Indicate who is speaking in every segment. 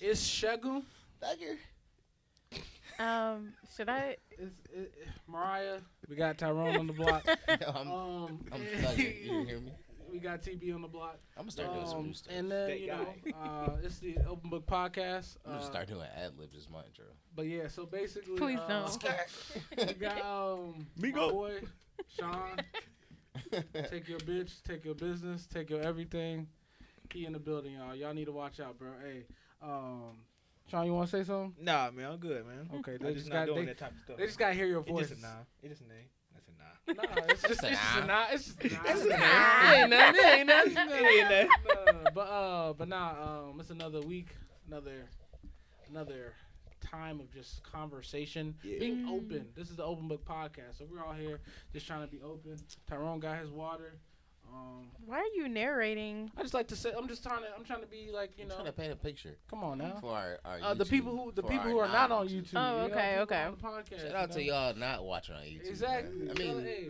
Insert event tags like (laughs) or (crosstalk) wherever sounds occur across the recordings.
Speaker 1: It's Shegu.
Speaker 2: Thugger.
Speaker 3: Um, should I?
Speaker 1: It's, it, Mariah. We got Tyrone on the block.
Speaker 2: Yo, (laughs) I'm,
Speaker 1: Um,
Speaker 2: I'm thugger. You hear me?
Speaker 1: (laughs) we got TB on the block.
Speaker 2: I'm gonna start doing some new
Speaker 1: Um,
Speaker 2: stuff.
Speaker 1: and then
Speaker 4: That
Speaker 1: you know,
Speaker 4: guy.
Speaker 1: uh, it's the Open Book Podcast.
Speaker 2: I'm
Speaker 1: Uh,
Speaker 2: gonna start doing ad libs as my intro.
Speaker 1: But yeah, so basically,
Speaker 3: Please
Speaker 1: uh,
Speaker 3: don't.
Speaker 1: We got
Speaker 2: (laughs)
Speaker 1: um, my
Speaker 4: Migo.
Speaker 1: boy, Sean. (laughs) take your bitch, take your business, take your everything. He in the building, y'all. Y'all need to watch out, bro. Hey, um, Sean, you want to say something?
Speaker 4: Nah, man, I'm good, man.
Speaker 1: Okay,
Speaker 4: I'm
Speaker 1: they
Speaker 4: just
Speaker 1: just got
Speaker 4: not doing
Speaker 1: they,
Speaker 4: that type of stuff.
Speaker 1: they just got to hear your
Speaker 4: It's
Speaker 1: voice.
Speaker 4: just a nah. It's just a name. That's a nah.
Speaker 1: Nah, it's just, it's just a nah. It's just a nah.
Speaker 2: It's a
Speaker 3: nah.
Speaker 1: Ain't nothing. Ain't nothing.
Speaker 4: It ain't
Speaker 1: Nah, But uh, but nah. Um, it's another week, another, another time of just conversation,
Speaker 4: Yeah.
Speaker 1: being
Speaker 3: Mm.
Speaker 1: open. This is the open book podcast, so we're all here just trying to be open. Tyrone got his water. Um,
Speaker 3: Why are you narrating?
Speaker 1: I just like to say, I'm just trying to, I'm trying to be like, you
Speaker 2: I'm
Speaker 1: know,
Speaker 2: trying to paint a picture
Speaker 1: come on now.
Speaker 2: for our, our
Speaker 1: Uh, the
Speaker 2: YouTube-
Speaker 1: people who, the
Speaker 2: for
Speaker 1: people
Speaker 2: our
Speaker 1: who are not on
Speaker 2: non-YouTube.
Speaker 1: YouTube.
Speaker 3: Oh,
Speaker 1: you know,
Speaker 3: okay,
Speaker 1: people
Speaker 3: okay.
Speaker 1: on the podcast,
Speaker 2: (laughs) Shout out to
Speaker 1: you know?
Speaker 2: y'all not watching on YouTube. man.
Speaker 1: Exactly.
Speaker 2: I mean,
Speaker 1: Hey,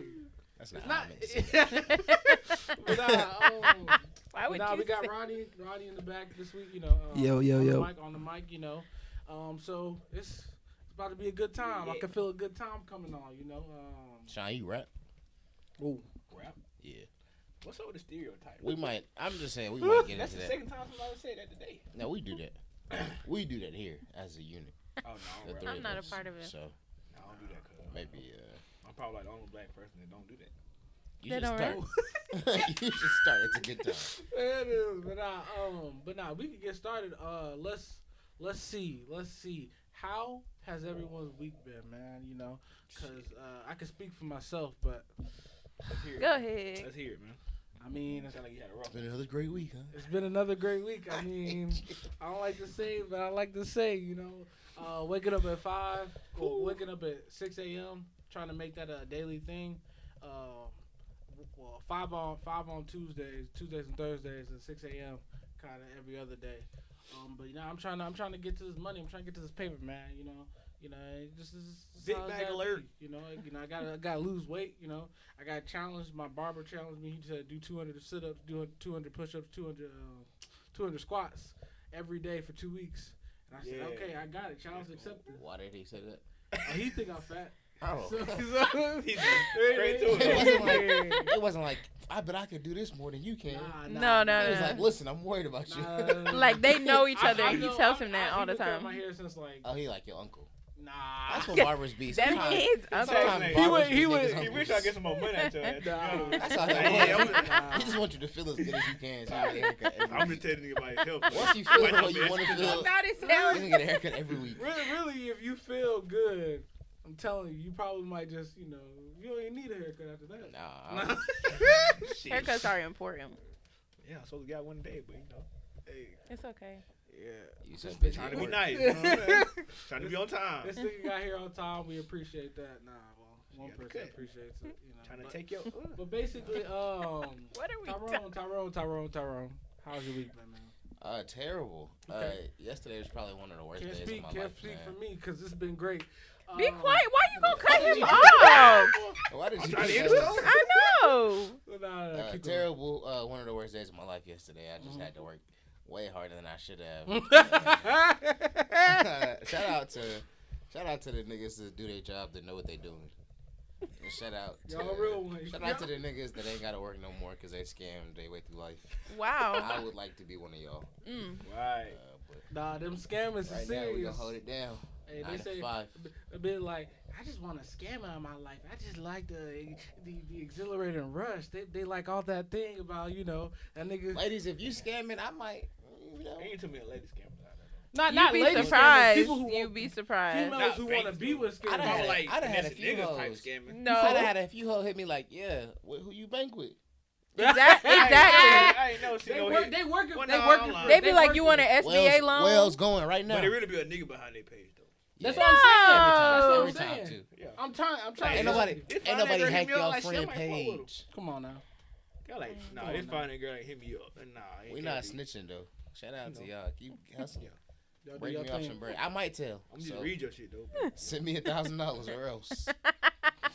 Speaker 2: that's
Speaker 1: it's
Speaker 2: not.
Speaker 1: not. (laughs)
Speaker 2: I meant to say.
Speaker 1: but nah, um,
Speaker 3: Why would
Speaker 1: nah,
Speaker 3: you?
Speaker 1: we got
Speaker 3: say-
Speaker 1: Ronnie, Ronnie in the back this week. You know, uh,
Speaker 5: Yo, yo,
Speaker 1: on
Speaker 5: yo.
Speaker 1: the mic, on the mic, you know. Um, so it's it's about to be a good time. I can feel a good time coming on. You know. Um,
Speaker 2: Sean, you rap?
Speaker 1: ooh,
Speaker 4: Crap.
Speaker 2: Yeah.
Speaker 4: What's up with the stereotype?
Speaker 2: We might. I'm just
Speaker 1: (laughs)
Speaker 2: saying we might get
Speaker 4: That's
Speaker 2: into
Speaker 4: the
Speaker 2: that.
Speaker 4: second time somebody said that today.
Speaker 2: No, we do that. (coughs) We do that here as a unit.
Speaker 4: Oh
Speaker 2: the
Speaker 4: no,
Speaker 2: three
Speaker 3: I'm
Speaker 2: of
Speaker 3: not a
Speaker 2: us.
Speaker 3: part of it.
Speaker 2: So
Speaker 4: No, I don't do that. Cause
Speaker 2: maybe uh,
Speaker 4: I'm probably like the only black person that don't do that.
Speaker 2: you
Speaker 3: They
Speaker 2: should
Speaker 3: don't
Speaker 2: start.
Speaker 3: rap.
Speaker 2: (laughs) you should start. It's a good time.
Speaker 1: it is. But nah, um, but nah, we can get started. Uh, let's let's see, let's see. How has everyone's week been, man? You know, because uh, I can speak for myself, but
Speaker 4: Let's hear it.
Speaker 3: Go ahead.
Speaker 4: Let's hear it, man.
Speaker 1: I mean,
Speaker 4: Sound like you had a (laughs)
Speaker 2: It's
Speaker 4: rough.
Speaker 2: been another great week, huh?
Speaker 1: it's been another great week. I mean. I don't like to say, it, but I like to say, you know, uh, waking up at five, or waking up at six a.m., trying to make that a daily thing. Um, well, five on five on Tuesdays, Tuesdays and Thursdays, and six a.m. kind of every other day. Um, but you know, I'm trying to I'm trying to get to this money. I'm trying to get to this paper, man. You know, you know, it just is
Speaker 4: Big
Speaker 1: how it
Speaker 4: bag
Speaker 1: gotta
Speaker 4: alert.
Speaker 1: be, You know, you know, I got to I got to lose weight. You know, I got challenged. My barber challenged me. He said do 200 sit-ups, do 200 push-ups, 200 um, 200 squats every day for two weeks. And I said,
Speaker 4: Yeah.
Speaker 1: okay, I got it. Challenge
Speaker 4: That's cool.
Speaker 1: accepted.
Speaker 2: Why did he say that?
Speaker 4: Oh,
Speaker 1: And he think I'm fat.
Speaker 2: I
Speaker 1: So,
Speaker 2: don't. know.
Speaker 1: so-
Speaker 4: (laughs) He's (laughs) straight to
Speaker 2: It
Speaker 4: it.
Speaker 3: (laughs)
Speaker 2: wasn't like it wasn't like I bet I could do this more than you can.
Speaker 1: Nah,
Speaker 3: No,
Speaker 1: nah,
Speaker 3: no,
Speaker 2: It
Speaker 1: nah.
Speaker 2: was like, listen, I'm worried about you.
Speaker 1: Nah.
Speaker 3: (laughs) Like they know each
Speaker 1: I-
Speaker 3: other.
Speaker 1: I
Speaker 3: and he
Speaker 1: know-
Speaker 3: tells
Speaker 1: I-
Speaker 3: him that
Speaker 1: I-
Speaker 3: all
Speaker 1: he
Speaker 3: the
Speaker 1: looked at
Speaker 3: time.
Speaker 1: My hair since like
Speaker 2: (laughs)
Speaker 4: Uh,
Speaker 2: Oh, he like your uncle.
Speaker 1: nah.
Speaker 2: That's what barbers be.
Speaker 3: That
Speaker 2: Sometimes-
Speaker 3: is
Speaker 4: (laughs)
Speaker 2: sometimes
Speaker 3: uncle.
Speaker 4: He
Speaker 2: barbers
Speaker 1: would-
Speaker 2: be
Speaker 1: he would-
Speaker 2: niggas'
Speaker 1: he
Speaker 4: He
Speaker 2: uncles.
Speaker 4: wish I get some more money out your (laughs) ass. to be honest with you.
Speaker 2: That's how he
Speaker 4: Yeah,
Speaker 2: was.
Speaker 1: I'm-
Speaker 2: He just wants you to feel as good as you can. So you get a haircut every
Speaker 4: I'm just
Speaker 2: week.
Speaker 4: telling you about yourself.
Speaker 2: Once you feel the way you want to feel,
Speaker 3: He's not his
Speaker 2: you're
Speaker 3: hell.
Speaker 2: gonna get a haircut every week.
Speaker 1: (laughs) Really, really, if you feel good, I'm telling you, you probably might just, you know, you don't even need a haircut after that.
Speaker 2: Nah,
Speaker 1: Nah.
Speaker 4: (laughs)
Speaker 1: (laughs)
Speaker 4: Shit.
Speaker 3: Haircuts are important.
Speaker 4: Yeah, I supposed to get one day, but you know. Hey,
Speaker 3: It's okay.
Speaker 1: yeah.
Speaker 2: you said
Speaker 4: trying to
Speaker 2: bitch. you
Speaker 4: be
Speaker 2: work.
Speaker 4: nice. You
Speaker 3: (laughs)
Speaker 4: know what I'm
Speaker 2: (laughs)
Speaker 4: saying? Trying to be on time.
Speaker 1: This nigga got here on time. We appreciate that. Nah, well, one
Speaker 4: got the
Speaker 1: person
Speaker 4: cut.
Speaker 1: appreciates it. You know,
Speaker 4: Trying to
Speaker 1: but-
Speaker 4: take your. uh,
Speaker 1: But basically,
Speaker 2: (laughs)
Speaker 1: um,
Speaker 3: What are we doing?
Speaker 1: Tyrone, Tyrone, Tyrone, Tyrone. How's your week been, man?
Speaker 2: Uh, terrible. Uh,
Speaker 1: Okay.
Speaker 2: yesterday was probably one of the worst
Speaker 1: Can't
Speaker 2: days of
Speaker 1: speak,
Speaker 2: my
Speaker 1: can't
Speaker 2: life.
Speaker 1: speak
Speaker 2: man.
Speaker 1: for me because it's been great.
Speaker 3: Be
Speaker 1: Um,
Speaker 3: quiet. Why you gonna cut him
Speaker 2: Oh.
Speaker 3: off?
Speaker 2: Why did
Speaker 4: I'm
Speaker 2: you
Speaker 4: trying to
Speaker 2: pick
Speaker 4: answer
Speaker 2: up?
Speaker 3: (laughs) I know.
Speaker 1: Nah, nah, nah,
Speaker 2: Uh,
Speaker 1: keep going.
Speaker 2: terrible. Uh, one of the worst days of my life yesterday. I just
Speaker 1: Mhm.
Speaker 2: had to work way harder than I
Speaker 1: (laughs)
Speaker 2: should
Speaker 1: yeah,
Speaker 2: have. shout out to, shout out to the niggas that do their job that know what they doing. And shout out to
Speaker 1: Y'all real ones.
Speaker 2: shout out to the niggas that ain't gotta work no more because they scammed their way through life. (laughs) I
Speaker 3: Wow.
Speaker 2: would like to be one of y'all,
Speaker 3: Mm.
Speaker 2: uh,
Speaker 4: Right.
Speaker 2: but
Speaker 1: (laughs) nah, them scammers
Speaker 2: right
Speaker 1: is
Speaker 2: now we gonna
Speaker 1: serious.
Speaker 2: hold it down.
Speaker 1: Hey,
Speaker 2: Nine
Speaker 1: they
Speaker 2: to
Speaker 1: say
Speaker 2: five.
Speaker 1: a bit like, I just want a scammer in my life. I just like the the, the exhilarating rush. They, they like all that thing about you know that nigga.
Speaker 2: Ladies, if you scamming, I might. You know,
Speaker 4: Ain't too many ladies scammers out there.
Speaker 1: Not
Speaker 3: You'd be
Speaker 1: ladies, scammers,
Speaker 3: surprised.
Speaker 1: People who
Speaker 3: You'd be surprised.
Speaker 1: females who
Speaker 4: Not
Speaker 1: want to
Speaker 4: fake,
Speaker 1: be
Speaker 4: though.
Speaker 1: with
Speaker 2: I done had
Speaker 1: scammers.
Speaker 2: a-
Speaker 1: (laughs)
Speaker 2: I done had a
Speaker 4: finessing
Speaker 2: few
Speaker 4: niggas type
Speaker 2: hoes.
Speaker 4: scamming.
Speaker 2: I done
Speaker 3: No.
Speaker 2: had a few hoe hit me like, yeah, wh- who you bank with?
Speaker 3: Exact-
Speaker 4: I ain't-
Speaker 3: exactly.
Speaker 4: I ain't never seen
Speaker 1: They
Speaker 4: no
Speaker 1: work.
Speaker 4: hit.
Speaker 1: They working.
Speaker 4: Well,
Speaker 1: They
Speaker 4: no,
Speaker 1: working.
Speaker 4: online.
Speaker 1: for-
Speaker 3: They be like, you want
Speaker 1: working.
Speaker 3: an SBA
Speaker 2: Wales,
Speaker 3: loan?
Speaker 2: Wales going right now.
Speaker 4: But it really be a nigga behind their page though.
Speaker 1: That's
Speaker 2: Yeah.
Speaker 1: what I'm saying.
Speaker 3: No.
Speaker 2: every
Speaker 1: That's what I'm
Speaker 2: time
Speaker 1: saying.
Speaker 2: too.
Speaker 4: Yeah.
Speaker 1: I'm trying. I'm trying.
Speaker 2: Ain't
Speaker 1: to-
Speaker 2: nobody,
Speaker 4: If I
Speaker 2: ain't nobody
Speaker 4: never hit
Speaker 2: hack
Speaker 4: me up,
Speaker 2: y'all
Speaker 4: like, shit, I
Speaker 2: friend
Speaker 4: might fuck with 'em.
Speaker 2: page.
Speaker 1: Come on now.
Speaker 4: They're like,
Speaker 1: come
Speaker 4: nah,
Speaker 1: on
Speaker 4: this
Speaker 1: now.
Speaker 4: fine girl ain't hit me up. Nah, ain't
Speaker 2: We
Speaker 4: gotta
Speaker 2: not
Speaker 4: be.
Speaker 2: snitching though. Shout out to
Speaker 4: No.
Speaker 2: y'all. Keep hustling.
Speaker 1: Y'all do
Speaker 2: Break
Speaker 1: y'all
Speaker 2: me off
Speaker 1: thing.
Speaker 2: some bread. I might tell.
Speaker 4: I'm just
Speaker 2: So,
Speaker 4: read your shit though. bro.
Speaker 2: send me a thousand dollars
Speaker 1: (laughs)
Speaker 2: or else.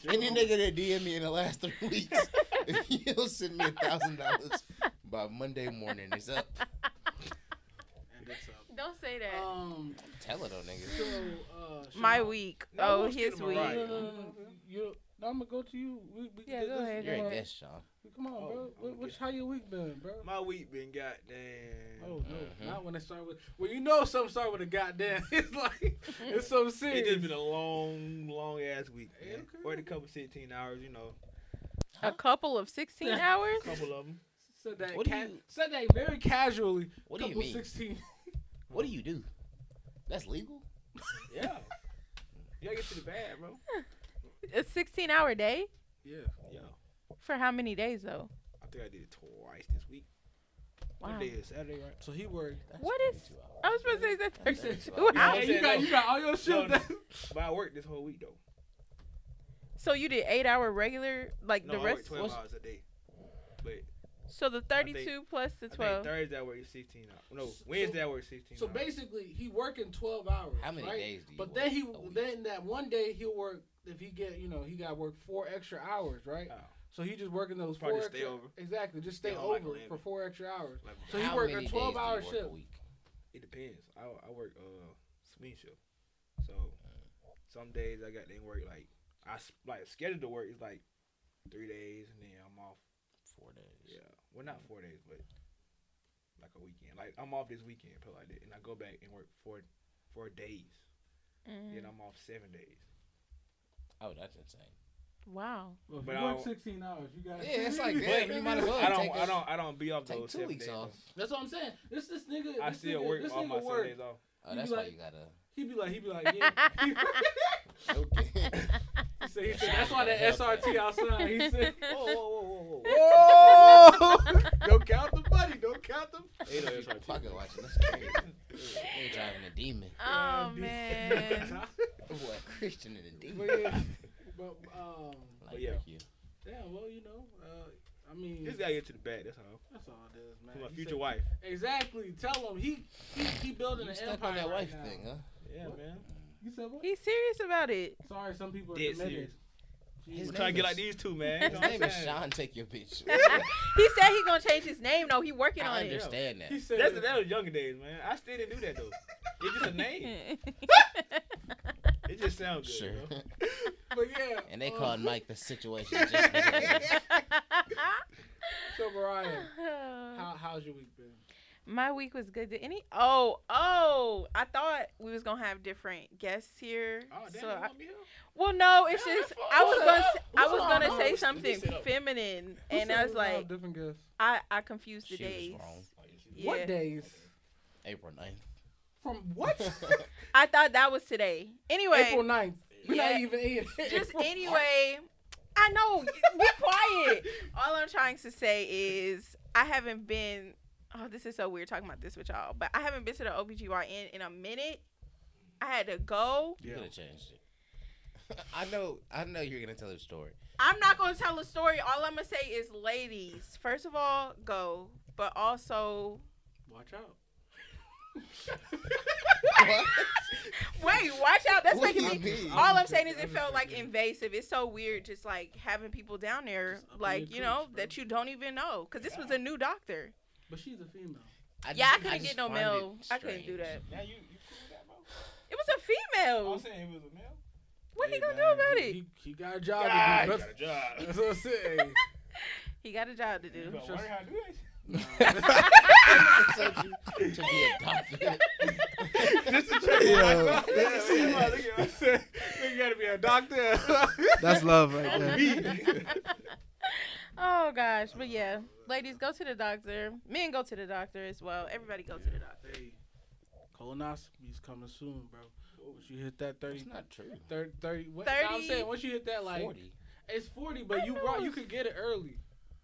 Speaker 4: Shit,
Speaker 2: Any
Speaker 4: I'm-
Speaker 2: nigga that DM me in the last three (laughs) weeks, if you'll send me a thousand dollars by Monday morning, it's up.
Speaker 1: And it's up.
Speaker 3: Don't say that.
Speaker 1: Um,
Speaker 2: Tell it, though, niggas.
Speaker 1: so, uh,
Speaker 3: My
Speaker 1: Shamar-
Speaker 3: week.
Speaker 4: No,
Speaker 3: oh,
Speaker 4: let's get
Speaker 3: his
Speaker 4: him a
Speaker 3: week.
Speaker 4: ride.
Speaker 1: Uh, you, no, I'm gonna go to you. We, we
Speaker 3: Yeah,
Speaker 1: can
Speaker 3: go
Speaker 1: this-
Speaker 3: ahead,
Speaker 2: You ain't
Speaker 3: go
Speaker 2: that, Sean.
Speaker 1: Come on, bro.
Speaker 4: Oh, I'm
Speaker 1: What, what's
Speaker 4: good.
Speaker 1: how your week been, bro?
Speaker 4: My week been goddamn.
Speaker 1: Oh no,
Speaker 2: Mhm.
Speaker 1: not when it start with. Well, you know, something start with a goddamn. (laughs) It's like it's
Speaker 2: (laughs)
Speaker 1: so
Speaker 4: It
Speaker 1: serious.
Speaker 4: just been a long, long ass week. Man.
Speaker 1: Okay.
Speaker 4: Worked a couple sixteen hours, you know,
Speaker 3: A couple of 16 hours?
Speaker 4: a couple of them.
Speaker 1: said that.
Speaker 2: What do
Speaker 1: ca-
Speaker 2: you-
Speaker 1: said that very casually.
Speaker 2: What do you
Speaker 1: Couple
Speaker 2: mean?
Speaker 1: Sixteen. (laughs)
Speaker 2: What do you do? That's legal?
Speaker 4: Yeah. You gotta get to the bag, bro.
Speaker 3: A 16 hour day?
Speaker 1: Yeah.
Speaker 4: Yeah.
Speaker 3: For how many days, though?
Speaker 4: I think I did it twice this week.
Speaker 3: Wow.
Speaker 4: One day is Saturday, right?
Speaker 1: So he worried.
Speaker 2: That's
Speaker 3: What is-
Speaker 2: 32 hours.
Speaker 3: I was supposed to say, is that
Speaker 2: That's
Speaker 3: 32 (laughs)
Speaker 2: 32
Speaker 1: Yeah,
Speaker 4: I
Speaker 3: hours?
Speaker 4: hours.
Speaker 1: you
Speaker 4: said
Speaker 1: got
Speaker 4: no.
Speaker 1: you got all your
Speaker 4: No,
Speaker 1: shit.
Speaker 4: no.
Speaker 1: done.
Speaker 4: But I worked this whole week though.
Speaker 3: So you did eight hour regular, like
Speaker 4: No,
Speaker 3: the
Speaker 4: I
Speaker 3: rest?
Speaker 4: worked twelve
Speaker 2: What's-
Speaker 4: hours a day. But
Speaker 3: So the 32 plus the
Speaker 4: I
Speaker 3: 12.
Speaker 4: think Thursday I worked sixteen hours. No,
Speaker 1: So-
Speaker 4: Wednesday I worked
Speaker 1: (laughs)
Speaker 4: sixteen.
Speaker 1: So
Speaker 4: hours.
Speaker 1: basically, he working twelve hours.
Speaker 2: How many
Speaker 1: right?
Speaker 2: days do you
Speaker 1: But
Speaker 2: work
Speaker 1: then he
Speaker 2: a week?
Speaker 1: then that one day he'll work if he get you know he got to work four extra hours right.
Speaker 4: Oh.
Speaker 1: So he just working those
Speaker 4: Probably
Speaker 1: four
Speaker 4: stay
Speaker 1: extra,
Speaker 4: over.
Speaker 1: exactly just stay
Speaker 4: Yeah,
Speaker 1: over
Speaker 4: like eleven.
Speaker 1: for four extra hours.
Speaker 4: Like,
Speaker 1: So he
Speaker 2: How
Speaker 1: worked a
Speaker 2: many
Speaker 1: 12
Speaker 2: days do you
Speaker 1: hour
Speaker 2: work
Speaker 1: shift.
Speaker 2: A week?
Speaker 4: it depends. I I work uh swing shift. So some days I got to work like I s- like scheduled to work is like three days and then I'm off.
Speaker 2: Four days.
Speaker 4: Yeah, well not four days, but like a weekend. Like I'm off this weekend, but like that, and I go back and work four four days.
Speaker 3: Mm.
Speaker 4: Then I'm off seven days.
Speaker 2: Oh, that's insane.
Speaker 3: Wow.
Speaker 1: Well, if
Speaker 4: But
Speaker 1: you
Speaker 4: I
Speaker 1: work
Speaker 4: don't-
Speaker 1: sixteen hours. You got (laughs)
Speaker 2: Yeah, it's like that. You might as well
Speaker 4: I don't
Speaker 2: take
Speaker 4: I
Speaker 2: those-
Speaker 4: don't I don't be off
Speaker 2: Take
Speaker 4: those
Speaker 2: two
Speaker 4: seven
Speaker 2: weeks
Speaker 4: days.
Speaker 2: off.
Speaker 1: That's what I'm saying. This this nigga.
Speaker 4: though. I
Speaker 1: this
Speaker 4: still
Speaker 1: nigga,
Speaker 4: work
Speaker 1: this
Speaker 4: all
Speaker 1: nigga
Speaker 4: my seven
Speaker 1: work.
Speaker 4: days off.
Speaker 2: Oh,
Speaker 1: You
Speaker 2: that's
Speaker 1: be
Speaker 2: why
Speaker 1: like-
Speaker 2: you gotta.
Speaker 1: He be like he be like
Speaker 3: (laughs)
Speaker 4: (laughs)
Speaker 1: yeah. he said, he said that's why that SRT outside. He said.
Speaker 4: (laughs) Whoa whoa whoa whoa whoa.
Speaker 1: Whoa! don't count the money. Don't count the.
Speaker 4: Eight of us are
Speaker 2: Fucking
Speaker 4: two.
Speaker 2: watching. That's crazy. They driving a demon.
Speaker 4: (laughs)
Speaker 3: oh,
Speaker 1: dude.
Speaker 3: man.
Speaker 2: What Christian and a demon?
Speaker 1: but yeah, (laughs) but um,
Speaker 2: Like,
Speaker 4: yeah.
Speaker 2: you.
Speaker 1: yeah. Well, you know, uh, I mean,
Speaker 4: This guy get to the back. That's all.
Speaker 1: that's all it is, man.
Speaker 4: For my
Speaker 1: He
Speaker 4: future
Speaker 1: said-
Speaker 4: wife.
Speaker 1: Exactly. Tell him he he, he building
Speaker 2: You
Speaker 1: an
Speaker 2: stuck
Speaker 1: empire
Speaker 2: on that
Speaker 1: right
Speaker 2: wife
Speaker 1: now.
Speaker 2: thing, huh?
Speaker 4: Yeah,
Speaker 1: What?
Speaker 4: man.
Speaker 1: You said what?
Speaker 3: He's serious about it. (laughs)
Speaker 1: Sorry, some people are
Speaker 4: Dead
Speaker 1: committed.
Speaker 4: serious.
Speaker 2: His
Speaker 4: He's
Speaker 1: Jeez.
Speaker 4: trying to
Speaker 2: name
Speaker 4: get
Speaker 2: is-
Speaker 4: like these two, man. You
Speaker 2: (laughs) His
Speaker 4: know what I'm
Speaker 2: name is
Speaker 4: saying?
Speaker 2: Sean. Take
Speaker 3: (laughs)
Speaker 2: your bitch.
Speaker 3: he said he gonna change his name though. He working
Speaker 2: (laughs) I
Speaker 3: on
Speaker 2: understand that.
Speaker 1: He said
Speaker 4: That's that was younger days, man. I still didn't do that though. It's just a
Speaker 2: (laughs)
Speaker 4: name.
Speaker 3: it.
Speaker 4: It just sounds good.
Speaker 2: Sure.
Speaker 4: you know?
Speaker 1: But yeah.
Speaker 2: (laughs) and they
Speaker 1: um,
Speaker 2: called Mike the situation. Just because.
Speaker 1: (laughs)
Speaker 3: (laughs)
Speaker 4: (laughs)
Speaker 1: So Mariah, how, how's your week been?
Speaker 3: My week was good. Did any? Oh, oh! I thought we was gonna have different guests here.
Speaker 4: Oh, damn,
Speaker 3: so
Speaker 4: you
Speaker 3: I,
Speaker 4: want me
Speaker 2: (laughs)
Speaker 4: here?
Speaker 3: well, no, it's
Speaker 4: Yeah,
Speaker 3: just
Speaker 4: that's
Speaker 3: I was
Speaker 4: fine.
Speaker 3: gonna s- I
Speaker 4: What's
Speaker 3: was
Speaker 4: up?
Speaker 3: gonna
Speaker 4: No,
Speaker 3: say
Speaker 4: we-
Speaker 3: something
Speaker 4: we set up.
Speaker 3: feminine,
Speaker 1: Who
Speaker 3: and
Speaker 1: said
Speaker 3: I was
Speaker 1: we gonna have
Speaker 3: like,
Speaker 1: different guests.
Speaker 3: I I confused the
Speaker 2: She was
Speaker 3: days.
Speaker 2: wrong.
Speaker 3: Yeah.
Speaker 1: What days?
Speaker 2: April 9th.
Speaker 1: From what? (laughs)
Speaker 2: (laughs)
Speaker 3: I thought that was today. (laughs) Anyway,
Speaker 1: April 9th. We're
Speaker 3: Yeah.
Speaker 1: not even in. (laughs)
Speaker 3: just
Speaker 1: April.
Speaker 3: anyway, I know. Be quiet. All I'm trying to say is I haven't been. Oh, this is so weird talking about this with y'all, but I haven't been to the OBGYN in a minute. I had to go.
Speaker 2: You
Speaker 4: Yeah.
Speaker 2: could have changed it. (laughs) I know. I know you're gonna tell the story.
Speaker 3: I'm not gonna tell a story. All I'm gonna say is, ladies, first of all, go, but also
Speaker 1: Watch out.
Speaker 2: What?
Speaker 3: wait, watch out. That's
Speaker 2: What do
Speaker 1: (laughs)
Speaker 3: making
Speaker 2: you
Speaker 3: me. (laughs)
Speaker 2: mean?
Speaker 3: All I'm saying is, it felt like invasive. It's so weird, just like having people down there,
Speaker 1: Just up in
Speaker 3: like
Speaker 1: your
Speaker 3: you know,
Speaker 1: cooch, bro.
Speaker 3: that you don't even know, because this was a new doctor.
Speaker 1: But she's a female.
Speaker 2: I
Speaker 3: Yeah, I
Speaker 2: just-
Speaker 3: couldn't get
Speaker 2: just
Speaker 3: no
Speaker 2: find it
Speaker 3: mail. I couldn't do
Speaker 2: strange. (laughs)
Speaker 3: that.
Speaker 4: Now you, you cool with that, bro?
Speaker 3: It was a
Speaker 4: I was
Speaker 3: female.
Speaker 4: saying he was a male.
Speaker 3: What he
Speaker 4: Hey,
Speaker 3: gonna do
Speaker 4: man,
Speaker 3: about it?
Speaker 1: He, he got a job
Speaker 4: Ah,
Speaker 1: to do.
Speaker 4: you got a
Speaker 1: That's,
Speaker 2: (laughs)
Speaker 4: job.
Speaker 1: that's what I'm saying.
Speaker 3: He got a job to
Speaker 4: You
Speaker 3: do.
Speaker 4: better learn how to do that. shit.
Speaker 2: to be adopted.
Speaker 4: (laughs)
Speaker 1: Just to check
Speaker 5: Yo.
Speaker 1: out.
Speaker 4: Yeah, see, look, look at us. (laughs)
Speaker 1: You gotta be a doctor.
Speaker 5: That's love right
Speaker 4: I'm
Speaker 5: there.
Speaker 4: beat.
Speaker 3: (laughs) Oh gosh, but yeah, ladies go to the doctor. Men go to the doctor as well. Everybody go to the doctor.
Speaker 1: (laughs) Hey, colonoscopy's coming soon, bro. Once you hit that 30,
Speaker 2: It's not true.
Speaker 1: 30, 30, what, no, I'm
Speaker 3: 30.
Speaker 1: saying once you hit that like
Speaker 2: Forty.
Speaker 1: it's 40,
Speaker 3: I
Speaker 1: but you
Speaker 3: know
Speaker 1: brought, you
Speaker 3: it's-
Speaker 1: could get it early.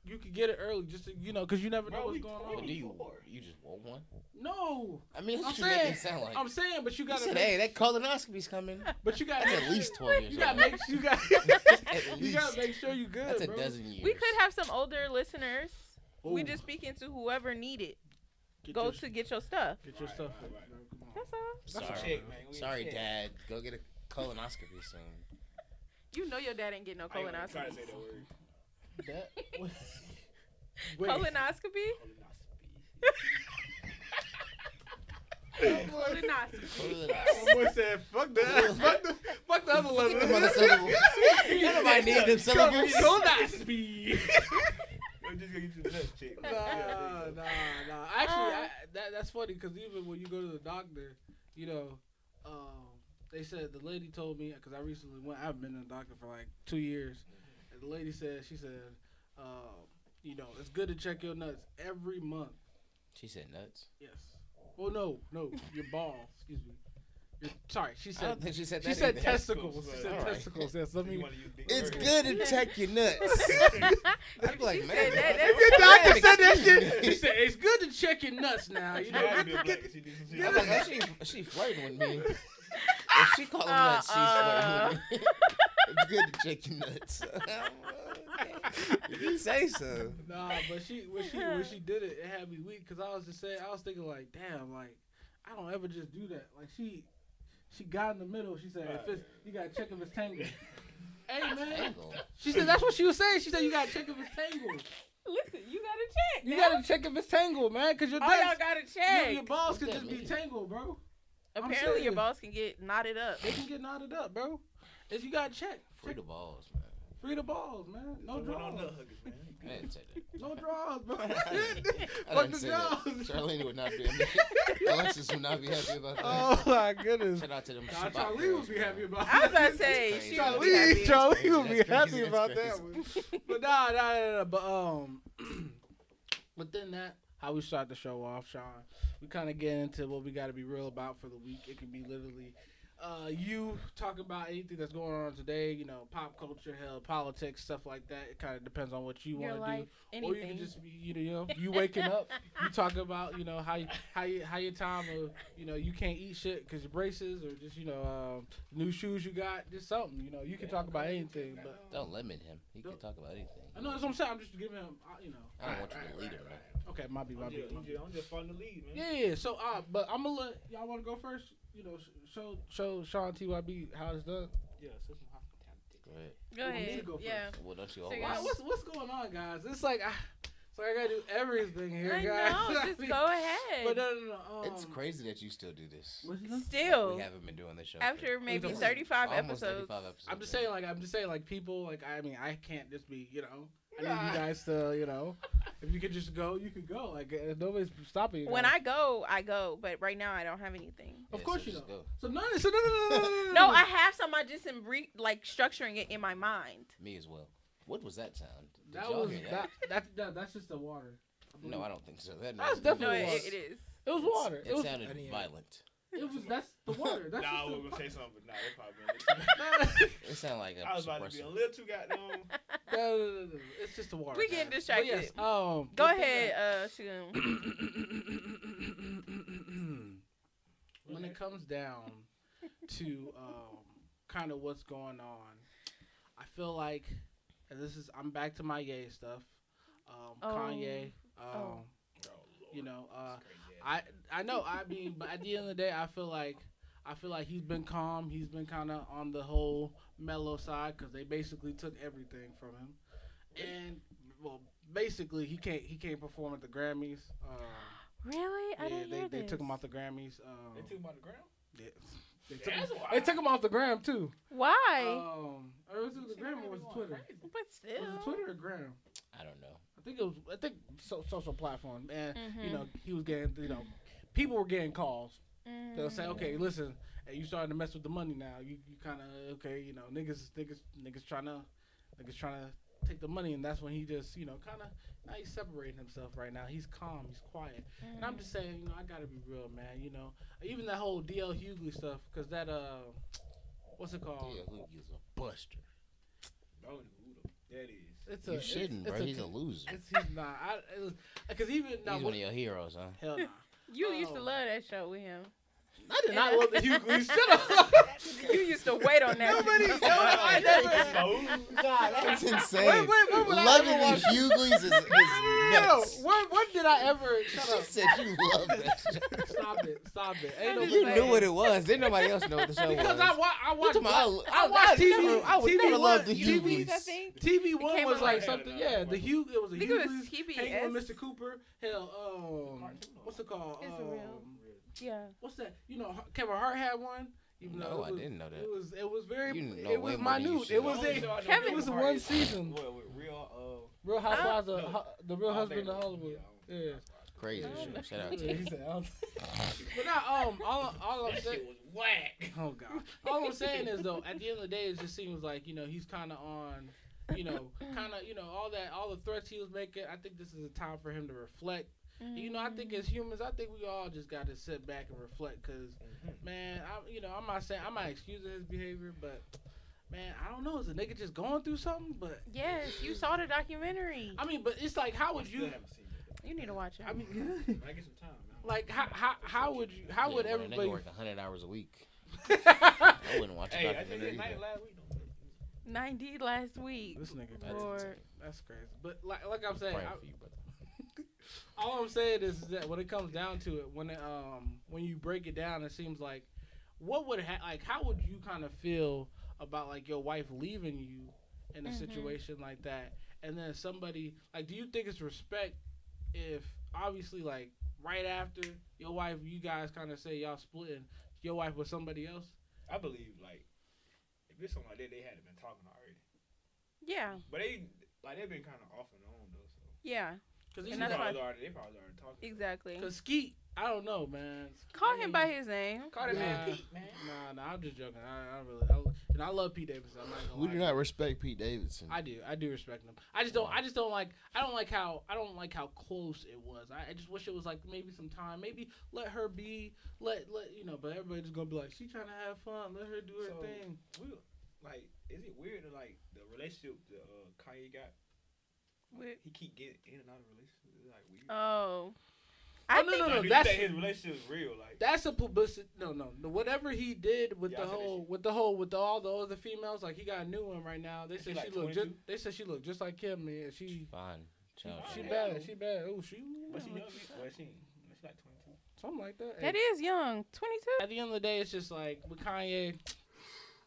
Speaker 1: You could get it early just to, you know, cause you never know
Speaker 4: Bro,
Speaker 1: what's
Speaker 4: we
Speaker 1: going
Speaker 4: told
Speaker 1: on.
Speaker 2: But do you? You just want one?
Speaker 1: No,
Speaker 2: I mean,
Speaker 1: Oh. I'm
Speaker 2: that's what you make
Speaker 1: saying-
Speaker 2: it sound like.
Speaker 1: I'm saying, but you
Speaker 2: you
Speaker 1: gotta,
Speaker 2: said,
Speaker 1: make,
Speaker 2: "Hey, that colonoscopy's coming."
Speaker 1: but you gotta,
Speaker 2: That's
Speaker 1: make
Speaker 2: at
Speaker 1: sure-
Speaker 2: least twelve years
Speaker 1: you
Speaker 2: old.
Speaker 1: gotta make, (laughs) you gotta,
Speaker 2: (laughs) At
Speaker 1: you gotta
Speaker 2: least.
Speaker 1: make sure you good,
Speaker 2: That's a
Speaker 1: bro.
Speaker 2: dozen years.
Speaker 3: (laughs) We could have some older listeners. We
Speaker 1: Ooh,
Speaker 3: just speaking to whoever needed.
Speaker 1: get
Speaker 3: Go
Speaker 1: your,
Speaker 3: to get your stuff.
Speaker 1: get your
Speaker 4: Right,
Speaker 1: stuff.
Speaker 4: right,
Speaker 1: in,
Speaker 4: right.
Speaker 1: bro. Come on.
Speaker 3: That's all.
Speaker 1: That's
Speaker 2: Sorry,
Speaker 1: a
Speaker 4: check, man. We
Speaker 2: Sorry,
Speaker 4: a check.
Speaker 2: Dad. Go get a colonoscopy soon.
Speaker 3: You know your dad ain't get no
Speaker 4: I ain't gonna try to
Speaker 3: colonoscopy.
Speaker 4: say that word.
Speaker 1: (laughs)
Speaker 2: That,
Speaker 1: Wait,
Speaker 3: Colonoscopy?
Speaker 4: Colonoscopy.
Speaker 1: (laughs)
Speaker 3: Holding ostrich.
Speaker 2: Clearly not.
Speaker 4: My boy said, "Fuck that, fuck the, fuck the other
Speaker 2: Look
Speaker 4: level."
Speaker 2: at them
Speaker 1: (laughs)
Speaker 2: other syllables. Ain't nobody need them syllables.
Speaker 1: (laughs)
Speaker 4: I'm just gonna get you the next chick.
Speaker 1: Nah,
Speaker 4: Yeah, there you
Speaker 1: nah,
Speaker 4: go.
Speaker 1: nah. Actually, I,
Speaker 4: Um,
Speaker 1: that, that's funny because even when you go to the doctor, you know, um, they said the lady told me because I recently went. I've been to the doctor for like two years, and the lady said she said, um, you know, it's good to check your nuts every month.
Speaker 2: She said nuts.
Speaker 1: Yes. Well, no, no, your balls. Excuse me. Your, sorry, she
Speaker 2: I don't
Speaker 1: said.
Speaker 2: think she said that.
Speaker 1: She said
Speaker 2: either.
Speaker 1: testicles. She
Speaker 4: Testicles,
Speaker 1: said
Speaker 2: right.
Speaker 1: testicles. Yes. Let
Speaker 4: (laughs) You
Speaker 1: me. (laughs)
Speaker 4: wanna use big
Speaker 2: (laughs) It's
Speaker 4: words.
Speaker 2: good to check your nuts. I'd be
Speaker 3: She
Speaker 2: like,
Speaker 3: said
Speaker 2: man.
Speaker 3: that- that's-
Speaker 2: man,
Speaker 1: doctor said that
Speaker 4: (laughs)
Speaker 2: excuse
Speaker 1: She
Speaker 2: me.
Speaker 1: said it's good to check your nuts now.
Speaker 4: She
Speaker 1: You know,
Speaker 4: had to be a black. She did some shit.
Speaker 2: I'm like, oh, she, she flirting with me. If she call him nuts, she's
Speaker 1: Uh,
Speaker 2: flirting with me. (laughs) it's good to check your
Speaker 1: (laughs)
Speaker 2: nuts. (laughs) If you say so.
Speaker 1: Nah, but she when she when she did it, it had me weak because I was just saying I was thinking like, damn, like I don't ever just do that. Like she she got in the middle. She said, if it's, you gotta check if it's
Speaker 3: (laughs)
Speaker 1: tangled. hey man,
Speaker 2: Tangle.
Speaker 1: she said that's what she was saying. She said you gotta check if it's tangled.
Speaker 3: Listen, you gotta check.
Speaker 1: You
Speaker 3: now.
Speaker 1: gotta check if it's tangled, man, because your
Speaker 3: All y'all
Speaker 1: nuts,
Speaker 3: gotta
Speaker 1: your,
Speaker 3: check.
Speaker 1: your balls could
Speaker 2: What
Speaker 1: just
Speaker 2: that
Speaker 1: be
Speaker 2: mean?
Speaker 1: tangled, bro. I'm
Speaker 3: Apparently, your
Speaker 1: serious.
Speaker 3: balls can get knotted up.
Speaker 1: They can get knotted up, bro. If you gotta check,
Speaker 2: Free the balls, man.
Speaker 1: free the balls, man. No
Speaker 4: Don't want
Speaker 1: draws,
Speaker 4: no nut huggers, man.
Speaker 2: I didn't say that.
Speaker 1: no draws,
Speaker 2: (laughs)
Speaker 1: bro.
Speaker 2: I
Speaker 1: Fuck (laughs)
Speaker 2: didn't
Speaker 1: the
Speaker 2: say that.
Speaker 1: draws.
Speaker 2: Charlene would not be happy.
Speaker 1: (laughs)
Speaker 2: Alexis would not be happy about that.
Speaker 1: Oh my goodness.
Speaker 2: Shout out to them.
Speaker 1: Nah,
Speaker 2: Chibok
Speaker 1: Charlie
Speaker 2: girls,
Speaker 1: would be
Speaker 2: man.
Speaker 1: happy about.
Speaker 3: I was about
Speaker 1: that. (laughs)
Speaker 3: to say,
Speaker 2: That's
Speaker 3: she
Speaker 2: crazy.
Speaker 3: would be happy.
Speaker 1: Charlie, Charlie would be
Speaker 2: That's
Speaker 1: happy
Speaker 2: crazy,
Speaker 1: about
Speaker 2: that's
Speaker 1: that one. But nah, nah, nah, nah. But um, (clears throat) within that, how we start the show off, Sean, we kind of get into what we got to be real about for the week. It can be literally. Uh, you talking about anything that's going on today, you know, pop culture, hell, politics, stuff like that. It kind of depends on what you
Speaker 3: Your
Speaker 1: want to do.
Speaker 3: life, anything.
Speaker 1: Or you can just be, you know, you waking up, you talking about, you know, how you, how you, how your time of, you know, you can't eat shit because your braces or just, you know, um, new shoes you got, just something, you know, you can talk about anything. But
Speaker 2: Don't limit him. He can
Speaker 1: Don't-
Speaker 2: talk about anything.
Speaker 1: I know that's what I'm saying. I'm just giving him, uh, you know,
Speaker 2: I don't want you to lead him, man.
Speaker 1: okay, my be, my
Speaker 4: I'm
Speaker 1: be,
Speaker 4: just-
Speaker 1: my
Speaker 4: I'm
Speaker 1: be.
Speaker 4: just- I'm just following the lead, man.
Speaker 1: Yeah, yeah. So, uh, but I'm gonna let y'all want to go first. You know, sh- show show Sean TYB how it's done.
Speaker 4: Yeah, so some hospitality.
Speaker 2: Go ahead.
Speaker 3: Go
Speaker 1: Well,
Speaker 3: ahead.
Speaker 1: me to go
Speaker 3: yeah.
Speaker 2: Well, don't you
Speaker 3: So
Speaker 2: always?
Speaker 1: Wow,
Speaker 3: y'all-
Speaker 1: what's what's going on, guys? It's like I, it's like I gotta do everything here,
Speaker 3: I
Speaker 1: guys.
Speaker 3: know.
Speaker 1: (laughs) I
Speaker 3: Just
Speaker 1: mean,
Speaker 3: go ahead.
Speaker 1: (laughs) But uh, no, no, no. Um,
Speaker 2: It's crazy that you still do this.
Speaker 1: what's it done?
Speaker 3: Still,
Speaker 2: We haven't been doing this show. for
Speaker 3: after
Speaker 1: (laughs)
Speaker 3: maybe
Speaker 1: Almost
Speaker 3: 35
Speaker 2: almost
Speaker 3: episodes.
Speaker 2: 35 episodes.
Speaker 1: I'm just
Speaker 2: man.
Speaker 1: saying, like, I'm just saying, like, people, like, I mean, I can't just be, you know, I need
Speaker 2: Nah.
Speaker 1: you guys to, you know, if you could just go, you could go. Like, uh, nobody's stopping you.
Speaker 3: When
Speaker 1: guys.
Speaker 3: I go, I go. But right now, I don't have anything.
Speaker 2: Yeah,
Speaker 1: of course
Speaker 2: so
Speaker 1: you
Speaker 2: just
Speaker 1: don't.
Speaker 2: go.
Speaker 1: So none, so no, no, no, no, no, no,
Speaker 3: No,
Speaker 1: no.
Speaker 3: I have some. I just am re- like structuring it in my mind.
Speaker 2: Me as well. What was that sound? Did
Speaker 1: That
Speaker 2: y'all
Speaker 1: was
Speaker 2: hear
Speaker 1: that, that, that. That's just the water.
Speaker 2: No, I don't think so. That
Speaker 1: That's
Speaker 2: noise-
Speaker 3: No,
Speaker 1: definitely
Speaker 3: it,
Speaker 1: It was.
Speaker 3: it is.
Speaker 1: It was water.
Speaker 2: It,
Speaker 1: It was.
Speaker 2: sounded
Speaker 5: I didn't hear it.
Speaker 2: violent.
Speaker 1: It was. That's
Speaker 2: (laughs)
Speaker 1: the water. That's
Speaker 4: Nah, I was
Speaker 1: just
Speaker 4: gonna
Speaker 1: the,
Speaker 4: say something, but nah, that probably.
Speaker 2: It sounded like a
Speaker 4: I was about to be a
Speaker 2: suppressor.
Speaker 4: little too goddamn.
Speaker 1: (laughs) no, no, no, no, no. It's just the water.
Speaker 3: We getting
Speaker 1: guys. But
Speaker 3: distracted.
Speaker 1: Yes, um,
Speaker 3: Go
Speaker 1: within
Speaker 3: ahead,
Speaker 1: that-
Speaker 3: uh, Shun.
Speaker 1: when it comes down to um, kind of what's going on, I feel like and this is I'm back to my yay stuff. Um,
Speaker 3: Oh.
Speaker 1: Kanye, um,
Speaker 3: Oh.
Speaker 1: you know, uh, I I know I mean, but at the end of the day, I feel like I feel like he's been calm. He's been kind of on the whole mellow side because they basically took everything from him, and well, basically he can't he can't perform at the Grammys. Um,
Speaker 3: Really? I
Speaker 1: yeah,
Speaker 3: didn't
Speaker 1: they,
Speaker 3: hear
Speaker 1: they
Speaker 3: this.
Speaker 1: took him off the Grammys. Um,
Speaker 4: They took him out the ground.
Speaker 1: yeah, they took him,
Speaker 4: That's wild.
Speaker 1: they took him off the gram too.
Speaker 3: Why?
Speaker 1: Um, or was it the gram or was it Twitter?
Speaker 3: but still.
Speaker 1: Was it Twitter or gram?
Speaker 2: I don't know.
Speaker 1: I think it was. I think so, social platform. And you
Speaker 3: Mhm.
Speaker 1: know, he was getting. You know, people were getting calls. They'll say,
Speaker 3: Mm.
Speaker 1: okay, listen, hey, you starting to mess with the money now. You you kind of okay, you know, niggas niggas niggas trying to niggas trying to take the money, and that's when he just you know kind of now he's separating himself right now. He's calm. He's quiet. And I'm
Speaker 3: Mm.
Speaker 1: just saying, you know, I gotta be real, man. You know, even that whole DL Hughley stuff, cause that uh, what's it called?
Speaker 2: Yeah, who gives a buster?
Speaker 4: Bro, who the- that is.
Speaker 1: It's
Speaker 2: you shouldn't,
Speaker 1: it's,
Speaker 2: bro.
Speaker 1: It's
Speaker 2: He's a loser.
Speaker 1: It's, he's not. I, it was, cause even now,
Speaker 2: He's one of your heroes, huh? (laughs)
Speaker 1: hell nah.
Speaker 3: You used to
Speaker 1: Oh.
Speaker 3: love that show with him.
Speaker 1: I did not love the
Speaker 2: (laughs)
Speaker 1: Hughley. Shut up.
Speaker 3: You used to wait on that.
Speaker 1: Nobody-
Speaker 3: show.
Speaker 1: nobody- (laughs)
Speaker 2: That's insane.
Speaker 1: Wait, wait, when would I
Speaker 2: Loving
Speaker 1: ever
Speaker 2: the
Speaker 1: (laughs) watch-
Speaker 2: Hughleys is, is
Speaker 1: (laughs) No,
Speaker 2: nuts.
Speaker 1: when, when did I ever? Shut
Speaker 2: (laughs) She
Speaker 1: up.
Speaker 2: said you love that
Speaker 1: (laughs)
Speaker 2: show.
Speaker 1: Stop it. Stop it. Ain't
Speaker 3: I'm
Speaker 1: no
Speaker 3: just
Speaker 2: You
Speaker 3: saying.
Speaker 2: knew what it was. Didn't nobody else know what the show
Speaker 1: because
Speaker 2: was.
Speaker 1: I wa- I
Speaker 2: You
Speaker 1: watched.
Speaker 2: talking
Speaker 1: Black-
Speaker 2: about,
Speaker 1: I watched TV.
Speaker 2: Never, I would
Speaker 1: TV
Speaker 2: never love the
Speaker 1: was-
Speaker 3: Hughleys, I
Speaker 2: Hughleys.
Speaker 3: think.
Speaker 1: TV one
Speaker 3: came
Speaker 1: was like
Speaker 3: out
Speaker 4: like-
Speaker 1: something. Yeah, the Hugh. It was a
Speaker 3: I think it was
Speaker 1: Hughley.
Speaker 3: Hebe
Speaker 1: Hanging with
Speaker 3: S.
Speaker 1: Mr. Cooper. Hell, um, what's it called?
Speaker 3: It's
Speaker 1: um,
Speaker 3: real. Yeah.
Speaker 1: What's that? You know, Kevin Hart had one. Even though
Speaker 2: No,
Speaker 1: it
Speaker 2: I
Speaker 1: was-
Speaker 2: didn't know that.
Speaker 1: It was it was very
Speaker 2: You know
Speaker 1: it
Speaker 2: way
Speaker 1: was
Speaker 2: more than you
Speaker 1: minute.
Speaker 2: should.
Speaker 1: It was
Speaker 4: Only
Speaker 1: a
Speaker 4: thing I know
Speaker 3: Kevin-
Speaker 4: Kevin
Speaker 1: it was
Speaker 4: Hart
Speaker 1: one
Speaker 4: is-
Speaker 1: season.
Speaker 4: What, with real uh,
Speaker 1: Real Housewives
Speaker 4: Huh?
Speaker 1: of
Speaker 4: No.
Speaker 1: Ho- the
Speaker 4: uh,
Speaker 1: Real Husband of Hollywood.
Speaker 4: Yeah.
Speaker 1: Yeah.
Speaker 2: Crazy
Speaker 3: I don't
Speaker 2: shit. Shout
Speaker 3: know.
Speaker 2: out to
Speaker 1: Yeah,
Speaker 2: you.
Speaker 1: he said,
Speaker 2: (laughs)
Speaker 1: I was- but now, um, all all I'm
Speaker 4: That
Speaker 1: saying,
Speaker 4: shit was whack.
Speaker 1: oh god, all I'm saying is though, at the end of the day, it just seems like you know he's kind of on, you know, kind of you know all that all the threats he was making. I think this is a time for him to reflect. You know, I
Speaker 3: Mm-hmm.
Speaker 1: think as humans, I think we all just got to sit back and reflect because
Speaker 4: Mm-hmm.
Speaker 1: man, I you know I'm not saying I'm not excusing his behavior, but man, I don't know, is the nigga just going through something? But
Speaker 3: Yes, you saw the documentary.
Speaker 1: I mean, but it's like how
Speaker 4: I
Speaker 1: would
Speaker 4: still
Speaker 1: you?
Speaker 4: haven't seen it.
Speaker 3: You need to watch it.
Speaker 1: I mean,
Speaker 4: (laughs) When I get some time. man.
Speaker 1: like how how how would you? (laughs) How would
Speaker 2: Yeah, man, They
Speaker 1: everybody? (laughs)
Speaker 2: work 100 hours a week. I
Speaker 1: this
Speaker 2: wouldn't watch a
Speaker 4: Hey, I just
Speaker 2: documentary.
Speaker 4: hit night
Speaker 2: either.
Speaker 4: last week. though.
Speaker 3: 90 last week.
Speaker 1: nigga,
Speaker 2: That's
Speaker 1: crazy.
Speaker 3: Lord.
Speaker 2: insane.
Speaker 1: that's crazy. But like like I'm
Speaker 2: I'm
Speaker 1: saying,
Speaker 2: praying
Speaker 1: I-
Speaker 2: for you, brother.
Speaker 1: all I'm saying is that when it comes down to it, when it, um when you break it down, it seems like what would ha- like how would you kind of feel about like your wife leaving you in a
Speaker 3: Mhm.
Speaker 1: situation like that, and then somebody like do you think it's respect if obviously like right after your wife you guys kind of say y'all splitting your wife with somebody else?
Speaker 4: I believe like if it's something like that, they had been talking already.
Speaker 3: Yeah,
Speaker 4: But they like they've been kind of off and on though. So
Speaker 3: yeah,
Speaker 1: Because
Speaker 4: they
Speaker 3: And that's
Speaker 4: probably
Speaker 3: why-
Speaker 4: already they probably already talking.
Speaker 3: exactly.
Speaker 1: because Skeet, I don't know, man.
Speaker 3: Call
Speaker 1: I
Speaker 3: him
Speaker 1: mean-
Speaker 3: by his name.
Speaker 4: Call that man
Speaker 1: Nah.
Speaker 4: Pete, man.
Speaker 1: Nah, nah, I'm just joking. I, I really, I, and I love Pete Davidson. I'm not gonna lie
Speaker 2: We do
Speaker 1: to you.
Speaker 2: not respect Pete Davidson.
Speaker 1: I do. I do respect them. I just don't. I just don't like. I don't like how. I don't like how close it was. I, I just wish it was like maybe some time. Maybe let her be. Let let you know. But everybody's gonna be like, she trying to have fun. Let her do her
Speaker 4: So-
Speaker 1: thing.
Speaker 4: We, like, is it weird that like the relationship that uh, Kanye got?
Speaker 3: With-
Speaker 4: He keep getting in and out of relationships. It's like weird.
Speaker 3: Oh. I
Speaker 1: no,
Speaker 3: think
Speaker 1: no, no.
Speaker 4: do you
Speaker 1: that's-
Speaker 4: think his relationship is real. Like
Speaker 1: That's a publicity. No, no, no. Whatever he did with
Speaker 4: Yeah, I
Speaker 1: the
Speaker 4: said that
Speaker 1: whole,
Speaker 4: shit.
Speaker 1: with the whole, with the, all the other females, like he got a new one right now. They
Speaker 4: Is she
Speaker 1: said she,
Speaker 4: like
Speaker 1: looked. Just,
Speaker 4: 22?
Speaker 1: they said she looked just like him. Man, she
Speaker 2: Fine. Child,
Speaker 1: she
Speaker 4: Oh,
Speaker 1: bad.
Speaker 4: hell.
Speaker 1: She bad. Oh, she.
Speaker 4: But she young. Well, she, well, she like twenty two.
Speaker 1: Something like that.
Speaker 3: that
Speaker 1: Hey,
Speaker 3: is young. 22?
Speaker 1: (laughs) at the end of the day, it's just like with Kanye,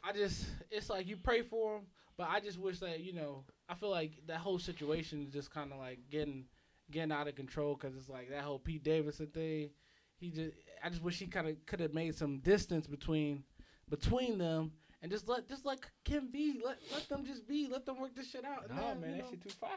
Speaker 1: I just it's like you pray for him, but I just wish that you know I feel like that whole situation is just kind of like getting getting out of control because it's like that whole Pete Davidson thing. He just I just wish he kind of could have made some distance between between them. And just let just let Kim be let let them just be let them work this shit out.
Speaker 4: Nah,
Speaker 1: And then,
Speaker 4: man,
Speaker 1: you
Speaker 4: that shit too far.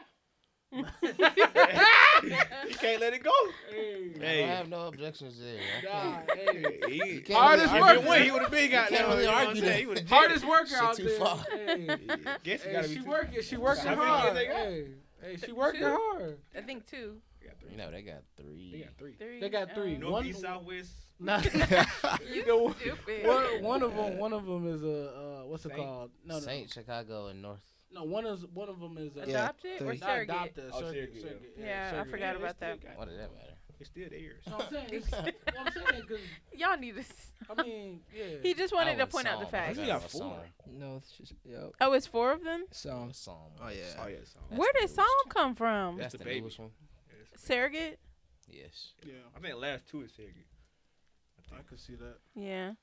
Speaker 1: (laughs)
Speaker 3: (laughs)
Speaker 1: know.
Speaker 4: you can't let it go.
Speaker 1: hey,
Speaker 2: I
Speaker 4: Hey.
Speaker 2: don't have no objections there. I
Speaker 1: nah,
Speaker 2: can't-
Speaker 1: hey.
Speaker 2: you
Speaker 4: He,
Speaker 2: can't
Speaker 1: Hardest
Speaker 2: really
Speaker 1: work.
Speaker 2: argue-
Speaker 1: win,
Speaker 4: he would have been
Speaker 2: got
Speaker 4: got
Speaker 2: can't that, really you know what I'm argue saying? that. He
Speaker 4: He would
Speaker 2: would've
Speaker 4: have
Speaker 2: did
Speaker 4: did.
Speaker 1: hardest worker
Speaker 2: Shit
Speaker 1: out
Speaker 2: too
Speaker 1: there. Hey.
Speaker 2: far.
Speaker 4: (laughs) Guess you
Speaker 1: Hey,
Speaker 4: gotta
Speaker 1: she
Speaker 4: be too-
Speaker 1: working. She
Speaker 4: How
Speaker 1: working
Speaker 4: many
Speaker 1: hard.
Speaker 4: kids they got?
Speaker 1: Hey, hey, she
Speaker 3: Two.
Speaker 1: working hard.
Speaker 3: (laughs) I think two.
Speaker 4: You got three.
Speaker 2: No, they got three.
Speaker 1: three.
Speaker 3: Three.
Speaker 1: They got three.
Speaker 3: Um,
Speaker 1: One-
Speaker 4: North, east, south, west.
Speaker 2: (laughs)
Speaker 1: Nah, (laughs)
Speaker 3: You
Speaker 1: The one-
Speaker 3: stupid.
Speaker 1: one, one of them. One of them is a uh, what's it
Speaker 4: Saint.
Speaker 1: called? No, no,
Speaker 2: Saint Chicago and North.
Speaker 1: no. One is one of them is a,
Speaker 2: Yeah,
Speaker 3: Adopted or
Speaker 2: three.
Speaker 1: not
Speaker 3: surrogate?
Speaker 1: adopted.
Speaker 4: Oh,
Speaker 1: surrogate,
Speaker 4: surrogate,
Speaker 1: surrogate,
Speaker 3: Yeah, I
Speaker 1: surrogate.
Speaker 3: forgot
Speaker 4: Yeah,
Speaker 3: about
Speaker 4: they still
Speaker 3: that.
Speaker 4: got- Oh,
Speaker 2: What does that matter?
Speaker 4: It's still theirs.
Speaker 1: So I'm saying, it's, what I'm saying, cause
Speaker 3: Y'all need to.
Speaker 1: (laughs)
Speaker 3: s-
Speaker 1: I mean, yeah.
Speaker 3: He just wanted to
Speaker 2: went
Speaker 3: point out the
Speaker 2: Psalm. I
Speaker 4: You
Speaker 3: fact.
Speaker 2: forgot
Speaker 4: got
Speaker 2: about
Speaker 4: four.
Speaker 2: Psalm.
Speaker 5: No, it's just yep.
Speaker 3: Oh, it's four of them?
Speaker 5: Psalm.
Speaker 2: Psalm.
Speaker 5: Oh yeah.
Speaker 4: Oh yeah, so
Speaker 2: That's
Speaker 3: Where
Speaker 2: the
Speaker 3: did
Speaker 2: newest
Speaker 3: Psalm
Speaker 2: one.
Speaker 3: come from?
Speaker 2: That's
Speaker 4: the
Speaker 2: the
Speaker 4: baby.
Speaker 2: newest one.
Speaker 3: Surrogate?
Speaker 2: Yes.
Speaker 1: Yeah,
Speaker 4: I think last two is Sergey.
Speaker 1: I could see that.
Speaker 3: Yeah.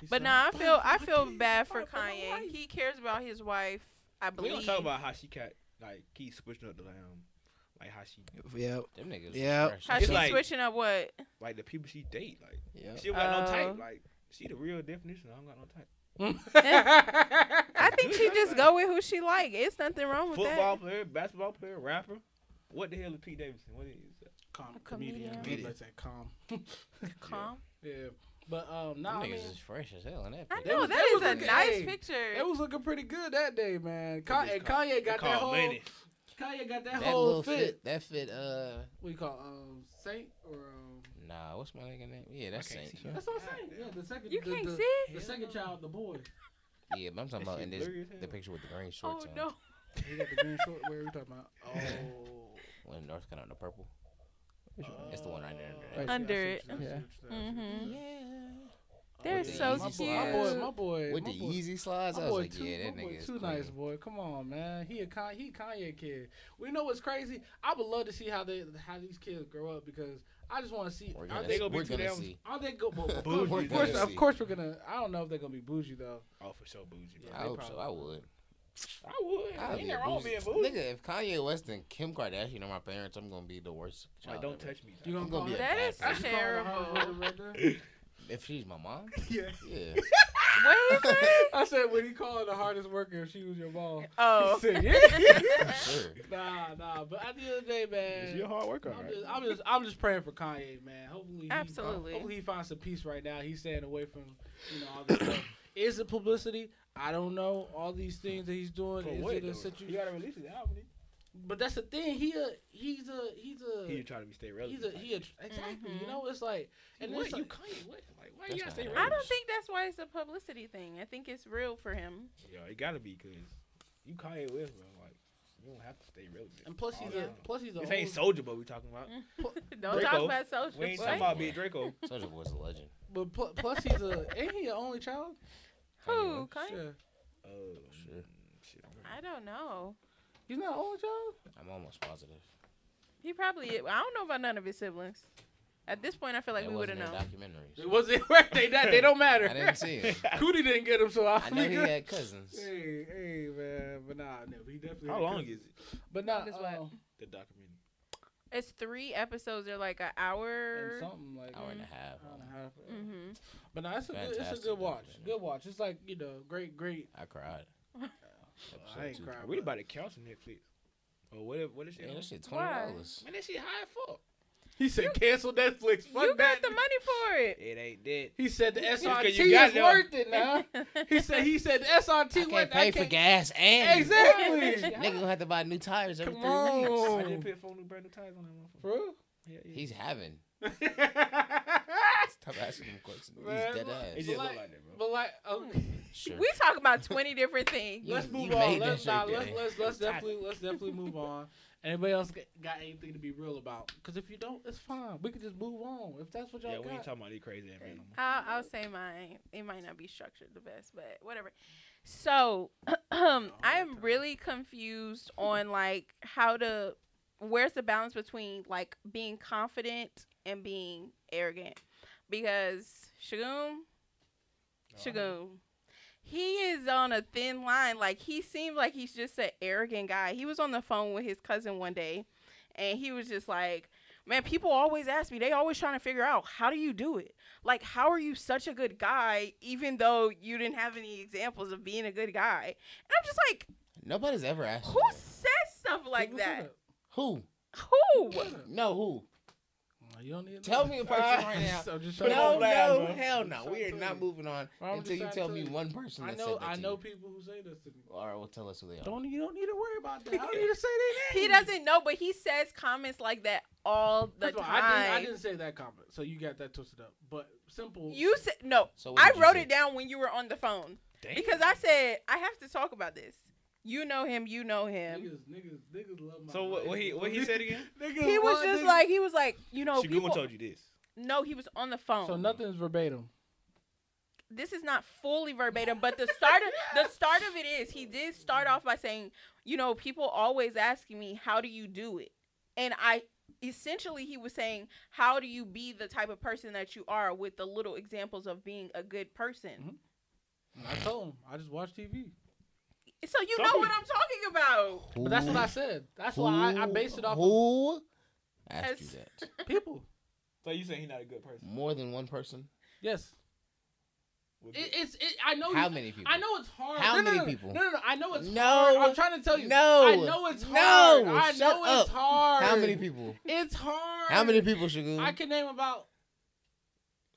Speaker 1: He said,
Speaker 3: But nah, I
Speaker 1: "Fight
Speaker 3: feel
Speaker 1: for
Speaker 3: I
Speaker 1: my (laughs)
Speaker 3: feel
Speaker 1: kids,
Speaker 3: bad
Speaker 1: fight
Speaker 3: for
Speaker 1: my
Speaker 3: Kanye.
Speaker 1: wife."
Speaker 3: He cares about his wife. I
Speaker 4: We
Speaker 3: believe.
Speaker 4: don't talk about how she got like he switching up the um, like how she
Speaker 5: Yep.
Speaker 2: Them niggas. was
Speaker 5: Yep.
Speaker 2: fresh.
Speaker 3: how
Speaker 4: It's
Speaker 3: she's
Speaker 4: like-
Speaker 3: switching up what?
Speaker 4: like the people she date like
Speaker 5: Yep.
Speaker 4: she don't got no
Speaker 3: Oh.
Speaker 4: type like she the real definition. I don't got no type.
Speaker 3: (laughs) I think
Speaker 4: Good,
Speaker 3: she
Speaker 4: that's
Speaker 3: just
Speaker 4: fine.
Speaker 3: go with who she like. It's nothing wrong with
Speaker 4: Football
Speaker 3: that.
Speaker 4: player, basketball player, rapper. What the hell is Pete Davidson? What is that?
Speaker 1: Calm,
Speaker 3: A
Speaker 1: comedian.
Speaker 3: comedian.
Speaker 1: comedian. Let's say calm. (laughs)
Speaker 3: Calm.
Speaker 1: Yeah, but um,
Speaker 2: Them
Speaker 1: nah, I mean,
Speaker 2: niggas is fresh as hell in that.
Speaker 3: I
Speaker 2: picture.
Speaker 1: That
Speaker 3: know
Speaker 1: was-
Speaker 3: that
Speaker 1: that
Speaker 3: is
Speaker 1: was
Speaker 3: a
Speaker 1: okay.
Speaker 3: nice
Speaker 1: Hey, It
Speaker 3: picture.
Speaker 1: was looking pretty good that day, man. Ka-
Speaker 4: What they
Speaker 1: and
Speaker 4: call-
Speaker 1: Kanye got
Speaker 4: They
Speaker 1: that
Speaker 4: call
Speaker 1: whole
Speaker 4: Lenny.
Speaker 1: Kanye got that,
Speaker 2: That
Speaker 1: whole
Speaker 2: little
Speaker 1: fit.
Speaker 2: fit. That fit. Uh.
Speaker 1: What you call um Saint or um?
Speaker 2: Nah. What's my nigga name? Yeah, that's
Speaker 4: can't
Speaker 2: Saint.
Speaker 4: see that.
Speaker 1: That's what
Speaker 4: God
Speaker 1: I'm saying.
Speaker 4: damn.
Speaker 1: Yeah, the second.
Speaker 3: You
Speaker 1: the,
Speaker 3: can't
Speaker 1: the,
Speaker 3: see it.
Speaker 1: The second child, the boy.
Speaker 2: Yeah, but I'm talking
Speaker 4: That
Speaker 2: about
Speaker 4: shit
Speaker 2: in this
Speaker 4: blurry as hell.
Speaker 2: the picture with the green shorts
Speaker 3: Oh
Speaker 2: on.
Speaker 3: no.
Speaker 1: He got the green short. Where are we talking about? Oh.
Speaker 2: When North got on the purple. That's the one right there.
Speaker 1: Oh,
Speaker 2: Right
Speaker 1: I
Speaker 2: there.
Speaker 1: see, I see
Speaker 3: Under it.
Speaker 1: what you- I see
Speaker 5: Yeah.
Speaker 1: what you- I see what you-
Speaker 3: Mhm.
Speaker 1: Oh,
Speaker 3: They're
Speaker 1: with the
Speaker 2: Mm-hmm. so
Speaker 1: Yeezy- My boy,
Speaker 2: cute.
Speaker 1: my boy,
Speaker 2: With
Speaker 1: my
Speaker 2: the
Speaker 1: boy.
Speaker 2: Yeezy slides,
Speaker 1: My
Speaker 2: I was
Speaker 1: boy,
Speaker 2: like,
Speaker 1: too,
Speaker 2: yeah, that
Speaker 1: my boy
Speaker 2: nigga is
Speaker 1: too
Speaker 2: clean.
Speaker 1: nice, boy. Come on, man. He a Kanye, he Kanye kid. We know what's crazy. I would love to see how they how these kids grow up because I just want to see.
Speaker 2: We're
Speaker 1: Are
Speaker 2: gonna,
Speaker 1: they
Speaker 4: gonna be
Speaker 2: we're
Speaker 4: too
Speaker 2: gonna
Speaker 4: damn-
Speaker 2: see.
Speaker 1: are they go?
Speaker 2: (laughs)
Speaker 1: Well, of
Speaker 4: Bougie,
Speaker 1: course, of
Speaker 4: though.
Speaker 1: course,
Speaker 2: We're
Speaker 1: of
Speaker 2: gonna
Speaker 1: course we're gonna. I don't know if they're gonna be bougie though.
Speaker 4: Oh, for sure, bougie.
Speaker 1: Yeah.
Speaker 4: Bro.
Speaker 2: I hope so. I would.
Speaker 4: I would.
Speaker 2: I'd
Speaker 4: Ain't
Speaker 2: be a
Speaker 4: nothing wrong with
Speaker 2: bougie-
Speaker 4: being bougie.
Speaker 2: Nigga, if Kanye West and Kim Kardashian are my parents, I'm gonna be the worst.
Speaker 4: Like,
Speaker 2: Child
Speaker 4: don't
Speaker 2: ever.
Speaker 4: touch me.
Speaker 1: You
Speaker 4: (laughs)
Speaker 2: I'm
Speaker 1: gonna
Speaker 2: gonna be
Speaker 1: call
Speaker 2: a
Speaker 3: That
Speaker 1: (laughs)
Speaker 2: bad
Speaker 3: is
Speaker 2: parent.
Speaker 1: You calling her
Speaker 3: Terrible.
Speaker 1: right there?
Speaker 2: If she's my mom,
Speaker 1: (laughs) Yeah.
Speaker 2: yeah.
Speaker 3: What he say?
Speaker 1: (laughs) I said when he called the hardest worker, if she was your mom.
Speaker 3: (laughs) Oh.
Speaker 1: He said, yeah.
Speaker 2: for sure.
Speaker 1: nah, nah. But at the end of the day,
Speaker 4: It's
Speaker 1: man,
Speaker 4: your hard work, all
Speaker 1: I'm
Speaker 4: right.
Speaker 1: just, I'm just, I'm just praying for Kanye, man. Hopefully,
Speaker 3: Absolutely.
Speaker 1: He, uh, hopefully he finds some peace right now. He's staying away from, you know, all this stuff. Is it publicity? I don't know. All these things that he's doing.
Speaker 4: For
Speaker 1: is
Speaker 4: what,
Speaker 1: it a
Speaker 4: though? You
Speaker 1: situation?
Speaker 4: gotta release his album. dude.
Speaker 1: But that's the thing. He a, he's a, he's a,
Speaker 4: He trying to be stay relevant.
Speaker 1: he's a, he a, exactly. You
Speaker 3: Mhm.
Speaker 1: know, it's like, and
Speaker 4: what
Speaker 1: it's like,
Speaker 4: you Kanye? What? Like, why
Speaker 2: That's
Speaker 4: you gotta
Speaker 2: not
Speaker 4: stay
Speaker 2: how it
Speaker 4: relevant?
Speaker 3: I don't think that's why it's a publicity thing. I think it's real for him. (laughs)
Speaker 4: Yo, it gotta be because you Kanye West, bro. Like, you don't have to stay relevant.
Speaker 1: and plus
Speaker 4: all
Speaker 1: he's
Speaker 4: the
Speaker 1: a,
Speaker 4: time.
Speaker 1: plus he's a. Mm,
Speaker 4: This ain't
Speaker 1: old-
Speaker 4: soldier, but we talking about.
Speaker 3: Don't talk
Speaker 4: Draco.
Speaker 3: about social.
Speaker 4: We ain't
Speaker 3: What?
Speaker 4: talking about Big Draco.
Speaker 2: Soulja Boy's a legend.
Speaker 1: But pl- plus he's a ain't he an only child?
Speaker 3: Who? Kanye?
Speaker 1: Sure.
Speaker 4: Oh
Speaker 2: Sure.
Speaker 4: shit.
Speaker 3: I don't know.
Speaker 1: He's not an only child.
Speaker 2: I'm almost positive.
Speaker 3: He probably. I don't know about none of his siblings. At this point, I feel like
Speaker 2: It
Speaker 3: we would have
Speaker 2: wasn't in
Speaker 3: known.
Speaker 2: documentaries.
Speaker 1: It wasn't (laughs) right. They not, they don't matter.
Speaker 2: I didn't see it.
Speaker 1: (laughs) Cootie didn't get him, so I.
Speaker 2: I know
Speaker 1: (laughs)
Speaker 2: he had cousins.
Speaker 1: Hey, hey, man, but nah, no, he definitely.
Speaker 4: (laughs) How
Speaker 1: had
Speaker 4: long
Speaker 1: cousins.
Speaker 4: is it?
Speaker 1: But nah,
Speaker 3: Long as what?
Speaker 1: uh,
Speaker 4: The documentary.
Speaker 3: It's three episodes. They're like an
Speaker 1: and
Speaker 3: hour.
Speaker 1: something like.
Speaker 2: Hour and a
Speaker 3: Mhm.
Speaker 2: half.
Speaker 1: hour and a half.
Speaker 3: Mm-hmm.
Speaker 1: But nah, it's a good, it's a
Speaker 2: Fantastic
Speaker 1: good watch.
Speaker 2: documentary.
Speaker 1: Good watch. It's like you know, great, great.
Speaker 2: I cried.
Speaker 1: I ain't
Speaker 2: Episode two.
Speaker 1: crying.
Speaker 4: Are we about to cancel Netflix? Or what? If, what is shit?
Speaker 2: Yeah,
Speaker 4: on?
Speaker 2: that shit twenty
Speaker 3: Why?
Speaker 2: dollars.
Speaker 4: Man, that shit high as fuck.
Speaker 1: He said cancel Netflix. Fuck
Speaker 3: You
Speaker 1: that.
Speaker 3: got the money for it.
Speaker 4: It ain't that.
Speaker 1: he said the SRT
Speaker 4: 'cause you got
Speaker 1: is
Speaker 4: them.
Speaker 1: worth it now. (laughs) he said he said the SRT
Speaker 2: I
Speaker 1: worth.
Speaker 2: can't pay for gas and
Speaker 1: Exactly.
Speaker 2: nigga gonna have to buy new tires every
Speaker 1: Come
Speaker 2: three
Speaker 1: on.
Speaker 2: weeks.
Speaker 4: I
Speaker 1: Oh.
Speaker 4: just put four new brand new tires on that motherfucker.
Speaker 1: For real?
Speaker 4: Yeah, yeah.
Speaker 2: He's having.
Speaker 1: (laughs)
Speaker 2: Stop asking him questions. He's
Speaker 1: Man, look.
Speaker 2: dead
Speaker 4: it
Speaker 2: ass.
Speaker 4: just look
Speaker 1: like-
Speaker 4: like that, bro.
Speaker 1: But like, okay.
Speaker 2: Sure.
Speaker 3: We talk about twenty different things.
Speaker 2: You-
Speaker 1: let's
Speaker 2: Hmm. you
Speaker 1: move on.
Speaker 2: made that
Speaker 1: Let's,
Speaker 2: shit
Speaker 1: nah,
Speaker 2: there.
Speaker 1: let's let's
Speaker 2: (laughs)
Speaker 1: let's
Speaker 4: Tired.
Speaker 1: definitely let's definitely move on. Anybody else g- got anything to be real about? Because if you don't, it's fine. We can just move on if that's what y'all
Speaker 4: Yeah, we ain't
Speaker 1: got.
Speaker 4: talking about these crazy ass man no more.
Speaker 3: I'll, I'll say mine. It might not be structured the best, but whatever. So (clears throat) I am really confused on like how to where's the balance between like being confident and being arrogant because Shagoom,
Speaker 4: Oh,
Speaker 3: Shagoom, he is on a thin line. Like he seemed like he's just an arrogant guy. He was on the phone with his cousin one day, and he was just like, "Man, people always ask me. They always trying to figure out how do you do it. Like, how are you such a good guy, even though you didn't have any examples of being a good guy?" And I'm just like,
Speaker 2: Nobody's ever asked.
Speaker 3: who
Speaker 2: Who?
Speaker 3: says stuff like
Speaker 1: People
Speaker 3: that?
Speaker 2: Who?
Speaker 3: Who?
Speaker 1: shut up.
Speaker 2: No, who?
Speaker 1: Nah, You don't need to
Speaker 2: Tell
Speaker 1: know.
Speaker 2: me
Speaker 1: (laughs)
Speaker 2: a person right now.
Speaker 1: So just
Speaker 4: Put
Speaker 1: shut
Speaker 4: it
Speaker 2: No,
Speaker 1: up.
Speaker 4: on blast,
Speaker 2: no,
Speaker 4: bro.
Speaker 2: hell no. We
Speaker 1: Sorry
Speaker 2: are
Speaker 1: to
Speaker 2: not
Speaker 1: you.
Speaker 2: moving on
Speaker 1: Well, I'm
Speaker 2: until
Speaker 1: just
Speaker 2: you
Speaker 1: trying to
Speaker 2: tell
Speaker 1: tell
Speaker 2: me
Speaker 1: you.
Speaker 2: one person.
Speaker 1: I
Speaker 2: That
Speaker 1: know
Speaker 2: said that
Speaker 1: I
Speaker 2: to
Speaker 1: know
Speaker 2: you.
Speaker 1: people who say this to me.
Speaker 2: Or will tell us who they are.
Speaker 1: Don't e, you don't need to worry about
Speaker 2: (laughs)
Speaker 1: that. I don't need to say that.
Speaker 3: He doesn't know, but he says comments like that all the
Speaker 1: First of all,
Speaker 3: time.
Speaker 1: I, didn't, I didn't say that comment, so you got that twisted up. But simple.
Speaker 3: You said no.
Speaker 2: So
Speaker 3: I
Speaker 2: did you
Speaker 3: wrote
Speaker 2: say?
Speaker 3: it down when you were on the phone
Speaker 4: Damn.
Speaker 3: because I said I have to talk about this. You know him. You know him.
Speaker 1: niggas, niggas, niggas love my.
Speaker 4: So what, what he what
Speaker 1: (laughs)
Speaker 4: he said again?
Speaker 1: niggas
Speaker 3: He was
Speaker 1: love
Speaker 3: just
Speaker 1: niggas.
Speaker 3: like he was like you know
Speaker 4: Shaguma
Speaker 3: people.
Speaker 4: told you this.
Speaker 3: No, he was on the phone.
Speaker 1: So nothing's verbatim.
Speaker 3: this is not fully verbatim, but the start of the start of it is he did start off by saying, you know, people always asking me, how do you do it? And I essentially he was saying, how do you be the type of person that you are with the little examples of being a good person?
Speaker 4: Mm-hmm.
Speaker 1: And I told him I just watch TV.
Speaker 3: So you
Speaker 4: So-
Speaker 3: know what I'm talking about.
Speaker 1: But that's what I said. That's why I, I based it off of
Speaker 2: Who asked you that?
Speaker 1: people.
Speaker 4: So you saying he's not a good person?
Speaker 2: More than
Speaker 1: (laughs)
Speaker 2: one person?
Speaker 1: Yes,
Speaker 4: With
Speaker 1: it,
Speaker 4: good-
Speaker 1: it's. It, I know.
Speaker 2: How
Speaker 1: you-
Speaker 2: many people?
Speaker 1: I know it's hard.
Speaker 2: How
Speaker 1: no, no,
Speaker 2: many
Speaker 1: no,
Speaker 2: people?
Speaker 1: No, no, no. I know it's
Speaker 2: No.
Speaker 1: hard. I'm trying to tell you.
Speaker 2: No.
Speaker 1: I know it's
Speaker 2: No.
Speaker 1: hard. I
Speaker 2: Shut
Speaker 1: know
Speaker 2: up.
Speaker 1: it's hard.
Speaker 2: How many people?
Speaker 1: It's hard.
Speaker 2: How many people, Shagun?
Speaker 1: I can name about.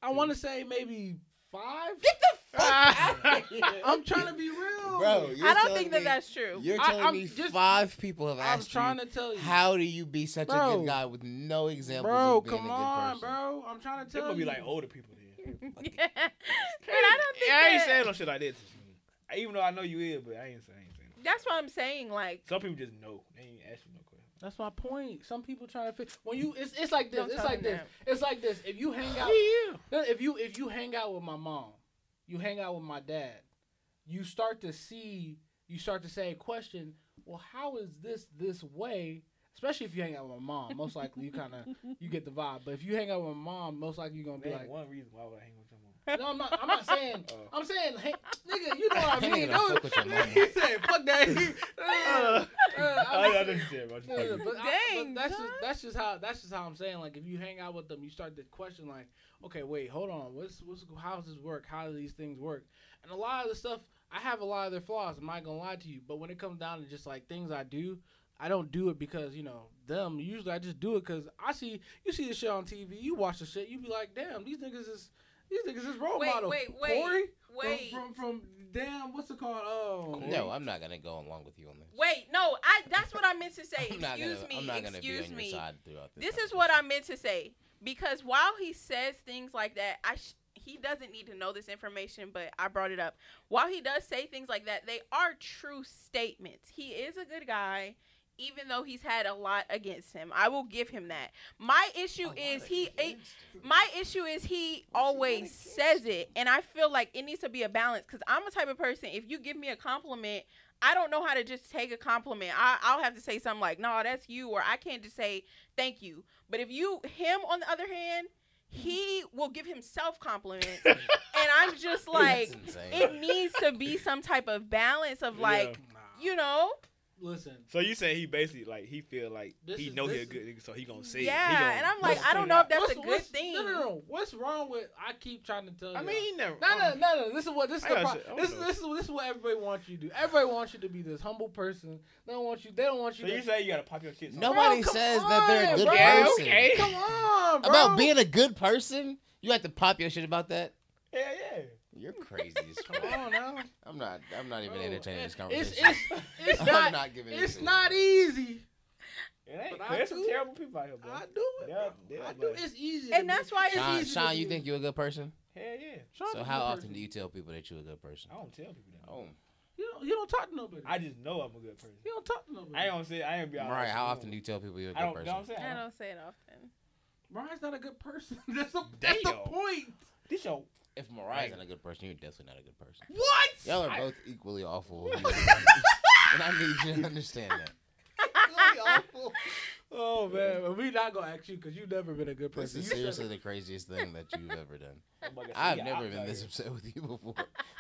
Speaker 1: I want to say maybe five.
Speaker 2: Get
Speaker 1: (laughs)
Speaker 2: the fuck
Speaker 1: Ah.
Speaker 2: out of here.
Speaker 1: I'm trying to be real,
Speaker 2: Bro, you're
Speaker 3: I don't
Speaker 2: telling
Speaker 3: think that
Speaker 2: me-
Speaker 3: that's true.
Speaker 2: You're
Speaker 1: I-
Speaker 2: telling
Speaker 1: I'm
Speaker 2: me
Speaker 1: just-
Speaker 2: five people have
Speaker 1: I'm
Speaker 2: asked you,
Speaker 1: trying to tell you.
Speaker 2: how do you be such a
Speaker 1: Bro.
Speaker 2: good guy with no examples
Speaker 1: bro?
Speaker 2: of being
Speaker 1: Come
Speaker 2: a good
Speaker 1: on,
Speaker 2: person?
Speaker 1: bro. I'm trying to
Speaker 4: They
Speaker 1: tell
Speaker 4: gonna
Speaker 1: you.
Speaker 4: be like oh. older people then.
Speaker 3: (laughs) but I don't think
Speaker 4: I ain't saying
Speaker 3: that,
Speaker 4: no shit like that. to you. I- Even though I know you is, but I ain't saying. I ain't saying no.
Speaker 3: that's what I'm saying. Like
Speaker 4: Some people just know. They ain't asking no question.
Speaker 1: That's my point. Some people trying to fix when you. It's, it's like this.
Speaker 3: Don't
Speaker 1: it's
Speaker 3: tell
Speaker 1: like
Speaker 3: them
Speaker 1: this. It's like this. If you hang (gasps) out, No, if you if you hang out with my mom, you hang out with my dad, you start to see, you start to say, question, well, how is this this way? Especially if you hang out with my mom, most likely you kind of you get the vibe. But if you hang out with my mom, most likely you're gonna be
Speaker 4: There ain't
Speaker 1: like,
Speaker 4: one reason why would (laughs) I hang with your mom.
Speaker 1: no, I'm not. I'm not (laughs) saying.
Speaker 4: Oh.
Speaker 1: I'm saying, hey, nigga, you know what I
Speaker 2: That
Speaker 1: mean.
Speaker 2: nigga don't
Speaker 1: Don't- (laughs)
Speaker 2: fuck with your mama.
Speaker 1: He said, fuck that. (laughs) Uh, uh,
Speaker 4: I, I
Speaker 1: I'm
Speaker 4: know
Speaker 1: just- (laughs)
Speaker 4: you said, bro. I'm just
Speaker 1: yeah,
Speaker 4: fucking-
Speaker 1: but I-
Speaker 3: Dang,
Speaker 1: but that's that's just that's just how that's just how I'm saying. Like if you hang out with them, you start to question like, okay, wait, hold on, what's what's how does this work? How do these things work? And a lot of the stuff I have a lot of their flaws. I'm not gonna lie to you, but when it comes down to just like things I do, I don't do it because you know them. Usually I just do it because I see you see the shit on TV, you watch the shit, you be like, damn, these niggas is these niggas is role
Speaker 3: Wait,
Speaker 1: model.
Speaker 3: wait, wait,
Speaker 1: Corey
Speaker 3: Wait.
Speaker 1: From, from from damn, what's it called? Oh,
Speaker 2: No, I'm not gonna go along with you on this.
Speaker 3: Wait, no, I that's what I meant to say.
Speaker 2: I'm not
Speaker 3: Excuse
Speaker 2: gonna,
Speaker 3: me.
Speaker 2: I'm not gonna be
Speaker 3: excuse
Speaker 2: on
Speaker 3: me.
Speaker 2: your side throughout this.
Speaker 3: This is what I meant to say because while he says things like that, I sh- he doesn't need to know this information, but I brought it up. While he does say things like that, they are true statements. He is a good guy, even though he's had a lot against him. I will give him that. My issue is he. my issue is he always says it, and I feel like it needs to be a balance. Cause I'm a type of person. If you give me a compliment, I don't know how to just take a compliment. I, I'll have to say something like, "No, that's you," or I can't just say thank you. But if you him on the other hand, he will give
Speaker 1: (laughs)
Speaker 3: himself compliments, and I'm just like, it needs to be some type of balance of
Speaker 4: Yeah.
Speaker 3: like,
Speaker 1: Nah.
Speaker 3: you know,
Speaker 1: listen.
Speaker 4: So you saying he basically like he feel like
Speaker 1: This
Speaker 4: he
Speaker 1: is-
Speaker 4: know he a
Speaker 1: this
Speaker 4: good nigga, so he
Speaker 1: Oh,
Speaker 4: gonna say it. He
Speaker 3: yeah.
Speaker 4: gonna-
Speaker 3: And I'm
Speaker 4: he
Speaker 3: like,
Speaker 4: gonna
Speaker 3: I
Speaker 4: say
Speaker 3: don't
Speaker 4: it
Speaker 3: know
Speaker 4: out.
Speaker 3: if that's a
Speaker 1: What's-
Speaker 3: good
Speaker 1: what's-
Speaker 3: thing.
Speaker 1: No, no, no. What's wrong with? I keep trying to tell you.
Speaker 4: I mean, he never. um,
Speaker 1: No, no, no, no. This is what this is.
Speaker 4: I
Speaker 1: The pro-
Speaker 4: gotta say- I
Speaker 1: this,
Speaker 4: don't know.
Speaker 1: this is this is what everybody wants you to do. Everybody wants you to be this humble person. They don't want you. They don't want
Speaker 4: So
Speaker 1: you.
Speaker 4: you
Speaker 1: to,
Speaker 4: say you gotta pop your shit?
Speaker 2: Nobody
Speaker 1: Bro, come
Speaker 2: says that they're a
Speaker 1: on,
Speaker 2: good
Speaker 1: bro.
Speaker 4: Yeah,
Speaker 2: person.
Speaker 4: okay.
Speaker 1: (laughs) come on, bro.
Speaker 2: About being a good person, you have to pop your shit about that.
Speaker 4: Yeah, yeah. (laughs)
Speaker 2: You're crazy. as
Speaker 1: (laughs)
Speaker 2: fuck.
Speaker 1: Come on now.
Speaker 2: I'm not. I'm not even
Speaker 1: Bro,
Speaker 2: entertaining
Speaker 1: it's-
Speaker 2: this conversation.
Speaker 1: It's it's, it's
Speaker 2: (laughs) I'm
Speaker 1: not.
Speaker 2: not giving. this
Speaker 1: It's
Speaker 2: shit.
Speaker 1: not easy.
Speaker 4: It ain't.
Speaker 1: But I
Speaker 4: 'cause There's some
Speaker 1: do-
Speaker 4: terrible people out here, bro.
Speaker 1: I do it.
Speaker 4: Yeah,
Speaker 1: bro.
Speaker 4: yeah,
Speaker 1: I do.
Speaker 4: but-
Speaker 1: It's easy.
Speaker 3: And that's why it's
Speaker 2: Sean, Sean, you think you're a good person?
Speaker 4: Hell yeah.
Speaker 1: Sean's a
Speaker 2: So
Speaker 1: good
Speaker 2: how
Speaker 1: person.
Speaker 2: often do you tell people that you're a good person?
Speaker 4: I don't tell people that.
Speaker 2: Oh,
Speaker 1: you don't, you don't talk to nobody?
Speaker 4: I just know I'm a good person.
Speaker 1: you don't talk to nobody.
Speaker 4: I ain't gonna say I ain't be all
Speaker 2: right. How often do you tell people you're a
Speaker 4: I don't.
Speaker 2: good
Speaker 4: Know what I'm
Speaker 2: person?
Speaker 4: saying.
Speaker 3: I don't say it often.
Speaker 1: Mariah's not a good person. (laughs) that's the that's the
Speaker 4: Damn.
Speaker 1: point.
Speaker 4: This your
Speaker 2: If Mariah's not a good person, you're definitely not a good person.
Speaker 1: What?
Speaker 2: Y'all
Speaker 4: I-
Speaker 2: are both
Speaker 4: (laughs)
Speaker 2: equally awful, and I need you to understand that.
Speaker 1: Really awful. Oh man, but we not gonna ask you because you've never been a good
Speaker 2: This
Speaker 1: person.
Speaker 2: is
Speaker 1: You said
Speaker 2: seriously
Speaker 1: it.
Speaker 2: the craziest thing that you've ever done.
Speaker 4: I'm like, I (laughs)
Speaker 2: I've
Speaker 4: see
Speaker 2: never
Speaker 4: you
Speaker 2: been
Speaker 4: out
Speaker 2: this
Speaker 4: here.
Speaker 2: upset with you before.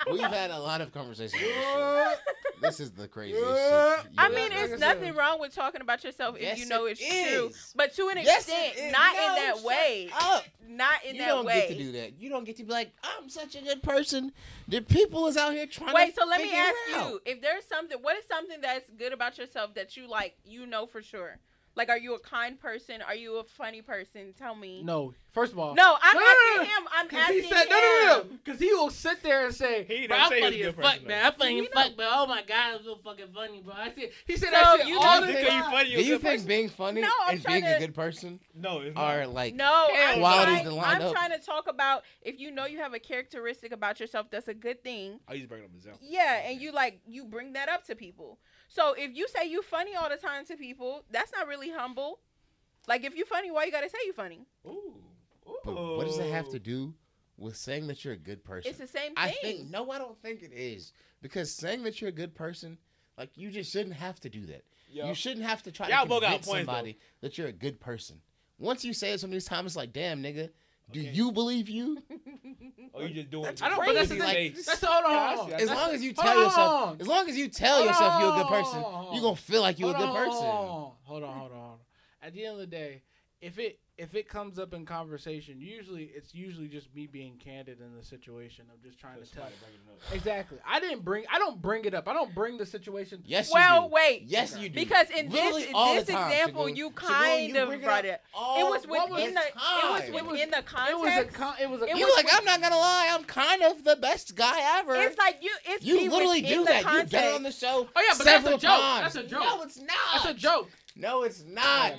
Speaker 2: We've had a lot of conversations. on this show.
Speaker 1: Yeah.
Speaker 2: This is the craziest.
Speaker 1: Yeah.
Speaker 2: Shit
Speaker 3: I
Speaker 2: you've
Speaker 3: mean,
Speaker 1: like
Speaker 2: ever
Speaker 1: I
Speaker 3: it's
Speaker 1: said.
Speaker 3: nothing wrong with talking about yourself
Speaker 2: Yes,
Speaker 3: if you know
Speaker 2: it
Speaker 3: it's true,
Speaker 2: is.
Speaker 3: but to an
Speaker 2: Yes, it
Speaker 3: extent,
Speaker 2: is.
Speaker 3: not in
Speaker 2: No,
Speaker 3: that
Speaker 4: Oh,
Speaker 2: shut
Speaker 3: way.
Speaker 2: up.
Speaker 3: Not in
Speaker 2: you
Speaker 3: that
Speaker 2: don't
Speaker 3: way.
Speaker 2: get to do that. You don't get to be like, I'm such a good person. The people is out here trying
Speaker 3: Wait,
Speaker 2: to
Speaker 3: so let me
Speaker 2: figure it
Speaker 3: ask
Speaker 2: out.
Speaker 3: you: if there's something, what is something that's good about yourself that you like? You know for sure. Like, are you a kind person? Are you a funny person? Tell me.
Speaker 1: No, first of all,
Speaker 3: no, I'm
Speaker 1: No, no, no,
Speaker 3: asking
Speaker 1: no.
Speaker 3: him. I'm
Speaker 1: Because
Speaker 3: asking
Speaker 1: he said,
Speaker 3: him.
Speaker 1: no, no, no, because he will sit there and say,
Speaker 4: He
Speaker 1: bro,
Speaker 4: don't
Speaker 1: I'm
Speaker 4: say he's a
Speaker 1: funny
Speaker 4: good
Speaker 1: as
Speaker 4: person,
Speaker 1: fuck,
Speaker 4: though.
Speaker 1: man. I'm funny
Speaker 3: You
Speaker 1: as fuck, man. Oh my god, I'm so fucking funny, bro. I said, he said
Speaker 3: So
Speaker 1: that shit
Speaker 3: you
Speaker 1: all
Speaker 3: know
Speaker 1: the
Speaker 4: You
Speaker 3: this-
Speaker 4: think
Speaker 1: time.
Speaker 4: you funny? You
Speaker 2: Do
Speaker 4: a
Speaker 2: you
Speaker 4: good
Speaker 2: think
Speaker 4: person?
Speaker 2: being funny
Speaker 3: No, I'm
Speaker 2: and
Speaker 3: trying
Speaker 2: being a
Speaker 3: to-
Speaker 2: good person
Speaker 4: No, it's not.
Speaker 2: are like
Speaker 3: No, I'm,
Speaker 2: Qualities
Speaker 3: trying,
Speaker 2: that line
Speaker 3: I'm
Speaker 2: up.
Speaker 3: trying to talk about if you know you have a characteristic about yourself that's a good thing.
Speaker 4: I used to bring up example.
Speaker 3: Yeah, and you like you bring that up to people. So if you say you funny all the time to people, that's not really humble. Like if you funny, why you gotta say you funny?
Speaker 4: Ooh.
Speaker 2: But what does it have to
Speaker 4: Ooh.
Speaker 2: do with saying that you're a good person?
Speaker 3: It's the same thing.
Speaker 2: I think no, I don't think it is because saying that you're a good person, like you just shouldn't have to do that.
Speaker 4: Yo.
Speaker 2: You shouldn't have to try
Speaker 4: Y'all
Speaker 2: to
Speaker 4: both got
Speaker 2: convince
Speaker 4: points, though.
Speaker 2: somebody that you're a good person. Once you say it so many times, it's like, damn, nigga, do
Speaker 4: Okay.
Speaker 2: you believe you?
Speaker 4: Oh, you just doing
Speaker 2: That's
Speaker 1: I don't, but that's the
Speaker 2: Like,
Speaker 1: thing.
Speaker 2: this-
Speaker 1: That's hold on, hold on.
Speaker 4: Yeah, I see, I see.
Speaker 2: As
Speaker 1: That's-
Speaker 2: long as you
Speaker 1: hold
Speaker 2: tell yourself,
Speaker 1: on.
Speaker 2: as long as you tell
Speaker 1: Hold
Speaker 2: yourself you're a good
Speaker 1: on.
Speaker 2: person, you're gonna feel like you're a good person.
Speaker 1: On. Hold on, hold on, hold on. At the end of the day, if it if it comes up in conversation, usually it's usually just me being candid in the situation. I'm just trying to tell.
Speaker 4: Somebody bring it up.
Speaker 1: Exactly. I didn't bring. I don't bring it up. I don't bring the situation.
Speaker 2: Yes, you
Speaker 3: well,
Speaker 2: do.
Speaker 3: wait.
Speaker 2: Yes, you do.
Speaker 3: Because in
Speaker 2: Literally
Speaker 3: this
Speaker 2: all
Speaker 3: this
Speaker 2: the time,
Speaker 3: example,
Speaker 2: Sigourney.
Speaker 3: you
Speaker 2: Sigourney,
Speaker 3: kind
Speaker 2: you
Speaker 3: of
Speaker 2: bring
Speaker 3: brought
Speaker 2: up
Speaker 3: it. It
Speaker 2: all
Speaker 3: was
Speaker 2: the
Speaker 3: within the
Speaker 2: time.
Speaker 3: it was within the
Speaker 1: It was a.
Speaker 3: context.
Speaker 1: Con- it was a.
Speaker 3: It
Speaker 2: You
Speaker 3: was
Speaker 2: like, I'm not gonna lie, I'm kind of the best guy ever.
Speaker 3: it's like you. It's be
Speaker 2: you literally
Speaker 3: within the
Speaker 2: do that. You've done it on the
Speaker 3: context.
Speaker 2: show
Speaker 1: Oh, yeah, but that's a
Speaker 2: several
Speaker 1: joke.
Speaker 2: times.
Speaker 1: That's a joke.
Speaker 2: No, it's not.
Speaker 1: That's a joke.
Speaker 2: No, it's not.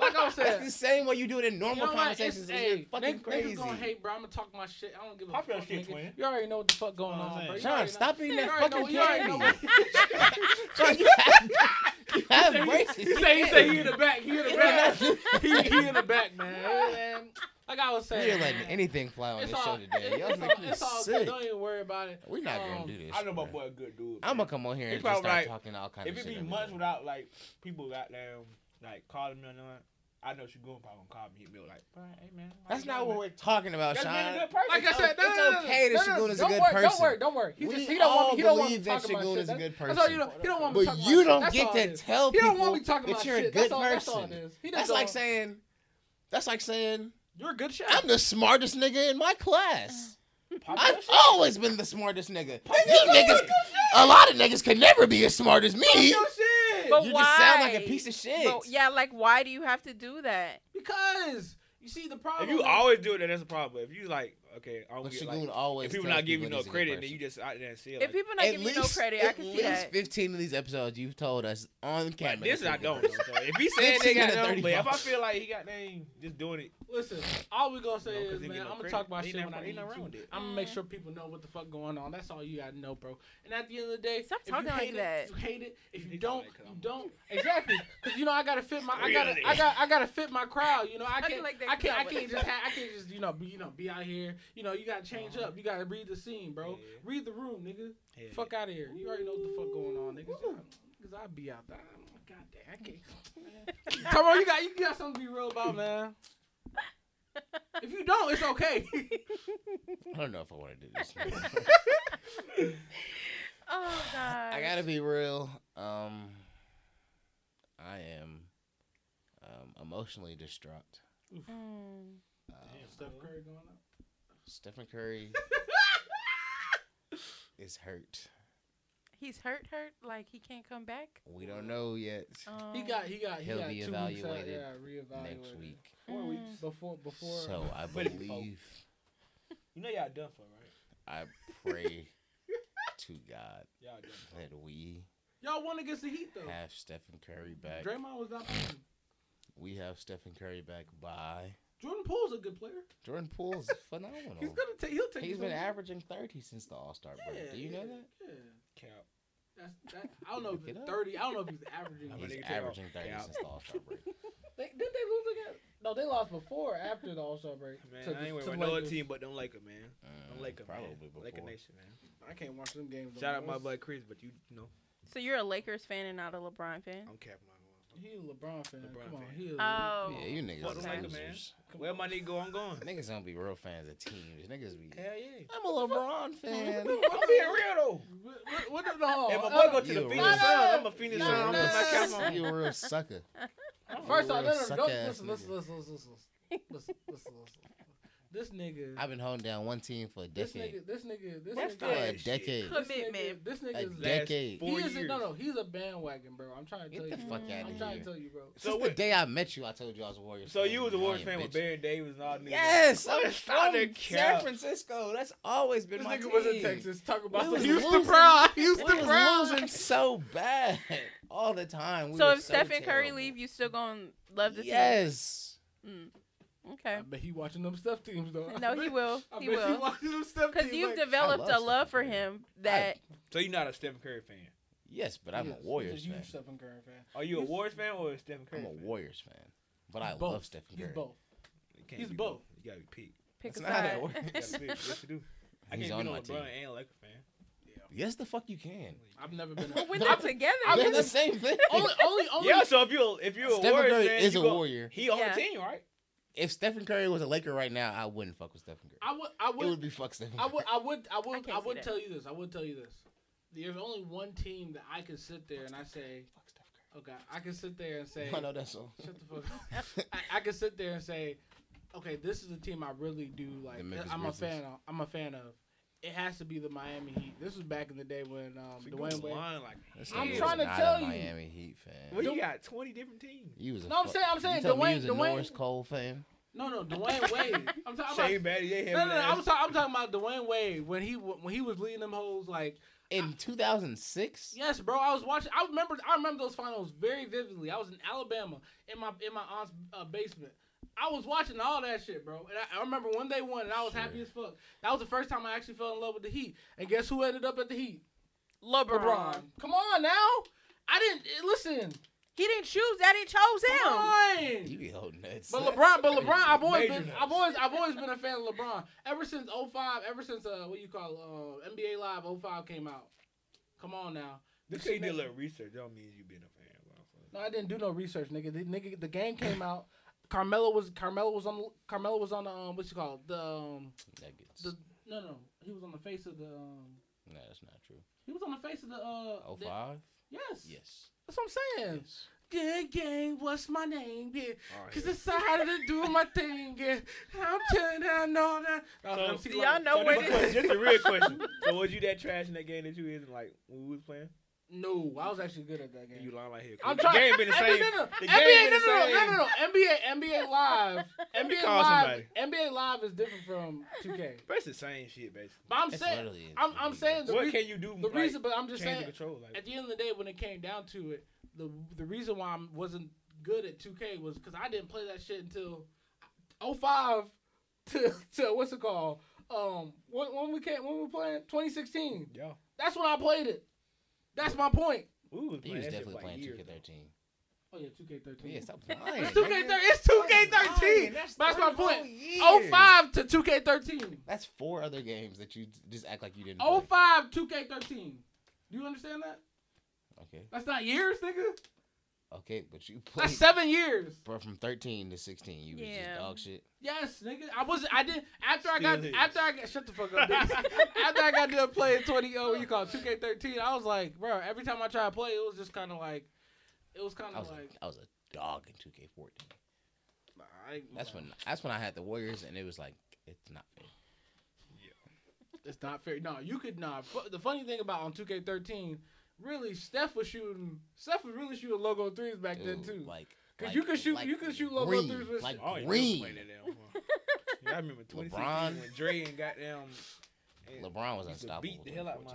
Speaker 1: Like I
Speaker 2: (laughs) That's the
Speaker 1: said.
Speaker 2: same way you do it in
Speaker 1: You
Speaker 2: normal
Speaker 1: know what? It's,
Speaker 2: conversations. It's,
Speaker 1: hey,
Speaker 2: fucking
Speaker 1: niggas,
Speaker 2: crazy.
Speaker 1: niggas gonna hate, bro. I'm gonna talk my shit. I don't give a
Speaker 4: Pop your
Speaker 1: fuck,
Speaker 4: shit,
Speaker 1: nigga.
Speaker 4: twin.
Speaker 1: You already know what the fuck going
Speaker 4: Know what I'm
Speaker 1: on, bro.
Speaker 4: saying?
Speaker 1: You
Speaker 2: Sean,
Speaker 1: already
Speaker 2: stop eating
Speaker 1: You
Speaker 2: that
Speaker 1: already know-
Speaker 2: fucking
Speaker 1: you already
Speaker 2: (laughs)
Speaker 1: know
Speaker 2: candy.
Speaker 1: what-
Speaker 2: Sean, you
Speaker 1: (laughs)
Speaker 2: have, you have braces.
Speaker 1: He say he say he in the back. He
Speaker 2: (laughs)
Speaker 1: in the
Speaker 2: You
Speaker 1: back.
Speaker 2: cannot do
Speaker 1: He, he in the back, man. Hey, man. (laughs) Like I was saying,
Speaker 2: You're letting
Speaker 1: man,
Speaker 2: anything fly on
Speaker 1: it's
Speaker 2: this
Speaker 1: all,
Speaker 2: show today. Y'all
Speaker 1: it's
Speaker 2: make
Speaker 1: all-
Speaker 2: me
Speaker 1: it's all good.
Speaker 2: sick.
Speaker 1: Don't even worry about it.
Speaker 2: We're not gonna
Speaker 1: Um,
Speaker 2: do this.
Speaker 4: I know my boy a good dude.
Speaker 2: I'm
Speaker 4: man.
Speaker 2: gonna come on here
Speaker 4: He
Speaker 2: and just
Speaker 4: probably
Speaker 2: start
Speaker 4: like-
Speaker 2: talking all kinds
Speaker 4: If
Speaker 2: of
Speaker 4: it
Speaker 2: shit.
Speaker 4: be
Speaker 2: every
Speaker 4: months
Speaker 2: day.
Speaker 4: without like people got down like calling me or not, I know she going probably gonna call me hit me up, like, "Brian, hey man, how
Speaker 2: That's
Speaker 4: you
Speaker 2: not
Speaker 4: doing,
Speaker 2: what we're talking about,
Speaker 4: man?" That's being a
Speaker 2: Sean.
Speaker 4: good person.
Speaker 1: Like I said, no,
Speaker 2: it's
Speaker 1: no, no, no,
Speaker 2: okay that
Speaker 1: no, no,
Speaker 2: Shagun is a
Speaker 1: don't
Speaker 2: good
Speaker 1: worry, Don't
Speaker 2: person.
Speaker 1: worry, don't worry. He
Speaker 2: We
Speaker 1: just he don't want
Speaker 2: all
Speaker 1: me. He don't want me
Speaker 2: believe that
Speaker 1: talking about
Speaker 2: Shagun
Speaker 1: shit.
Speaker 2: is a good
Speaker 1: That's- That's all you know.
Speaker 2: person.
Speaker 1: He don't want me
Speaker 2: But
Speaker 1: talking
Speaker 2: you
Speaker 1: about
Speaker 2: don't
Speaker 1: shit.
Speaker 2: get to
Speaker 1: That's all it is.
Speaker 2: tell
Speaker 1: He
Speaker 2: people
Speaker 1: don't want me talking about
Speaker 2: that you're a
Speaker 1: shit.
Speaker 2: good
Speaker 1: That's all- That's all it
Speaker 2: person.
Speaker 1: is. He just
Speaker 2: That's like
Speaker 1: don't-
Speaker 2: saying, that's like saying,
Speaker 1: you're a good chef.
Speaker 2: I'm the smartest nigga in my class.
Speaker 1: Uh,
Speaker 4: Popular
Speaker 2: I've
Speaker 4: shit.
Speaker 2: always been the smartest nigga. You Oh, niggas, a lot of niggas could never be as smart as me.
Speaker 1: Fuck
Speaker 2: You
Speaker 1: your shit.
Speaker 3: But
Speaker 2: just sound like a
Speaker 3: why?
Speaker 2: piece of shit.
Speaker 3: But yeah, like why do you have to do that?
Speaker 1: because you see the problem.
Speaker 4: If you
Speaker 1: is-
Speaker 4: always do it, then that's a problem. But if you like, okay, I don't
Speaker 2: But
Speaker 4: get
Speaker 2: Shagun
Speaker 4: like,
Speaker 2: always.
Speaker 4: if people
Speaker 2: tells
Speaker 4: not giving you
Speaker 2: he's
Speaker 4: no
Speaker 2: a good
Speaker 4: credit, then
Speaker 2: person.
Speaker 4: you just out there and say
Speaker 3: If
Speaker 4: like,
Speaker 3: people not
Speaker 2: at
Speaker 3: give
Speaker 2: least,
Speaker 3: you no credit, I
Speaker 2: at
Speaker 3: can see
Speaker 2: least
Speaker 3: that.
Speaker 2: 15 of these episodes you've told us on camera.
Speaker 4: like this
Speaker 2: that
Speaker 4: I
Speaker 2: you're a
Speaker 4: don't.
Speaker 2: good
Speaker 4: know. (laughs)
Speaker 2: person.
Speaker 4: So if he said that,
Speaker 2: 15 out of
Speaker 4: goddamn, but if I
Speaker 2: 35.
Speaker 4: feel like he got name just doing it,
Speaker 1: Listen, all we gonna say
Speaker 4: No, 'cause
Speaker 1: is,
Speaker 4: they
Speaker 1: man,
Speaker 4: get
Speaker 1: I'm
Speaker 4: no
Speaker 1: gonna
Speaker 4: credit.
Speaker 1: talk about
Speaker 4: Ain't
Speaker 1: shit when
Speaker 4: nothing-
Speaker 1: I
Speaker 4: ain't
Speaker 1: need
Speaker 4: nothing wrong
Speaker 1: to.
Speaker 4: with it.
Speaker 1: I'm gonna make
Speaker 3: Mm.
Speaker 1: sure people know what the fuck going on. That's all you gotta know, bro. And at the end of the day,
Speaker 3: Stop
Speaker 1: if you
Speaker 3: talking like
Speaker 1: hate
Speaker 3: that.
Speaker 1: it, you hate it. If you
Speaker 4: He's
Speaker 1: don't,
Speaker 4: like,
Speaker 1: you
Speaker 4: um,
Speaker 1: don't. (laughs) Exactly, because you know I gotta fit my, I gotta,
Speaker 4: Really?
Speaker 1: I got, I gotta fit my crowd. You know I
Speaker 3: Talking
Speaker 1: can't,
Speaker 3: like that
Speaker 1: I can't, I
Speaker 3: 'cause I
Speaker 1: can't
Speaker 3: would.
Speaker 1: just, ha- I can't just, you know, be, you know, be out here. You know, you gotta change
Speaker 4: Uh-huh.
Speaker 1: up. You gotta read the scene, bro.
Speaker 4: Yeah.
Speaker 1: Read the room, nigga.
Speaker 4: yeah.
Speaker 1: Fuck out of here. You already know what the fuck going on, niggas.
Speaker 3: Ooh.
Speaker 1: Because I be out there. I'm like, God damn, I can't. (laughs) Come on, you got, you got something to be real
Speaker 4: Oh,
Speaker 1: about, man. If you don't, it's
Speaker 4: (laughs)
Speaker 1: okay.
Speaker 2: I don't know if I want to do this.
Speaker 1: (laughs)
Speaker 3: Oh god.
Speaker 2: (laughs) I gotta be real. Um, I am um, emotionally distraught.
Speaker 3: Mm.
Speaker 2: Um,
Speaker 1: Steph Curry going up.
Speaker 2: Stephen Curry
Speaker 1: (laughs)
Speaker 2: is hurt.
Speaker 3: He's hurt, hurt. Like he can't come back.
Speaker 2: We don't know yet.
Speaker 3: Um,
Speaker 1: He got, he got, he
Speaker 2: He'll
Speaker 1: got
Speaker 2: be
Speaker 1: two weeks out,
Speaker 2: evaluated
Speaker 1: yeah, reevaluated
Speaker 2: next week.
Speaker 1: Four
Speaker 4: Hmm.
Speaker 3: Mm.
Speaker 1: weeks before, before.
Speaker 2: So I
Speaker 4: But if-
Speaker 2: believe.
Speaker 4: You know y'all done for right?
Speaker 2: I pray to God
Speaker 4: Y'all done. For.
Speaker 2: that we
Speaker 1: y'all won against the Heat though.
Speaker 2: have Stephen Curry back.
Speaker 1: Draymond was not playing.
Speaker 2: We have Stephen Curry back by
Speaker 1: Jordan Poole's a good player.
Speaker 2: Jordan
Speaker 1: (laughs)
Speaker 2: Poole's phenomenal.
Speaker 1: He's gonna take. He'll take.
Speaker 2: Oh. He's
Speaker 1: his
Speaker 2: been
Speaker 1: own-
Speaker 2: averaging 30 since the All Star
Speaker 1: Yeah,
Speaker 2: break. Do you know
Speaker 1: yeah,
Speaker 2: that?
Speaker 1: Yeah.
Speaker 4: Cap.
Speaker 1: That's, that, I don't know if
Speaker 2: Look it
Speaker 1: it's
Speaker 2: up.
Speaker 1: 30. I don't know if he's averaging.
Speaker 4: I
Speaker 1: it.
Speaker 4: mean,
Speaker 2: He's
Speaker 4: nigga take
Speaker 2: averaging 30
Speaker 4: Yeah.
Speaker 2: since the All Star
Speaker 4: (laughs)
Speaker 2: break.
Speaker 1: They, did they lose again? No, they lost before, after the All Star break.
Speaker 4: Man,
Speaker 1: to the-
Speaker 4: I ain't
Speaker 1: to
Speaker 4: wearing
Speaker 1: the
Speaker 4: no other
Speaker 1: Lakers.
Speaker 4: team but don't like it, man.
Speaker 2: Mm,
Speaker 4: Don't like it,
Speaker 2: probably
Speaker 4: man.
Speaker 2: before.
Speaker 4: Laker Nation, man.
Speaker 1: I can't watch them games. no
Speaker 4: Shout out
Speaker 1: more.
Speaker 4: my bud Chris, but you, you know,
Speaker 3: so you're a Lakers fan and not a LeBron fan.
Speaker 4: I'm capping my
Speaker 1: He a LeBron fan.
Speaker 4: LeBron
Speaker 1: Come on,
Speaker 4: fan.
Speaker 1: he a
Speaker 3: Oh.
Speaker 2: Yeah, you niggas
Speaker 4: Fuck
Speaker 2: is
Speaker 4: them like a man.
Speaker 2: losers.
Speaker 4: mom. Where my nigga go, I'm going.
Speaker 2: Niggas don't be real fans of teams. Niggas be.
Speaker 4: Hell yeah.
Speaker 2: I'm
Speaker 4: (laughs)
Speaker 2: a LeBron fan.
Speaker 4: I'm being real though.
Speaker 1: What, what, what the no?
Speaker 4: If my
Speaker 1: uh,
Speaker 4: boy go to
Speaker 2: you
Speaker 4: the
Speaker 2: a
Speaker 4: Phoenix
Speaker 2: real-
Speaker 4: Suns, I'm a
Speaker 2: You
Speaker 4: Phoenix
Speaker 1: Nah,
Speaker 4: Suns.
Speaker 2: a
Speaker 4: I'm
Speaker 1: nah,
Speaker 4: putting my
Speaker 1: nah,
Speaker 4: cap
Speaker 1: nah,
Speaker 2: real-
Speaker 4: on.
Speaker 2: you a real sucker.
Speaker 4: (laughs)
Speaker 1: First off,
Speaker 2: Real
Speaker 1: no, no, no,
Speaker 2: suck
Speaker 1: don't
Speaker 2: ass
Speaker 1: listen, listen,
Speaker 2: nigga.
Speaker 1: listen, listen, listen, listen, listen, listen, listen. This nigga,
Speaker 2: I've been holding down one team for a
Speaker 1: this
Speaker 2: decade.
Speaker 1: nigga, this nigga, this
Speaker 4: That's
Speaker 2: For
Speaker 1: nigga,
Speaker 2: a
Speaker 4: Shit.
Speaker 2: decade.
Speaker 1: this nigga,
Speaker 3: Commitment.
Speaker 1: this
Speaker 2: A
Speaker 1: nigga,
Speaker 4: Last
Speaker 1: is,
Speaker 2: decade.
Speaker 1: he
Speaker 4: Four
Speaker 1: is a,
Speaker 4: years.
Speaker 1: no, no, he's a bandwagon, bro. I'm trying to tell
Speaker 2: Get
Speaker 1: you,
Speaker 2: the fuck out
Speaker 1: I'm
Speaker 2: of
Speaker 1: trying to
Speaker 2: here.
Speaker 1: tell you, bro.
Speaker 2: Since
Speaker 4: So
Speaker 2: the
Speaker 4: what-
Speaker 2: day I met you, I told you I was a Warriors
Speaker 4: So
Speaker 2: fan.
Speaker 4: you was a
Speaker 2: Now
Speaker 4: Warriors
Speaker 2: I am,
Speaker 4: fan with
Speaker 2: bitch.
Speaker 4: Baron Davis and all them niggas.
Speaker 2: Yes, I'm
Speaker 4: Stop that
Speaker 2: from San
Speaker 4: cap.
Speaker 2: Francisco. That's always been
Speaker 1: This
Speaker 2: my
Speaker 1: nigga was in
Speaker 2: team.
Speaker 1: Texas. Talk
Speaker 2: We
Speaker 1: about the
Speaker 2: was
Speaker 1: Houston
Speaker 2: losing.
Speaker 1: Pride.
Speaker 2: We
Speaker 1: Houston
Speaker 2: was
Speaker 1: Pride.
Speaker 2: losing so bad all the time. We
Speaker 3: so
Speaker 2: were
Speaker 3: if Stephen Curry
Speaker 2: terrible.
Speaker 3: leave, you still gonna love the
Speaker 2: yes,
Speaker 3: team? Mm.
Speaker 1: (laughs)
Speaker 3: Okay.
Speaker 1: I bet he watching them Steph teams though. I
Speaker 3: No,
Speaker 1: bet-
Speaker 3: he will.
Speaker 1: (laughs) I
Speaker 3: He
Speaker 1: bet he
Speaker 3: will.
Speaker 1: watching them Steph teams.
Speaker 3: Because you've
Speaker 1: like,
Speaker 3: developed a
Speaker 2: love
Speaker 3: love
Speaker 2: Stephen
Speaker 3: for
Speaker 2: Curry.
Speaker 3: him
Speaker 2: (laughs)
Speaker 3: that
Speaker 4: So you're not a Stephen Curry fan.
Speaker 2: yes, but I'm
Speaker 1: yes,
Speaker 2: a Warriors
Speaker 1: he's a
Speaker 2: fan.
Speaker 1: huge Stephen Curry fan.
Speaker 4: Are you a
Speaker 1: He's-
Speaker 4: Warriors fan or a Stephen Curry
Speaker 2: I'm a
Speaker 4: fan?
Speaker 2: Warriors fan, but I
Speaker 1: He's
Speaker 2: love
Speaker 1: both.
Speaker 2: Stephen
Speaker 1: He's
Speaker 2: Curry.
Speaker 1: both.
Speaker 4: You can't
Speaker 1: He's
Speaker 4: be
Speaker 1: both.
Speaker 4: You gotta be
Speaker 1: (laughs)
Speaker 4: peaked.
Speaker 3: pick
Speaker 2: That's
Speaker 3: a
Speaker 2: not how
Speaker 3: side.
Speaker 2: that works.
Speaker 4: You
Speaker 3: (laughs)
Speaker 4: gotta be peaked. Yes, you do. I
Speaker 2: (laughs) He's
Speaker 4: can't
Speaker 2: on
Speaker 4: be no
Speaker 2: my
Speaker 4: LeBron
Speaker 2: team.
Speaker 4: and Laker fan.
Speaker 2: Yes, the fuck you can.
Speaker 1: I've never been. (laughs)
Speaker 3: but (laughs) we're
Speaker 1: I've-
Speaker 3: not together.
Speaker 1: I
Speaker 2: They're
Speaker 1: mean,
Speaker 2: the same thing.
Speaker 1: only, only, only.
Speaker 4: Yeah, so if you if you're a
Speaker 2: Stephen
Speaker 4: Warriors
Speaker 2: Curry
Speaker 4: fan,
Speaker 2: is
Speaker 4: you
Speaker 2: a
Speaker 4: go-
Speaker 2: Warrior.
Speaker 4: He on
Speaker 3: Yeah.
Speaker 4: the team, right?
Speaker 2: If Stephen Curry was a Laker right now, I wouldn't fuck with Stephen Curry.
Speaker 1: I would, I
Speaker 2: it
Speaker 1: would,
Speaker 2: would be fuck Stephen.
Speaker 1: I would, I would, I
Speaker 3: I
Speaker 1: would, I,
Speaker 3: can't see
Speaker 1: would
Speaker 3: that.
Speaker 1: tell you this. I would tell you this. There's only one team that I could sit there and I say,
Speaker 2: Curry. Fuck Stephen
Speaker 1: okay, I can sit there and say,
Speaker 2: (laughs) Curry. I know that song.
Speaker 1: shut the fuck. up. I, I could sit there and say, okay, this is a team I really do like.
Speaker 2: The Memphis
Speaker 1: I'm
Speaker 2: Grizzlies.
Speaker 1: a fan of. I'm a fan of. It has to be the Miami Heat. This was back in the day when um,
Speaker 4: So you
Speaker 1: Dwayne
Speaker 4: go
Speaker 1: Wade.
Speaker 4: line like
Speaker 2: This
Speaker 1: I'm
Speaker 2: nigga
Speaker 4: yeah.
Speaker 2: was
Speaker 1: trying to
Speaker 2: not
Speaker 1: tell
Speaker 2: a
Speaker 1: you.
Speaker 2: Miami Heat fan.
Speaker 4: Well,
Speaker 1: Dw-
Speaker 4: you got 20 different teams.
Speaker 2: You was a
Speaker 1: No, I'm
Speaker 2: fuck-
Speaker 1: saying- I'm
Speaker 2: you
Speaker 1: saying
Speaker 2: tell me
Speaker 1: Dwayne-
Speaker 2: you was a
Speaker 1: Dwayne-
Speaker 2: Norris Cole fan.
Speaker 1: No, no, Dwayne Wade. I'm talking about.
Speaker 4: Shane Batty, they
Speaker 1: No,
Speaker 4: have
Speaker 1: no, no. I'm, sorry, I'm talking about Dwayne Wade when he wa- when he was leading them hoes. Like,
Speaker 2: In 2006?
Speaker 1: yes, bro. I was watching. I remember. I remember those finals very vividly. I was in Alabama in my in my aunt's uh, basement. I was watching all that shit, bro. And I, I remember when they won, and I was happy
Speaker 2: Sure.
Speaker 1: as fuck. That was the first time I actually fell in love with the Heat. And guess who ended up at the Heat?
Speaker 3: LeBron.
Speaker 1: (laughs) LeBron. Come on now. I didn't eh, listen.
Speaker 3: He didn't choose that. It chose him.
Speaker 1: Come on.
Speaker 2: You be holding nuts.
Speaker 1: But LeBron, but
Speaker 2: crazy.
Speaker 1: LeBron, I've always
Speaker 4: Major
Speaker 1: been,
Speaker 4: nuts.
Speaker 1: I've always, I've always been a fan of LeBron. Ever since 05, ever since uh, what you call uh, NBA Live 05 came out. Come on now.
Speaker 4: Just 'cause you did a little research, don't mean you been a fan. bro.
Speaker 1: No, I didn't do no research, nigga. The, nigga, the game came out. Carmelo was Carmelo was on Carmelo was on the um, what you call it? the um,
Speaker 2: Nuggets.
Speaker 1: the no no he was on the face of the um,
Speaker 2: no, that's not true.
Speaker 1: he was on the face of the uh
Speaker 2: Oh
Speaker 1: the-
Speaker 2: five?
Speaker 1: yes
Speaker 2: Yes.
Speaker 1: that's what I'm saying
Speaker 2: Yes.
Speaker 1: good game what's my name yeah
Speaker 4: All right.
Speaker 1: cause it's decided to do my thing yeah I'm telling you, I know that Oh,
Speaker 4: So-
Speaker 1: MC
Speaker 3: Do y'all
Speaker 1: Lyte.
Speaker 3: know
Speaker 4: so
Speaker 3: what
Speaker 4: this
Speaker 3: it
Speaker 4: question-
Speaker 3: is?
Speaker 4: just a real question. So was you that trash in that game that you is in like when we was playing?
Speaker 1: no I was actually good at that game
Speaker 4: You lying like here.
Speaker 1: I'm
Speaker 4: The
Speaker 1: trying-
Speaker 4: game been the
Speaker 1: NBA,
Speaker 4: same.
Speaker 1: no, no, no.
Speaker 4: The
Speaker 1: NBA,
Speaker 4: game
Speaker 1: no,
Speaker 4: been
Speaker 1: no,
Speaker 4: the
Speaker 1: no, no, no, no, NBA, NBA
Speaker 4: (laughs)
Speaker 1: Live, NBA
Speaker 4: call
Speaker 1: Live, NBA Live is different from 2K.
Speaker 4: Basically the same shit basically.
Speaker 1: But I'm
Speaker 2: That's
Speaker 1: saying,
Speaker 2: literally-
Speaker 1: I'm, I'm saying the,
Speaker 4: What
Speaker 1: rea-
Speaker 4: can you do?
Speaker 1: the
Speaker 4: like,
Speaker 1: reason, but I'm just
Speaker 4: change the
Speaker 1: saying,
Speaker 4: control. Like,
Speaker 1: at the end of the day, when it came down to it, the the reason why I wasn't good at 2K was because I didn't play that shit until 05 (laughs) to, to what's it called? Um, when, when we came, when we were playing 2016,
Speaker 4: yeah.
Speaker 1: that's when I played it. That's my point.
Speaker 4: We was
Speaker 2: He
Speaker 4: playing
Speaker 2: was
Speaker 4: that shit
Speaker 2: definitely
Speaker 4: for, like
Speaker 2: playing
Speaker 4: years,
Speaker 2: two K
Speaker 4: though.
Speaker 2: thirteen.
Speaker 1: Oh yeah, 2K13.
Speaker 2: Yeah, stop lying.
Speaker 1: It's 2K13. It's 2K13. That's, my point.
Speaker 2: Oh
Speaker 1: 05 to 2K13.
Speaker 2: That's four other games that you just act like you didn't.
Speaker 1: Oh,
Speaker 2: play.
Speaker 1: 05 2K13. Do you understand that?
Speaker 2: Okay.
Speaker 1: That's not years, nigga.
Speaker 2: Okay, but you played.
Speaker 1: That's seven years.
Speaker 2: Bro, from thirteen to sixteen, you was
Speaker 3: Yeah.
Speaker 2: just dog shit.
Speaker 1: Yes, nigga. I wasn't. I did after I got
Speaker 4: Still is.
Speaker 1: after I got shut the fuck up.
Speaker 2: (laughs)
Speaker 1: nigga. after I got done playing 20 oh what you call 2K thirteen. I was like, bro. Every time I tried to play, it was just kind of like, it was kind
Speaker 2: I
Speaker 1: of
Speaker 2: was
Speaker 1: like.
Speaker 2: a, I was a dog in two K fourteen.
Speaker 1: nah, I ain't-
Speaker 2: That's
Speaker 1: nah.
Speaker 2: when that's when I had the Warriors, and it was like it's not fair.
Speaker 1: it's not fair. No, you could not. Fu- The funny thing about on 2K thirteen, really, Steph was shooting. Steph was really shooting logo threes back then
Speaker 2: Ooh,
Speaker 1: too.
Speaker 2: Like,
Speaker 1: Cause
Speaker 2: like-
Speaker 1: you can shoot,
Speaker 2: like
Speaker 1: you can shoot low
Speaker 2: green,
Speaker 1: threes with
Speaker 2: like
Speaker 4: I ain't never Oh, played
Speaker 2: green.
Speaker 4: that damn far. yeah, I remember 2016
Speaker 2: LeBron.
Speaker 4: when Dre and goddamn and
Speaker 2: LeBron was
Speaker 4: used to
Speaker 2: unstoppable.
Speaker 4: beat the hell out of my.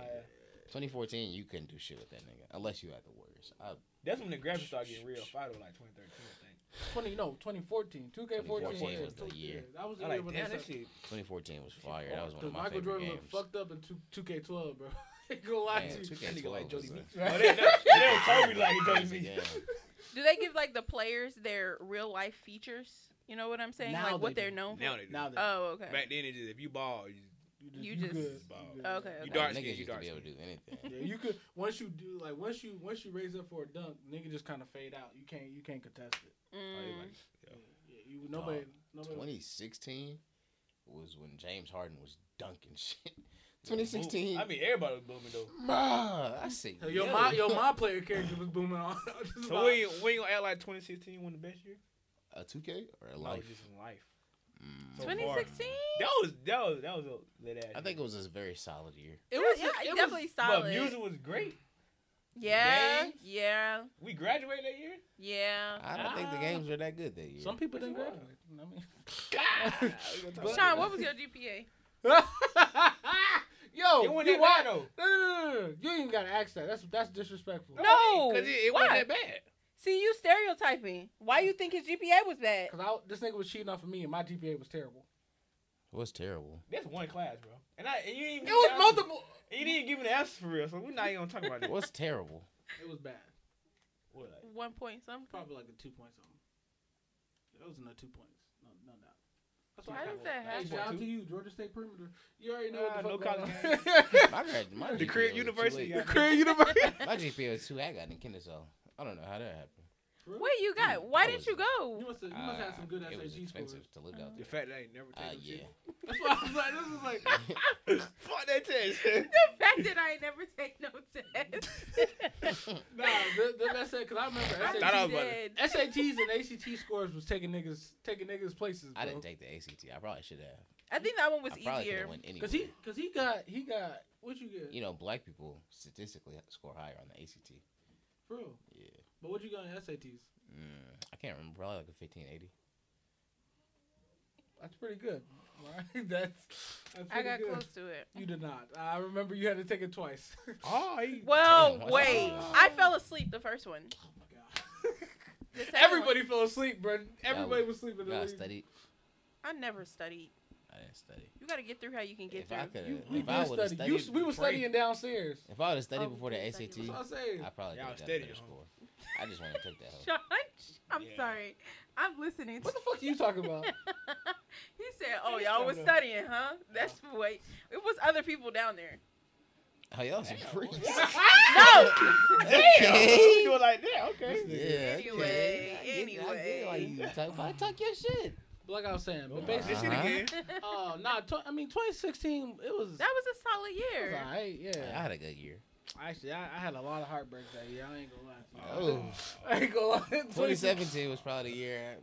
Speaker 2: 2014. 2014, you couldn't do shit with that nigga unless you had the Warriors. I,
Speaker 4: That's when the graphics started getting real. Fight was like 2013, I think.
Speaker 1: twenty no 2014, 2K fourteen
Speaker 2: 2014 was the year.
Speaker 1: That was the
Speaker 4: I
Speaker 1: year
Speaker 4: like
Speaker 1: when
Speaker 4: damn,
Speaker 1: that
Speaker 4: that shit.
Speaker 2: 2014 was fire. That was one
Speaker 1: Dude,
Speaker 2: of my
Speaker 1: Michael
Speaker 2: favorite
Speaker 1: Jordan looked
Speaker 2: games.
Speaker 1: fucked up in 2, 2K12, bro. (laughs) Ain't gonna lie
Speaker 2: Man,
Speaker 1: to you.
Speaker 2: 2K12
Speaker 4: Nigga like
Speaker 2: was
Speaker 4: Jody
Speaker 2: a- (laughs)
Speaker 4: Meeks.
Speaker 1: (laughs)
Speaker 4: No, Oh, they, no, they don't tell me like he
Speaker 2: was
Speaker 4: told
Speaker 2: a
Speaker 4: me. (laughs)
Speaker 2: game.
Speaker 3: Do they give like the players their real life features? You know what I'm saying?
Speaker 1: Now
Speaker 3: like what
Speaker 1: they
Speaker 3: they're
Speaker 1: do.
Speaker 3: known for.
Speaker 4: Now they do.
Speaker 1: Now that
Speaker 3: Oh, okay.
Speaker 4: Back then, it just if you ball, you,
Speaker 3: You just-
Speaker 1: good.
Speaker 3: Okay, okay.
Speaker 4: You
Speaker 2: Like,
Speaker 4: dark
Speaker 2: niggas
Speaker 4: skin, you
Speaker 2: used to
Speaker 4: dark
Speaker 2: be able to
Speaker 4: skin.
Speaker 2: do anything.
Speaker 1: Yeah, you could once you do like once you once you raise up for a dunk, nigga just kind of fade out. You can't you can't contest it.
Speaker 3: Mm.
Speaker 1: Yeah, yeah, you nobody nobody.
Speaker 2: 2016 was when James Harden was dunking (laughs) shit. 2016.
Speaker 4: I mean, everybody was booming though.
Speaker 2: Bruh, I see.
Speaker 1: Hell, Your my your my player character was booming (laughs) on. just
Speaker 4: So
Speaker 1: about-
Speaker 4: we ain't, we ain't gonna act like 2016 won the best year.
Speaker 2: a 2K or a
Speaker 4: No,
Speaker 2: life.
Speaker 4: just in life.
Speaker 2: Mm.
Speaker 4: So far.
Speaker 3: 2016.
Speaker 4: That was that was that was a lit ass.
Speaker 2: I think it was a very solid year.
Speaker 1: it was
Speaker 3: yeah,
Speaker 1: it was-
Speaker 3: definitely
Speaker 4: But
Speaker 3: solid.
Speaker 4: music was great.
Speaker 3: yeah,
Speaker 4: games.
Speaker 3: yeah,
Speaker 4: We graduated that year.
Speaker 3: yeah.
Speaker 2: I don't think the
Speaker 1: Ah.
Speaker 2: games were that good that year.
Speaker 1: Some people
Speaker 4: Yes,
Speaker 1: didn't
Speaker 4: it
Speaker 1: graduate.
Speaker 4: was.
Speaker 1: I mean.
Speaker 2: (laughs)
Speaker 1: (laughs)
Speaker 4: But-
Speaker 3: Sean, what was your GPA?
Speaker 1: Yo,
Speaker 4: It
Speaker 1: Oh, you,
Speaker 4: wasn't that
Speaker 1: wild.
Speaker 4: bad though.
Speaker 1: No, no, no, no, no. You ain't even gotta ask that. That's that's disrespectful.
Speaker 3: No. No,
Speaker 4: because it, it
Speaker 3: why?
Speaker 4: wasn't that bad.
Speaker 3: See, you stereotyping. Why you think his GPA was bad?
Speaker 1: Cause I, this nigga was cheating off of me, and my GPA was terrible.
Speaker 2: It was terrible.
Speaker 4: That's one class, bro. And I and you
Speaker 1: It
Speaker 4: didn't. give me the
Speaker 1: was
Speaker 4: answer.
Speaker 1: multiple.
Speaker 4: And You didn't give me the answer for real, so we're not even gonna talk about
Speaker 2: It (laughs)
Speaker 4: that.
Speaker 2: was terrible.
Speaker 1: It was bad.
Speaker 4: What, like,
Speaker 3: One point something.
Speaker 1: Probably like a two point something. That was no two points. No, no doubt. That's
Speaker 3: Why
Speaker 1: I
Speaker 3: does
Speaker 1: got.
Speaker 3: that
Speaker 1: Hey,
Speaker 3: happen?
Speaker 1: shout out to you, Georgia State perimeter. You already know
Speaker 4: Ah,
Speaker 1: what the
Speaker 4: no
Speaker 1: fuck.
Speaker 4: college
Speaker 1: going (laughs) on.
Speaker 2: My grad, my
Speaker 4: The
Speaker 2: GPA
Speaker 4: Crib
Speaker 2: was
Speaker 4: University
Speaker 2: too
Speaker 4: got-
Speaker 2: late.
Speaker 1: the career university.
Speaker 2: My GPA was too. I got in Kennesaw. I don't know how that happened.
Speaker 3: What you got? Why
Speaker 2: I
Speaker 3: didn't you
Speaker 2: was-
Speaker 1: You
Speaker 3: go?
Speaker 1: must have, you must have some good
Speaker 2: Uh, It was
Speaker 1: SAT scores.
Speaker 2: expensive to live out
Speaker 4: The
Speaker 2: there.
Speaker 4: fact that I ain't never
Speaker 2: Uh,
Speaker 4: taken
Speaker 2: yeah. (laughs)
Speaker 1: That's why I was like, this is like.
Speaker 4: shit. (laughs) Fuck that test.
Speaker 3: (laughs)
Speaker 4: (laughs)
Speaker 3: The fact that I ain't never take no test.
Speaker 1: Nah, th- th- that's it. Cause I remember
Speaker 4: I
Speaker 1: SAT,
Speaker 4: thought I was about to-
Speaker 3: dead.
Speaker 1: SATs and ACT scores was taking niggas taking niggas places. Bro.
Speaker 2: I didn't take the ACT. I probably should have.
Speaker 3: I think that one was
Speaker 2: I probably could
Speaker 3: easier.
Speaker 2: have went anyway.
Speaker 1: Cause he, cause he got, he got. What you get?
Speaker 2: you know, black people statistically score higher on the ACT.
Speaker 1: For real.
Speaker 2: Yeah.
Speaker 1: But what you got in SATs?
Speaker 2: Mm, I can't remember. Probably like a 1580.
Speaker 1: That's pretty good. (laughs) Right? That's. that's
Speaker 3: I
Speaker 1: pretty
Speaker 3: got
Speaker 1: good.
Speaker 3: close to it.
Speaker 1: You did not. I remember you had to take it twice. (laughs)
Speaker 4: Oh, he,
Speaker 3: Well,
Speaker 2: Damn, what's
Speaker 3: wait.
Speaker 1: up?
Speaker 3: I fell asleep the first one.
Speaker 1: oh my
Speaker 2: (laughs)
Speaker 1: god. (laughs)
Speaker 3: The second
Speaker 1: Everybody fell asleep, bro. Everybody
Speaker 2: Y'all-
Speaker 1: was sleeping.
Speaker 2: You know, I
Speaker 1: league.
Speaker 2: studied.
Speaker 3: one- I never studied.
Speaker 2: I didn't study.
Speaker 3: You got to get through how you can get
Speaker 2: if
Speaker 3: through.
Speaker 2: I could,
Speaker 1: You,
Speaker 2: have
Speaker 1: you
Speaker 2: if I
Speaker 1: did
Speaker 2: would have
Speaker 1: study.
Speaker 2: studied,
Speaker 1: You, s- we were
Speaker 4: before-
Speaker 1: studying
Speaker 2: (laughs)
Speaker 1: downstairs.
Speaker 2: if I would have studied
Speaker 3: Oh,
Speaker 2: before the
Speaker 3: you studied
Speaker 2: ACT,
Speaker 1: That's what I'm saying.
Speaker 2: I probably could
Speaker 4: Y'all
Speaker 2: have got a
Speaker 4: studied,
Speaker 2: better
Speaker 4: huh?
Speaker 2: score. I just want to
Speaker 3: (laughs)
Speaker 2: take that. hoe.
Speaker 3: Sean, I'm
Speaker 4: Yeah.
Speaker 3: sorry. I'm listening.
Speaker 1: (laughs) What the fuck are you talking
Speaker 2: (laughs)
Speaker 1: about? (laughs)
Speaker 3: he said, "Oh,
Speaker 4: He's
Speaker 3: y'all
Speaker 4: trying
Speaker 3: was
Speaker 1: (laughs)
Speaker 4: to-
Speaker 3: studying, huh?" That's the way. It was other people down there.
Speaker 2: Oh, y'all some freaks.
Speaker 3: No.
Speaker 1: Ah!
Speaker 4: You
Speaker 2: Okay.
Speaker 4: do it like that, okay?
Speaker 2: (laughs) Yeah.
Speaker 3: Anyway,
Speaker 2: okay. I get- I get why
Speaker 3: anyway.
Speaker 2: you talk about talk your shit.
Speaker 1: Like I was saying, but
Speaker 4: This shit
Speaker 1: basically,
Speaker 2: Uh-huh.
Speaker 4: again.
Speaker 1: (laughs) uh, nah, tw- I mean, 2016, it was,
Speaker 3: (laughs) That was a solid
Speaker 1: it was
Speaker 3: year.
Speaker 1: alright.
Speaker 2: I
Speaker 1: Yeah,
Speaker 2: had a good
Speaker 1: (laughs)
Speaker 2: year.
Speaker 1: actually, I, I had a lot of heartbreaks that year. I ain't gonna lie. to you. (laughs)
Speaker 2: Oh.
Speaker 1: I ain't gonna lie.
Speaker 2: 2017 was probably the year I,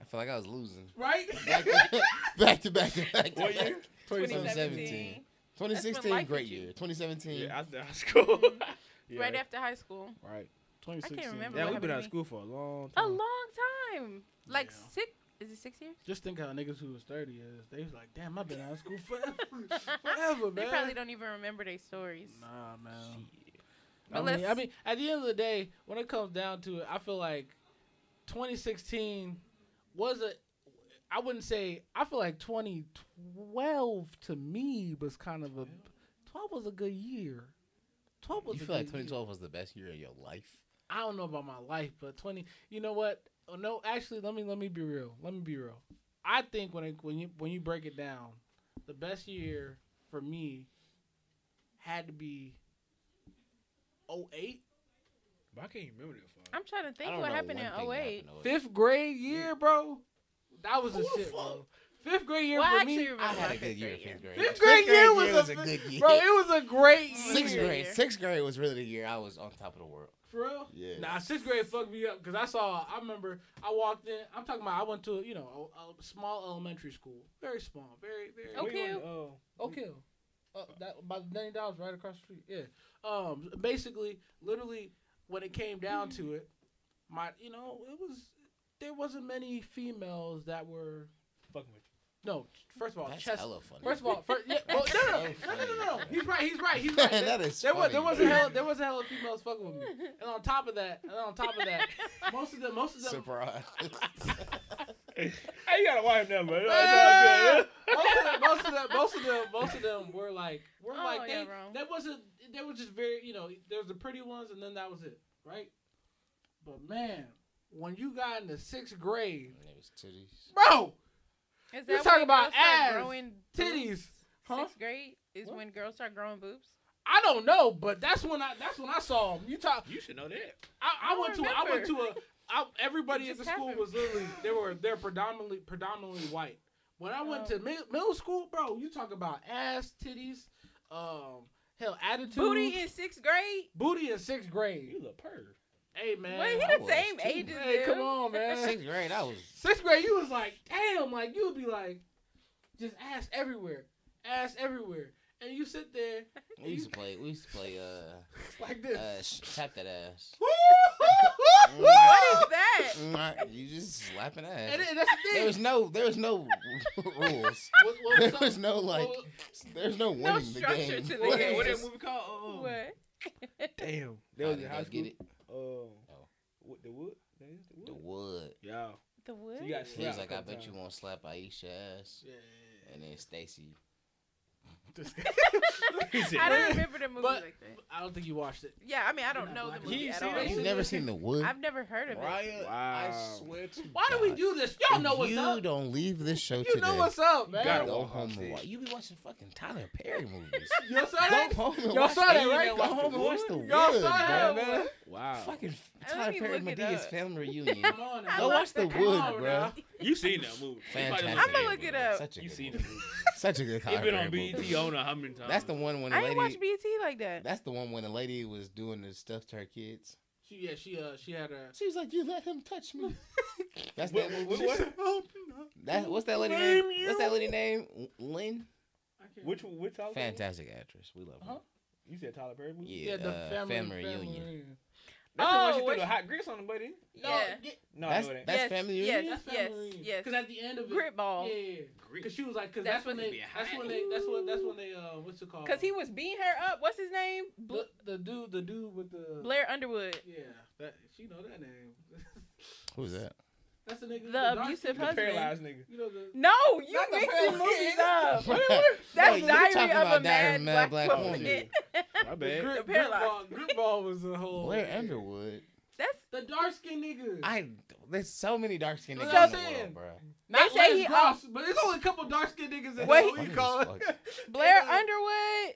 Speaker 2: I felt like I was losing.
Speaker 1: right? (laughs)
Speaker 2: Back to (laughs) back to back. To back, to
Speaker 4: What
Speaker 2: back.
Speaker 4: year?
Speaker 2: 2017.
Speaker 3: That's when
Speaker 2: 2016,
Speaker 3: life
Speaker 2: great
Speaker 3: hit you.
Speaker 2: year. 2017.
Speaker 4: Yeah, after high school.
Speaker 3: Mhm.
Speaker 4: (laughs) yeah.
Speaker 3: Right after high school.
Speaker 4: Right.
Speaker 3: I can't remember.
Speaker 4: Yeah,
Speaker 3: what
Speaker 4: we've been
Speaker 3: happened
Speaker 4: out of
Speaker 3: to me.
Speaker 4: school for a long
Speaker 3: A
Speaker 4: time.
Speaker 3: long time. Like
Speaker 1: Yeah.
Speaker 3: six. Is it six years? (laughs)
Speaker 1: Just think how niggas who was 30 is. They was like, damn, I've been out of school forever. (laughs) forever, man.
Speaker 3: They probably don't even remember their stories.
Speaker 1: Nah, man.
Speaker 4: Shit.
Speaker 3: But
Speaker 1: I, mean, I
Speaker 3: let's-
Speaker 1: mean, at the end of the day, when it comes down to it, I feel like 2016 was a. I wouldn't say. I feel like 2012 to me was kind of a. 12 was a good year. 12 was
Speaker 2: You
Speaker 1: a
Speaker 2: feel like
Speaker 1: good year.
Speaker 2: 2012 was the best year of your life?
Speaker 1: I don't know about my life, but twenty. You know what? Oh, No, actually, let me let me be real. Let me be real. I think when it, when you when you break it down, the best year for me had to be 08.
Speaker 4: But I can't even remember that far.
Speaker 3: I'm trying to
Speaker 2: I
Speaker 3: think
Speaker 2: don't
Speaker 3: what
Speaker 2: know
Speaker 3: happened
Speaker 2: one
Speaker 3: in
Speaker 2: thing that
Speaker 3: 08.
Speaker 2: happened to it.
Speaker 1: Fifth grade year, bro. That was a
Speaker 2: Who the
Speaker 1: shit, bro.
Speaker 2: fuck?
Speaker 1: Fifth grade year
Speaker 3: Well, I
Speaker 1: for me.
Speaker 3: actually remember
Speaker 2: I had
Speaker 3: my
Speaker 2: a good
Speaker 3: fifth
Speaker 2: year.
Speaker 3: grade
Speaker 2: Fifth grade.
Speaker 1: Fifth grade year was a-
Speaker 2: good year.
Speaker 1: Bro, it was a great year.
Speaker 2: sixth
Speaker 3: year.
Speaker 2: grade. Sixth grade was really the year I was on top of the world.
Speaker 1: For real?
Speaker 2: Yeah.
Speaker 1: Nah, sixth grade fucked me up because I saw. I remember I walked in. I'm talking about. I went to you know a, a small elementary school, very small, very very.
Speaker 4: We
Speaker 3: Okay.
Speaker 4: on the, uh,
Speaker 1: Okay. Uh, that by the ninety dollars right across the street. Yeah. Um. Basically, literally, when it came down to it, my you know it was there wasn't many females that were
Speaker 4: fucking with
Speaker 1: no. First of all,
Speaker 2: That's
Speaker 1: chest.
Speaker 2: hella funny. (laughs)
Speaker 1: First of all, first, yeah, well,
Speaker 2: That's
Speaker 1: no, no,
Speaker 2: so
Speaker 1: no, no, no, no, no.
Speaker 2: funny.
Speaker 1: He's right. He's right.
Speaker 2: (laughs)
Speaker 1: He's right.
Speaker 2: that is
Speaker 1: there was
Speaker 2: funny,
Speaker 1: there was a
Speaker 2: bro.
Speaker 1: hell there was a hell of females fucking with me, and on top of that, and on top of that, (laughs) most of them, most of them, (laughs)
Speaker 2: surprise. (laughs)
Speaker 4: it. hey, you gotta wipe that, man.
Speaker 1: Ah!
Speaker 4: That's all
Speaker 1: most of them, most of them, most of them, most of them were like, were
Speaker 3: Oh,
Speaker 1: like,
Speaker 3: yeah,
Speaker 1: they,
Speaker 3: bro.
Speaker 1: that wasn't, they were just very, you know, there was the pretty ones, and then that was it, right? But man, when you got in the sixth grade,
Speaker 2: And it was titties.
Speaker 1: bro,
Speaker 3: Is
Speaker 1: You're
Speaker 3: that
Speaker 1: talking
Speaker 3: when
Speaker 1: about
Speaker 3: girls start
Speaker 1: ass,
Speaker 3: growing
Speaker 1: titties,
Speaker 3: boobs?
Speaker 1: huh?
Speaker 3: Sixth grade is
Speaker 1: What?
Speaker 3: when girls start growing boobs.
Speaker 1: I don't know, but that's when I, that's when I saw them. You talk,
Speaker 4: good. You should know that.
Speaker 1: I, I
Speaker 3: I
Speaker 1: went to, I went to a, I, everybody
Speaker 3: It
Speaker 1: at the
Speaker 3: just
Speaker 1: school
Speaker 3: happened.
Speaker 1: was literally, they were, they're predominantly, predominantly white. When I went
Speaker 3: Oh.
Speaker 1: to mid- middle school, bro, you talk about ass, titties, um, hell, attitude,
Speaker 3: Booty in sixth grade.
Speaker 1: booty in sixth grade.
Speaker 4: You look perv.
Speaker 1: Hey man.
Speaker 3: Wait, he
Speaker 2: I
Speaker 3: the
Speaker 2: was
Speaker 3: same
Speaker 2: too.
Speaker 3: age as
Speaker 1: hey,
Speaker 3: you.
Speaker 1: come on,
Speaker 3: (laughs)
Speaker 1: man.
Speaker 2: Sixth grade, I was.
Speaker 1: Sixth grade, you was like, damn, like you would be like, just ass everywhere, ass everywhere, and you sit there (laughs)
Speaker 2: We used to play. We used to play. Uh,
Speaker 1: like this.
Speaker 2: uh, sh- tap that ass.
Speaker 3: What is that?
Speaker 2: Mwah. you just slapping ass.
Speaker 1: and, and that's the
Speaker 2: Mm-hmm. There
Speaker 1: thing.
Speaker 2: was no. There was no (laughs) rules.
Speaker 1: What- what-
Speaker 2: (laughs) There
Speaker 1: so-
Speaker 2: was no like.
Speaker 1: what-
Speaker 2: There's no winning the
Speaker 3: structure
Speaker 2: game.
Speaker 3: to the
Speaker 4: What,
Speaker 3: game.
Speaker 4: what that
Speaker 2: Just-
Speaker 4: movie
Speaker 1: oh,
Speaker 4: called? Um,
Speaker 3: What?
Speaker 4: Damn.
Speaker 2: How
Speaker 4: That was
Speaker 2: did
Speaker 4: in
Speaker 2: I
Speaker 4: high
Speaker 2: get
Speaker 4: school.
Speaker 2: it?
Speaker 4: Oh.
Speaker 2: Oh.
Speaker 4: What, the wood? That is the wood.
Speaker 2: The wood.
Speaker 4: Yeah.
Speaker 3: The wood.
Speaker 4: So you got
Speaker 2: He was
Speaker 4: slapped
Speaker 2: like,
Speaker 4: a
Speaker 2: I
Speaker 4: couple
Speaker 2: bet you
Speaker 4: times.
Speaker 2: won't slap Aisha ass.
Speaker 1: Yeah.
Speaker 2: And then Stacy.
Speaker 4: (laughs) He said,
Speaker 1: Yeah.
Speaker 3: I don't remember the movie
Speaker 1: But-
Speaker 3: like that.
Speaker 1: I don't think you watched it.
Speaker 3: Yeah, I mean, I
Speaker 1: You're not
Speaker 3: don't know the
Speaker 1: black.
Speaker 3: movie
Speaker 1: You
Speaker 3: at
Speaker 1: see
Speaker 3: all.
Speaker 1: that?
Speaker 2: You've never seen the wood?
Speaker 3: I've never heard of it.
Speaker 2: Ryan,
Speaker 4: Wow.
Speaker 2: to
Speaker 1: Why do we
Speaker 2: God,
Speaker 1: do this? Y'all know
Speaker 2: if
Speaker 1: what's
Speaker 2: you
Speaker 1: up.
Speaker 2: don't leave this show
Speaker 1: You
Speaker 2: today.
Speaker 1: know what's up,
Speaker 2: you gotta
Speaker 1: man.
Speaker 4: Go
Speaker 2: go
Speaker 4: home
Speaker 2: home
Speaker 4: see.
Speaker 2: and watch. You be watching fucking Tyler Perry movies.
Speaker 1: Y'all saw
Speaker 2: go
Speaker 1: that?
Speaker 2: home and
Speaker 1: Y'all
Speaker 2: watch
Speaker 1: saw that,
Speaker 2: the-
Speaker 1: right?
Speaker 2: Go home and watch the wood.
Speaker 1: Y'all saw that,
Speaker 2: bro.
Speaker 1: man.
Speaker 4: Wow.
Speaker 2: Fucking
Speaker 3: Let
Speaker 2: Tyler
Speaker 3: me
Speaker 2: Perry
Speaker 3: look it
Speaker 2: McGee's
Speaker 3: up. (laughs)
Speaker 2: family reunion.
Speaker 1: Come on,
Speaker 3: I
Speaker 1: now.
Speaker 2: Go
Speaker 3: love
Speaker 2: watch the
Speaker 3: that.
Speaker 2: wood,
Speaker 1: Come on,
Speaker 2: bro.
Speaker 1: now.
Speaker 4: You seen that movie.
Speaker 2: Fantastic.
Speaker 3: I'ma
Speaker 2: movie,
Speaker 3: look it
Speaker 2: bro.
Speaker 3: up.
Speaker 2: Such a
Speaker 4: You
Speaker 2: good
Speaker 4: seen
Speaker 2: movie.
Speaker 4: the
Speaker 2: (laughs)
Speaker 4: movie.
Speaker 2: Such a good
Speaker 4: It's
Speaker 2: Tyler
Speaker 4: been on E
Speaker 2: Perry
Speaker 4: BET. I
Speaker 2: movie.
Speaker 4: don't know how many times.
Speaker 2: That's the one when the
Speaker 3: I didn't watch
Speaker 2: lady.
Speaker 3: BT like that.
Speaker 2: That's the one when the lady was doing the stuff to her kids.
Speaker 1: She yeah she uh she had her.
Speaker 2: She was like, "You let him
Speaker 3: (laughs)
Speaker 2: touch me." That's
Speaker 4: What-
Speaker 2: that.
Speaker 4: what- what-
Speaker 2: that what's that lady
Speaker 1: Blame
Speaker 2: name? What's that lady name? Lynn.
Speaker 4: Which one- which Tyler? Perry?
Speaker 2: Fantastic actress. We love her.
Speaker 3: Uh-huh.
Speaker 1: Huh?
Speaker 4: You said Tyler Perry movie.
Speaker 2: Yeah,
Speaker 1: Yeah, the
Speaker 2: uh,
Speaker 1: family,
Speaker 2: family,
Speaker 1: family
Speaker 2: reunion.
Speaker 1: reunion.
Speaker 4: That's the one
Speaker 3: Oh,
Speaker 4: she threw
Speaker 3: which-
Speaker 4: the hot grease on the buddy.
Speaker 1: No,
Speaker 3: Yeah.
Speaker 1: get-
Speaker 4: No,
Speaker 2: That's-
Speaker 4: no, it ain't.
Speaker 2: that's-
Speaker 3: yes,
Speaker 2: family reunion?
Speaker 3: Yes,
Speaker 1: That's
Speaker 3: yes,
Speaker 1: family
Speaker 3: yes.
Speaker 1: Because at the end of it,
Speaker 3: Grit ball.
Speaker 1: yeah, because she was like, because that's,
Speaker 3: That's
Speaker 1: when
Speaker 4: supposed
Speaker 1: they,
Speaker 4: to be a
Speaker 1: that's
Speaker 4: hot-
Speaker 1: when they, that's when, that's when they, uh, what's it called?
Speaker 3: Cause he was beating her up. What's his name? Bl-
Speaker 1: the, the dude, the dude with the
Speaker 3: Blair Underwood.
Speaker 1: Yeah, that she know that name. (laughs)
Speaker 2: Who's that?
Speaker 1: that's the nigga.
Speaker 3: The
Speaker 1: with dark
Speaker 3: abusive
Speaker 1: skin.
Speaker 4: The
Speaker 3: husband.
Speaker 4: paralyzed nigga.
Speaker 1: You know the.
Speaker 3: No, you
Speaker 1: Not the
Speaker 3: mixing
Speaker 1: Pale
Speaker 3: movies
Speaker 1: Moon.
Speaker 3: (laughs) up.
Speaker 2: No,
Speaker 3: That's
Speaker 2: you
Speaker 3: Diary
Speaker 2: talking
Speaker 3: of a
Speaker 2: about
Speaker 3: Mad,
Speaker 2: Diary of a Mad
Speaker 3: Black,
Speaker 2: Black
Speaker 3: Woman.
Speaker 2: Woman.
Speaker 4: (laughs) My
Speaker 1: The
Speaker 4: bad.
Speaker 1: grip,
Speaker 3: The
Speaker 1: grip
Speaker 3: paralyzed.
Speaker 1: ball, grip ball was the whole.
Speaker 2: Blair
Speaker 1: yeah.
Speaker 2: Underwood.
Speaker 3: (laughs) That's
Speaker 1: The dark skinned nigga.
Speaker 2: I there's so many dark skinned
Speaker 1: That's what
Speaker 2: niggas in
Speaker 1: I'm
Speaker 2: the
Speaker 1: saying.
Speaker 2: world, bro.
Speaker 1: Not
Speaker 3: They say
Speaker 1: Les
Speaker 3: he- um,
Speaker 1: Gross, but there's only a couple dark skinned niggas in
Speaker 3: What
Speaker 1: there.
Speaker 3: he-
Speaker 1: What you call it?
Speaker 2: Funny as fuck.
Speaker 3: Blair
Speaker 1: Yeah.
Speaker 3: Underwood.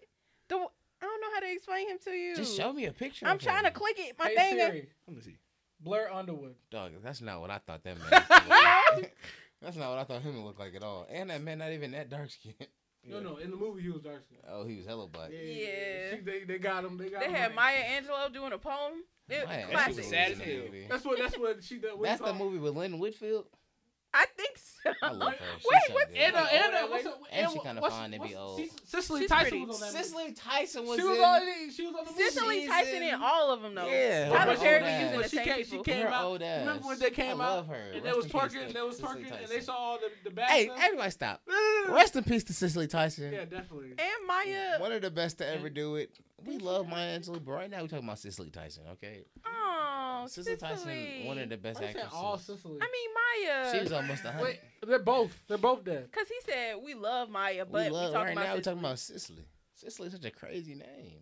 Speaker 3: The I don't know how to explain him to you.
Speaker 2: Just show me a picture.
Speaker 3: I'm
Speaker 2: of
Speaker 3: trying to
Speaker 2: him.
Speaker 3: click it. My
Speaker 1: Hey
Speaker 3: thing. ain't-
Speaker 1: Siri,
Speaker 4: Let me see.
Speaker 1: Blair Underwood.
Speaker 2: Dog, that's not what I thought that man. looked like. (laughs) that's not what I thought him looked like at all. And that man, not even that dark skinned.
Speaker 1: No, no, in the movie he was dark skinned.
Speaker 2: (laughs) Oh, he was hella black.
Speaker 3: Yeah.
Speaker 1: She- they, they got him. They got
Speaker 3: They
Speaker 1: him.
Speaker 3: had
Speaker 1: right.
Speaker 3: Maya Angelou doing a poem. It,
Speaker 2: My ass
Speaker 3: classic.
Speaker 2: was
Speaker 4: Sad
Speaker 2: in
Speaker 4: as
Speaker 2: the
Speaker 4: hell.
Speaker 2: movie.
Speaker 1: That's what. That's what she. That, what
Speaker 2: That's
Speaker 1: you
Speaker 2: the
Speaker 1: call-
Speaker 2: movie with Lynn Whitfield.
Speaker 3: I think so.
Speaker 2: I love her. She's
Speaker 3: Wait,
Speaker 2: so
Speaker 3: what's-
Speaker 2: good.
Speaker 1: And uh, and uh,
Speaker 3: Whatever.
Speaker 1: what's up?
Speaker 2: And she
Speaker 1: what-
Speaker 2: kinda
Speaker 1: what's-
Speaker 2: fine and be
Speaker 1: what's-
Speaker 2: old.
Speaker 1: she's- Cicely
Speaker 3: She's
Speaker 1: Tyson
Speaker 3: pretty.
Speaker 1: was on that. movie.
Speaker 2: Cicely Tyson was,
Speaker 1: she was
Speaker 2: in.
Speaker 1: on. She was on the movie.
Speaker 3: (laughs) Cicely
Speaker 2: She's
Speaker 3: Tyson
Speaker 2: in-
Speaker 3: in all of them though.
Speaker 2: Yeah,
Speaker 1: Tyler
Speaker 2: her
Speaker 1: Perry
Speaker 2: old
Speaker 1: was
Speaker 2: ass.
Speaker 1: using
Speaker 3: using
Speaker 1: But
Speaker 3: the
Speaker 1: she
Speaker 3: same
Speaker 1: came- she
Speaker 3: people.
Speaker 1: came
Speaker 2: her
Speaker 1: out-
Speaker 2: Old ass.
Speaker 1: remember when they came
Speaker 2: I
Speaker 1: out
Speaker 2: Love her.
Speaker 1: And
Speaker 2: Rest
Speaker 1: they was
Speaker 2: in peace to
Speaker 1: twerking. They was
Speaker 2: Cicely
Speaker 1: twerking, and
Speaker 2: Tyson.
Speaker 1: they saw all the the back.
Speaker 2: Hey,
Speaker 1: stuff.
Speaker 2: everybody stop.
Speaker 1: No, no,
Speaker 2: (laughs)
Speaker 1: no, no.
Speaker 2: Rest in peace to Cicely Tyson.
Speaker 1: Yeah, definitely.
Speaker 3: And Maya.
Speaker 2: One of the best to ever do it. We
Speaker 3: Thank you,
Speaker 2: love
Speaker 3: guys.
Speaker 2: Maya Angelou, but right now we're talking about Cicely Tyson, okay?
Speaker 3: Oh,
Speaker 2: Cicely
Speaker 3: Cicely.
Speaker 2: Tyson, one of the best
Speaker 1: Why you say
Speaker 2: actresses.
Speaker 1: all Sicily.
Speaker 3: I mean Maya.
Speaker 2: she was almost a hundred.
Speaker 1: Wait, they're both. They're both dead.
Speaker 3: Cause he said we love Maya,
Speaker 2: We
Speaker 3: but we
Speaker 2: love-
Speaker 3: talking
Speaker 2: right
Speaker 3: about
Speaker 2: now we're
Speaker 3: Cicely.
Speaker 2: talking about Cicely. Cicely is such a crazy name.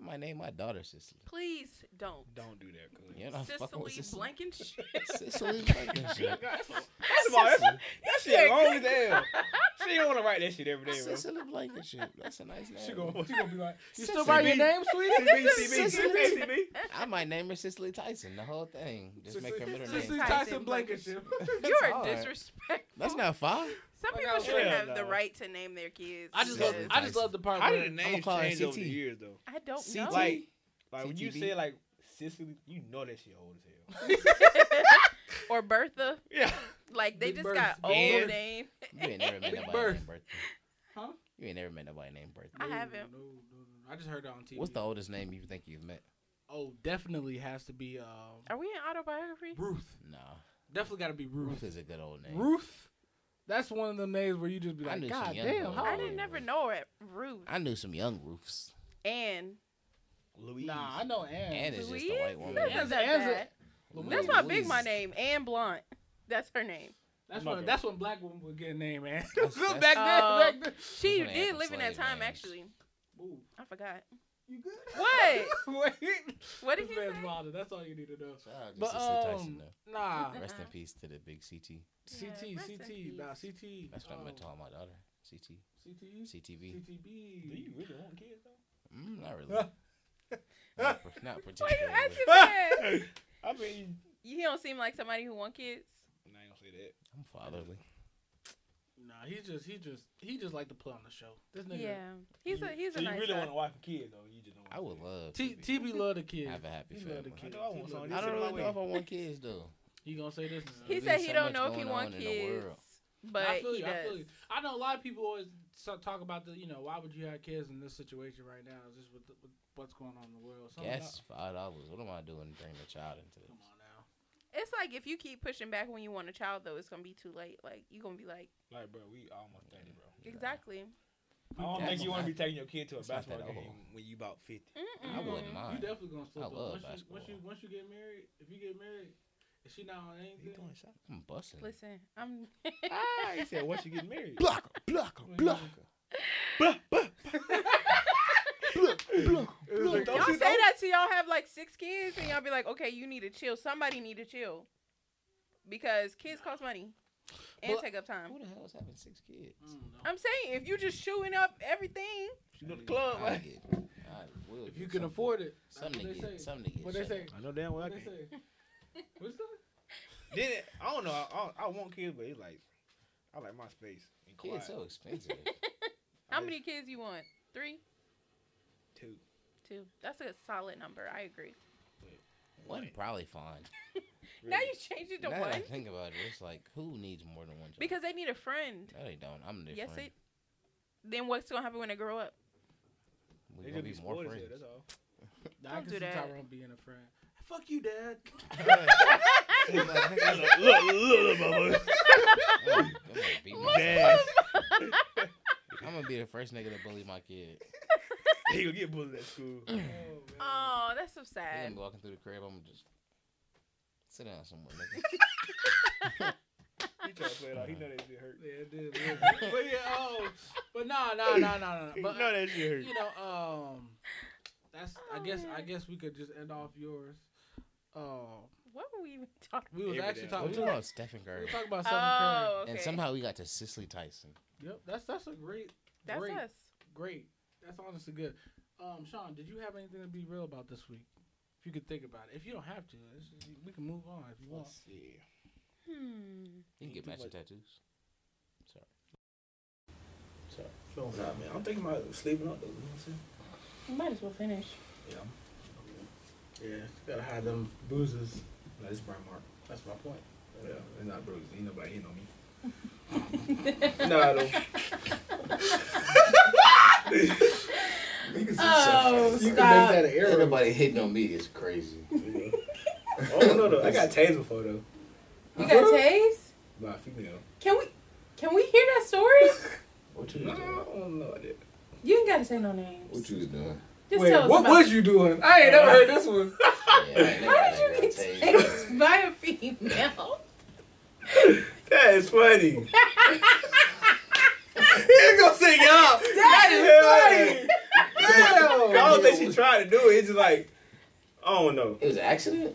Speaker 2: I might name my daughter Cicely.
Speaker 3: Please don't.
Speaker 4: Don't do that, cuz.
Speaker 2: You know, I'm fucking with
Speaker 3: Cicely (laughs)
Speaker 2: Cicely.
Speaker 3: Blankenship.
Speaker 2: (laughs) Cicely Blankenship.
Speaker 4: That's a- that's about- that's- that shit long as
Speaker 3: (laughs)
Speaker 4: hell. She don't want to write that shit every day, bro.
Speaker 2: Cicely Blankenship. That's a nice name.
Speaker 1: She gonna, she gonna be like, you
Speaker 2: Sicily.
Speaker 1: still write your name, sweetie?
Speaker 4: CB, CB,
Speaker 2: Cicely.
Speaker 4: CB.
Speaker 2: I might name her Cicely Tyson. The whole thing. Just make her middle
Speaker 1: Cicely
Speaker 2: name.
Speaker 3: Tyson.
Speaker 1: Tyson
Speaker 2: (laughs)
Speaker 1: Blankenship.
Speaker 2: That's
Speaker 3: You're
Speaker 2: hard.
Speaker 3: disrespectful.
Speaker 2: That's not far.
Speaker 3: Some
Speaker 1: Like,
Speaker 3: people
Speaker 1: I
Speaker 3: should
Speaker 4: hell
Speaker 3: have the
Speaker 4: no.
Speaker 3: right to name their kids.
Speaker 1: I just
Speaker 2: Yeah.
Speaker 1: love,
Speaker 3: because-
Speaker 1: I just love the part
Speaker 4: How
Speaker 1: where
Speaker 4: did the names
Speaker 2: call her
Speaker 4: change over the
Speaker 2: CT.
Speaker 4: years, though?
Speaker 3: I don't
Speaker 2: CT.
Speaker 3: know.
Speaker 4: Like- Like, when you
Speaker 2: CTV.
Speaker 4: say, like, Sicily, you know that shit old as hell.
Speaker 3: or Bertha.
Speaker 4: Yeah.
Speaker 3: Like they
Speaker 1: Big
Speaker 3: just
Speaker 1: Bertha.
Speaker 3: got old
Speaker 4: Yeah.
Speaker 3: name.
Speaker 2: You ain't never met
Speaker 1: Big
Speaker 2: nobody
Speaker 1: Bird.
Speaker 2: named Bertha.
Speaker 1: Huh?
Speaker 2: You ain't never met nobody named Bertha.
Speaker 3: I haven't.
Speaker 1: No, no, no, no. I just heard that on TV.
Speaker 2: What's the oldest name you think you've met?
Speaker 1: Oh, definitely has to be um,
Speaker 3: Are we in autobiography?
Speaker 1: Ruth.
Speaker 2: No.
Speaker 1: Definitely got to be
Speaker 2: Ruth
Speaker 1: Ruth.
Speaker 2: is a good old name.
Speaker 1: Ruth. That's one of the names where you just be
Speaker 2: I
Speaker 1: like,
Speaker 2: knew
Speaker 1: God
Speaker 2: some young
Speaker 1: damn,
Speaker 2: boys.
Speaker 1: how
Speaker 3: I
Speaker 1: old
Speaker 3: didn't
Speaker 1: is
Speaker 3: never
Speaker 2: Ruth.
Speaker 3: know her at Ruth
Speaker 2: I knew some young Ruths.
Speaker 3: and
Speaker 1: he?
Speaker 4: Louise.
Speaker 1: Nah, I know Anne.
Speaker 2: Anne is just a white woman.
Speaker 3: That's,
Speaker 1: Anne's-
Speaker 3: not that
Speaker 1: Anne's a-
Speaker 3: bad.
Speaker 1: Louise.
Speaker 3: That's my big my name. Anne Blunt. That's her name.
Speaker 1: That's
Speaker 4: My
Speaker 1: when
Speaker 4: bad.
Speaker 1: that's when black women would get a name, man. (laughs)
Speaker 2: That's-
Speaker 1: back
Speaker 2: that's-
Speaker 1: then, back
Speaker 3: Oh.
Speaker 1: then.
Speaker 3: She
Speaker 2: Those are
Speaker 3: did
Speaker 2: Anthem
Speaker 3: live in that
Speaker 2: slave
Speaker 3: time
Speaker 2: names.
Speaker 3: actually.
Speaker 1: Ooh,
Speaker 3: I forgot.
Speaker 1: you good? (laughs)
Speaker 3: What?
Speaker 1: Wait.
Speaker 3: What did
Speaker 1: this
Speaker 3: you
Speaker 1: man's
Speaker 3: say?
Speaker 1: wilder. That's all you need to know.
Speaker 2: Shout out to
Speaker 1: But
Speaker 2: Cicely Tyson,
Speaker 1: um, nah,
Speaker 2: though.
Speaker 3: Uh-uh.
Speaker 2: Rest in peace to the big CT.
Speaker 3: Yeah,
Speaker 1: CT,
Speaker 3: rest in
Speaker 1: CT,
Speaker 3: peace.
Speaker 1: nah, CT.
Speaker 2: That's what I meant to
Speaker 1: um,
Speaker 2: call my daughter. CT.
Speaker 1: CT,
Speaker 2: CTV.
Speaker 4: Do you
Speaker 1: CTB.
Speaker 4: really want kids, though?
Speaker 2: Mm, not really. not, par- not
Speaker 3: Why you (laughs)
Speaker 2: particularly.
Speaker 3: asking me that?
Speaker 4: (laughs) I mean,
Speaker 3: You don't seem like somebody who want kids.
Speaker 4: nah, I ain't gonna say that.
Speaker 2: I'm fatherly.
Speaker 1: Nah, he just, he just, he just like to put on the show. This nigga.
Speaker 3: Yeah, he's a he's
Speaker 4: So
Speaker 3: a
Speaker 4: you
Speaker 3: nice
Speaker 4: really
Speaker 3: guy.
Speaker 4: want a wife and kids, though? You just don't
Speaker 2: I
Speaker 4: want
Speaker 2: would love
Speaker 1: T-
Speaker 2: to be-
Speaker 1: TB love the kids.
Speaker 2: have a happy
Speaker 1: He love the
Speaker 2: family.
Speaker 4: I
Speaker 1: kids.
Speaker 4: know I want
Speaker 1: He
Speaker 4: some.
Speaker 1: love
Speaker 4: This
Speaker 1: the
Speaker 2: I
Speaker 4: shit
Speaker 2: don't
Speaker 1: kids.
Speaker 4: my
Speaker 2: really know
Speaker 4: way.
Speaker 2: if I want kids though.
Speaker 1: He gonna say this. now.
Speaker 3: he
Speaker 2: There's
Speaker 3: said
Speaker 2: so
Speaker 3: he don't
Speaker 2: much
Speaker 3: know if he
Speaker 2: going on
Speaker 3: want
Speaker 2: in the
Speaker 3: kids,
Speaker 2: world.
Speaker 3: but
Speaker 1: I feel
Speaker 3: he
Speaker 1: you.
Speaker 3: does.
Speaker 1: I feel you. I know a lot of people always so- talk about the, you know, why would you have kids in this situation right now? It's just with, the, with what's going on in the world. Something
Speaker 2: Yes, five dollars. What am I doing bringing a child into
Speaker 1: about-
Speaker 2: this?
Speaker 1: Come on now.
Speaker 3: It's like if you keep pushing back when you want a child, though, it's gonna be too late. Like you gonna be like,
Speaker 4: Like, bro, we almost 30, bro.
Speaker 3: exactly.
Speaker 4: I don't
Speaker 2: Yeah,
Speaker 4: think you want to
Speaker 2: it's
Speaker 4: be taking your kid to a
Speaker 2: it's not
Speaker 4: basketball
Speaker 2: that
Speaker 4: game
Speaker 2: old.
Speaker 4: when you about 50.
Speaker 3: Mm-mm.
Speaker 2: I wouldn't
Speaker 1: Mm-hmm. You
Speaker 2: mind.
Speaker 1: definitely gonna slip
Speaker 2: I
Speaker 1: up.
Speaker 2: love
Speaker 1: once, you, once you
Speaker 2: basketball.
Speaker 1: once you get married, if you get married, if she not on
Speaker 4: You
Speaker 1: anything,
Speaker 4: doing
Speaker 3: (laughs)
Speaker 4: something?
Speaker 2: I'm busting.
Speaker 3: Listen, I'm.
Speaker 4: Ah, he said, once you get married.
Speaker 2: Blocker, blocker,
Speaker 1: Wait,
Speaker 2: blocker,
Speaker 4: (laughs) Blah, blah,
Speaker 2: blocker, blocker.
Speaker 1: It was like,
Speaker 4: Don't
Speaker 3: y'all
Speaker 4: you
Speaker 3: say
Speaker 4: know?
Speaker 3: that to y'all have like six kids and y'all be like, okay, you need to chill. Somebody need to chill because kids cost money and
Speaker 1: Well,
Speaker 3: take up time.
Speaker 2: Who the hell is having six kids?
Speaker 1: mm, no.
Speaker 3: I'm saying if you just shooting up everything,
Speaker 4: You know the
Speaker 2: I
Speaker 4: club, man.
Speaker 2: get, I will
Speaker 1: if
Speaker 2: get
Speaker 1: you can
Speaker 2: something-
Speaker 1: afford it,
Speaker 2: something
Speaker 1: That's
Speaker 2: to
Speaker 1: what they
Speaker 2: get,
Speaker 1: say.
Speaker 2: something to get.
Speaker 1: What they
Speaker 2: shut
Speaker 1: say?
Speaker 2: up.
Speaker 4: I know damn well I
Speaker 1: What they
Speaker 4: can.
Speaker 1: say? (laughs) What's that?
Speaker 4: Then, it- I don't know. I, I, I want kids, but it's like, I like my space and quiet.
Speaker 2: Kids so expensive.
Speaker 4: I
Speaker 3: how
Speaker 4: just-
Speaker 3: many kids you want? Three,
Speaker 4: Two.
Speaker 3: two. That's a solid number. I agree.
Speaker 2: one probably fine.
Speaker 3: Now
Speaker 4: really.
Speaker 3: you changed it to
Speaker 2: Now that I
Speaker 3: one
Speaker 2: think about it, it's like who needs more than one child?
Speaker 3: because they need a friend.
Speaker 2: no, they don't. I'm different.
Speaker 3: Yes, it. Then what's gonna happen when they grow up?
Speaker 2: We
Speaker 4: They
Speaker 2: gonna
Speaker 4: just
Speaker 2: be
Speaker 4: be
Speaker 2: more
Speaker 4: spoiled as hell, that's
Speaker 2: friends.
Speaker 4: all.
Speaker 1: I
Speaker 3: Don't
Speaker 1: can
Speaker 3: do
Speaker 1: see
Speaker 3: that.
Speaker 1: Tyrone being a friend. Fuck you, (laughs) Dad. Oh,
Speaker 2: (laughs) I'm like, I'm like,
Speaker 4: look, look, look, mama.
Speaker 2: I'm gonna beat myself.
Speaker 4: Dad.
Speaker 2: I'm gonna be the first nigga
Speaker 4: (laughs)
Speaker 2: to bully my kid.
Speaker 4: He gonna get bullied at school.
Speaker 3: (laughs)
Speaker 1: Oh, man.
Speaker 3: Oh, that's so
Speaker 2: He gonna
Speaker 3: sad.
Speaker 2: be walking through the crib. I'm gonna just sit down somewhere. Nigga.
Speaker 4: (laughs) He trying to play it out. He know that shit hurt.
Speaker 1: Yeah, it did. (laughs) man. but yeah, oh, but nah, nah, nah, nah, nah. (laughs)
Speaker 4: He
Speaker 1: But
Speaker 4: know that shit hurt.
Speaker 1: you know, um, that's. I
Speaker 3: Oh,
Speaker 1: guess. I
Speaker 3: man.
Speaker 1: guess we could just end off yours. Um,
Speaker 3: What were we even (laughs) talking?
Speaker 1: we was
Speaker 4: Every
Speaker 1: actually
Speaker 4: day.
Speaker 1: talking.
Speaker 2: We're
Speaker 1: We
Speaker 2: talking
Speaker 1: were
Speaker 2: about Stephen
Speaker 1: we
Speaker 2: Curry,
Speaker 1: were talking about Stephen Curry.
Speaker 3: Oh, okay.
Speaker 2: and somehow we got to Cicely Tyson.
Speaker 1: Yep, that's that's a great,
Speaker 3: that's
Speaker 1: great,
Speaker 3: us.
Speaker 1: great. That's honestly good. Um, Sean, did you have anything to be real about this week? If you could think about it. If you don't have to, it's just, we can move on if you want.
Speaker 2: Let's see.
Speaker 3: Hmm.
Speaker 2: You can
Speaker 4: Ain't
Speaker 2: get
Speaker 4: too
Speaker 2: matching
Speaker 4: much.
Speaker 2: tattoos. Sorry. Sorry.
Speaker 4: Feel me, man. I'm thinking about sleeping up though. You know what I'm saying?
Speaker 3: You might as well finish.
Speaker 4: Yeah. Yeah, gotta hide them bruises. No, it's burn mark. That's my point. Yeah, it's not bruises. Ain't nobody hitting on me.
Speaker 3: (laughs)
Speaker 4: nah, though.
Speaker 3: Oh,
Speaker 4: you
Speaker 3: stop.
Speaker 4: can make that an error.
Speaker 2: Everybody hitting on me is
Speaker 4: (laughs)
Speaker 2: crazy.
Speaker 4: I don't know though. Oh,
Speaker 1: (laughs)
Speaker 4: I got tased before though
Speaker 3: You got tased?
Speaker 4: by a female.
Speaker 3: Can we can we hear that story?
Speaker 2: What you
Speaker 4: No,
Speaker 2: was
Speaker 4: I
Speaker 2: doing?
Speaker 4: don't know. I did.
Speaker 3: You ain't gotta say no names.
Speaker 2: What you was doing?
Speaker 3: Just
Speaker 4: Wait,
Speaker 3: tell us
Speaker 4: what
Speaker 3: about
Speaker 4: was you doing? I ain't never heard this one.
Speaker 2: Yeah,
Speaker 3: How did you get tased by a female?
Speaker 4: That is funny. (laughs) He's gonna say y'all. (laughs) That is funny. Damn. I don't think she tried to do it. It's just like I don't know.
Speaker 2: It was an accident?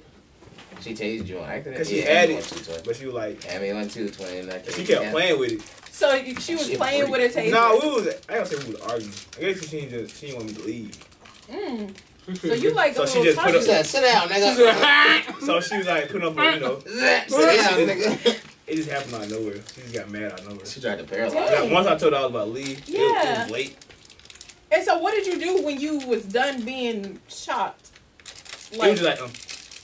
Speaker 2: She tased you on accident?
Speaker 4: 'Cause she
Speaker 2: Yeah,
Speaker 4: had
Speaker 2: I mean,
Speaker 4: it.
Speaker 2: one, two, twenty.
Speaker 4: But she was like,
Speaker 2: Yeah, I mean, one, two, twenty. and I
Speaker 4: she
Speaker 2: can't-
Speaker 4: kept
Speaker 2: yeah.
Speaker 4: playing with it.
Speaker 3: So you- she was
Speaker 2: Shit,
Speaker 3: playing with
Speaker 2: freak.
Speaker 3: a taser.
Speaker 4: Nah, we was. I don't say we was arguing. I guess she didn't just she didn't want me to leave.
Speaker 3: Mm. So you like
Speaker 4: So
Speaker 3: a
Speaker 4: she
Speaker 3: little
Speaker 4: just put
Speaker 2: She
Speaker 3: pussy.
Speaker 2: said, sit down,
Speaker 4: (laughs)
Speaker 2: (laughs) nigga.
Speaker 4: So she was like putting up, a, you know, (laughs)
Speaker 2: Sit down, nigga.
Speaker 4: it just happened out of nowhere. She just got mad out of nowhere.
Speaker 2: She tried to paralyze
Speaker 3: Dang.
Speaker 2: me.
Speaker 4: Like, once I told her I was about to leave, it, was, it
Speaker 3: Yeah.
Speaker 4: was late.
Speaker 3: And so what did you do when you was done being shocked?
Speaker 4: it was just like um,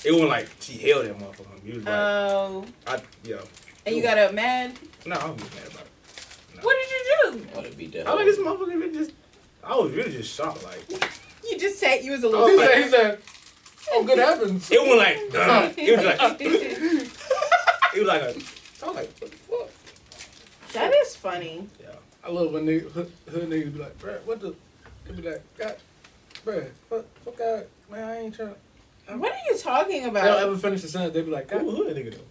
Speaker 4: it was like she held that motherfucker. You was like,
Speaker 3: oh,
Speaker 4: I yo,
Speaker 3: and you got up mad.
Speaker 4: no, I was just mad about it.
Speaker 3: What did you do?
Speaker 2: I would have beat that.
Speaker 4: I like this motherfucker really just. I was really just shocked.
Speaker 3: (laughs)
Speaker 4: Like
Speaker 3: You just said you was a
Speaker 4: I
Speaker 3: little.
Speaker 4: was like,
Speaker 3: pussy.
Speaker 4: it was
Speaker 1: Oh, good
Speaker 4: (laughs)
Speaker 1: heavens.
Speaker 4: like, duh. it
Speaker 3: (laughs)
Speaker 4: was like, "Uh." it was like a. I was like, what the fuck?
Speaker 3: that is funny.
Speaker 4: Yeah.
Speaker 1: I love when nigga, hood, hood niggas be like, bruh, what the? They be like, God, bruh, fuck, fuck out, man, I ain't trying.
Speaker 3: What are you talking
Speaker 1: They don't
Speaker 3: about?
Speaker 1: ever finish the sentence. They be like,
Speaker 4: Who
Speaker 1: God,
Speaker 4: hood nigga though?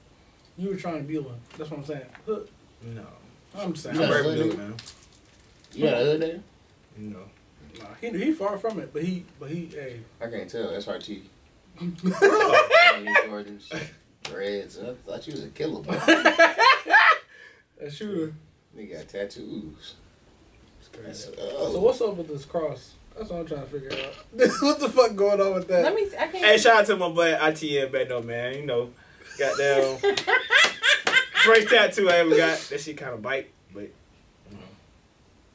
Speaker 1: you were trying to be one. That's what I'm saying. Hood,
Speaker 4: No.
Speaker 1: I'm just saying.
Speaker 4: I'm
Speaker 2: Yeah.
Speaker 1: I'm
Speaker 4: brave
Speaker 2: hood
Speaker 4: nigga,
Speaker 2: nigga.
Speaker 4: man.
Speaker 2: You got another nigga?
Speaker 4: No.
Speaker 3: (laughs)
Speaker 1: nah, he, he far from it, but he, but he, hey.
Speaker 2: I can't tell. That's
Speaker 4: (laughs)
Speaker 2: RT.
Speaker 4: Bro.
Speaker 2: Jordans, Reds. I thought you was a
Speaker 4: (laughs)
Speaker 2: killer, bro.
Speaker 1: A shooter.
Speaker 2: Nigga got tattoos.
Speaker 4: It's
Speaker 2: That's,
Speaker 4: crazy.
Speaker 1: So
Speaker 2: oh.
Speaker 1: what's up with this cross? That's what I'm trying to figure out. (laughs) what the fuck going on with that?
Speaker 3: Let me. I can't.
Speaker 4: Hey, shout out to my boy ITN Beto, man. You know,
Speaker 3: (laughs)
Speaker 4: goddamn. First tattoo I ever got. That shit kind of bite, but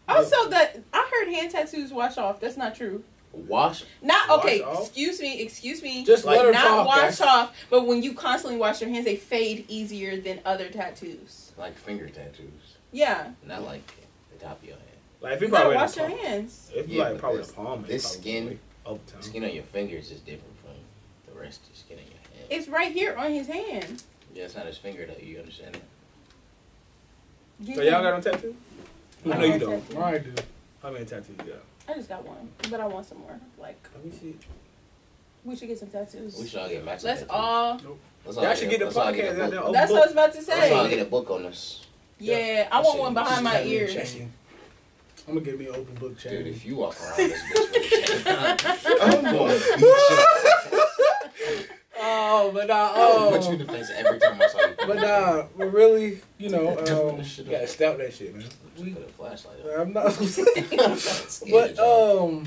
Speaker 3: also, that I heard hand tattoos wash off. That's not true.
Speaker 2: Wash.
Speaker 3: Not
Speaker 4: Wash
Speaker 3: okay.
Speaker 4: off?
Speaker 3: Excuse me. Excuse me.
Speaker 1: Just
Speaker 4: Like,
Speaker 1: let her
Speaker 3: not
Speaker 1: talk.
Speaker 3: wash
Speaker 1: guys.
Speaker 3: off, but when you constantly wash your hands, they fade easier than other tattoos.
Speaker 2: Like finger tattoos.
Speaker 3: Yeah,
Speaker 2: Not like the top of your hand.
Speaker 4: like if you
Speaker 3: you gotta
Speaker 4: probably in the
Speaker 3: wash your
Speaker 4: palm,
Speaker 3: hands.
Speaker 4: if you
Speaker 2: Yeah,
Speaker 4: like
Speaker 2: but
Speaker 4: probably in
Speaker 2: this-
Speaker 4: the palm, it's
Speaker 2: this
Speaker 4: probably
Speaker 2: skin-
Speaker 4: up town.
Speaker 2: The skin on your fingers is different from the rest of the skin on your hand.
Speaker 3: It's right here on his hand.
Speaker 2: yeah, it's not his finger though. You understand that?
Speaker 4: So y'all got on tattoo? I know you don't.
Speaker 1: All right, dude.
Speaker 4: How many tattoos you got?
Speaker 3: I just got one, but I want some more. Like
Speaker 4: Let me see.
Speaker 3: we should get some tattoos.
Speaker 2: We should all get matching
Speaker 3: Let's
Speaker 2: tattoos.
Speaker 3: all.
Speaker 2: Let's all
Speaker 4: Y'all should get the
Speaker 2: let's all
Speaker 4: podcast
Speaker 2: a
Speaker 4: out
Speaker 2: book.
Speaker 4: there. Oh,
Speaker 3: That's what I was about to
Speaker 2: Let's all
Speaker 3: say.
Speaker 2: get a book on us.
Speaker 3: Yeah, I
Speaker 2: I
Speaker 3: want
Speaker 2: should-
Speaker 3: one behind my
Speaker 2: should
Speaker 1: Have me a
Speaker 3: ear.
Speaker 1: chain. I'm gonna get me an open book
Speaker 4: (laughs)
Speaker 2: Dude,
Speaker 1: chain.
Speaker 2: if you walk around this bitch with a chain, I'm going to
Speaker 1: Oh, but nah,
Speaker 2: punch you in
Speaker 1: oh,
Speaker 2: the face every time I saw you.
Speaker 1: but uh, nah, but really, you know, um,
Speaker 2: Shit,
Speaker 4: You gotta stop that shit, man.
Speaker 2: Just put a flashlight up.
Speaker 1: I'm
Speaker 4: (laughs)
Speaker 1: not.
Speaker 2: (laughs) But
Speaker 1: But um,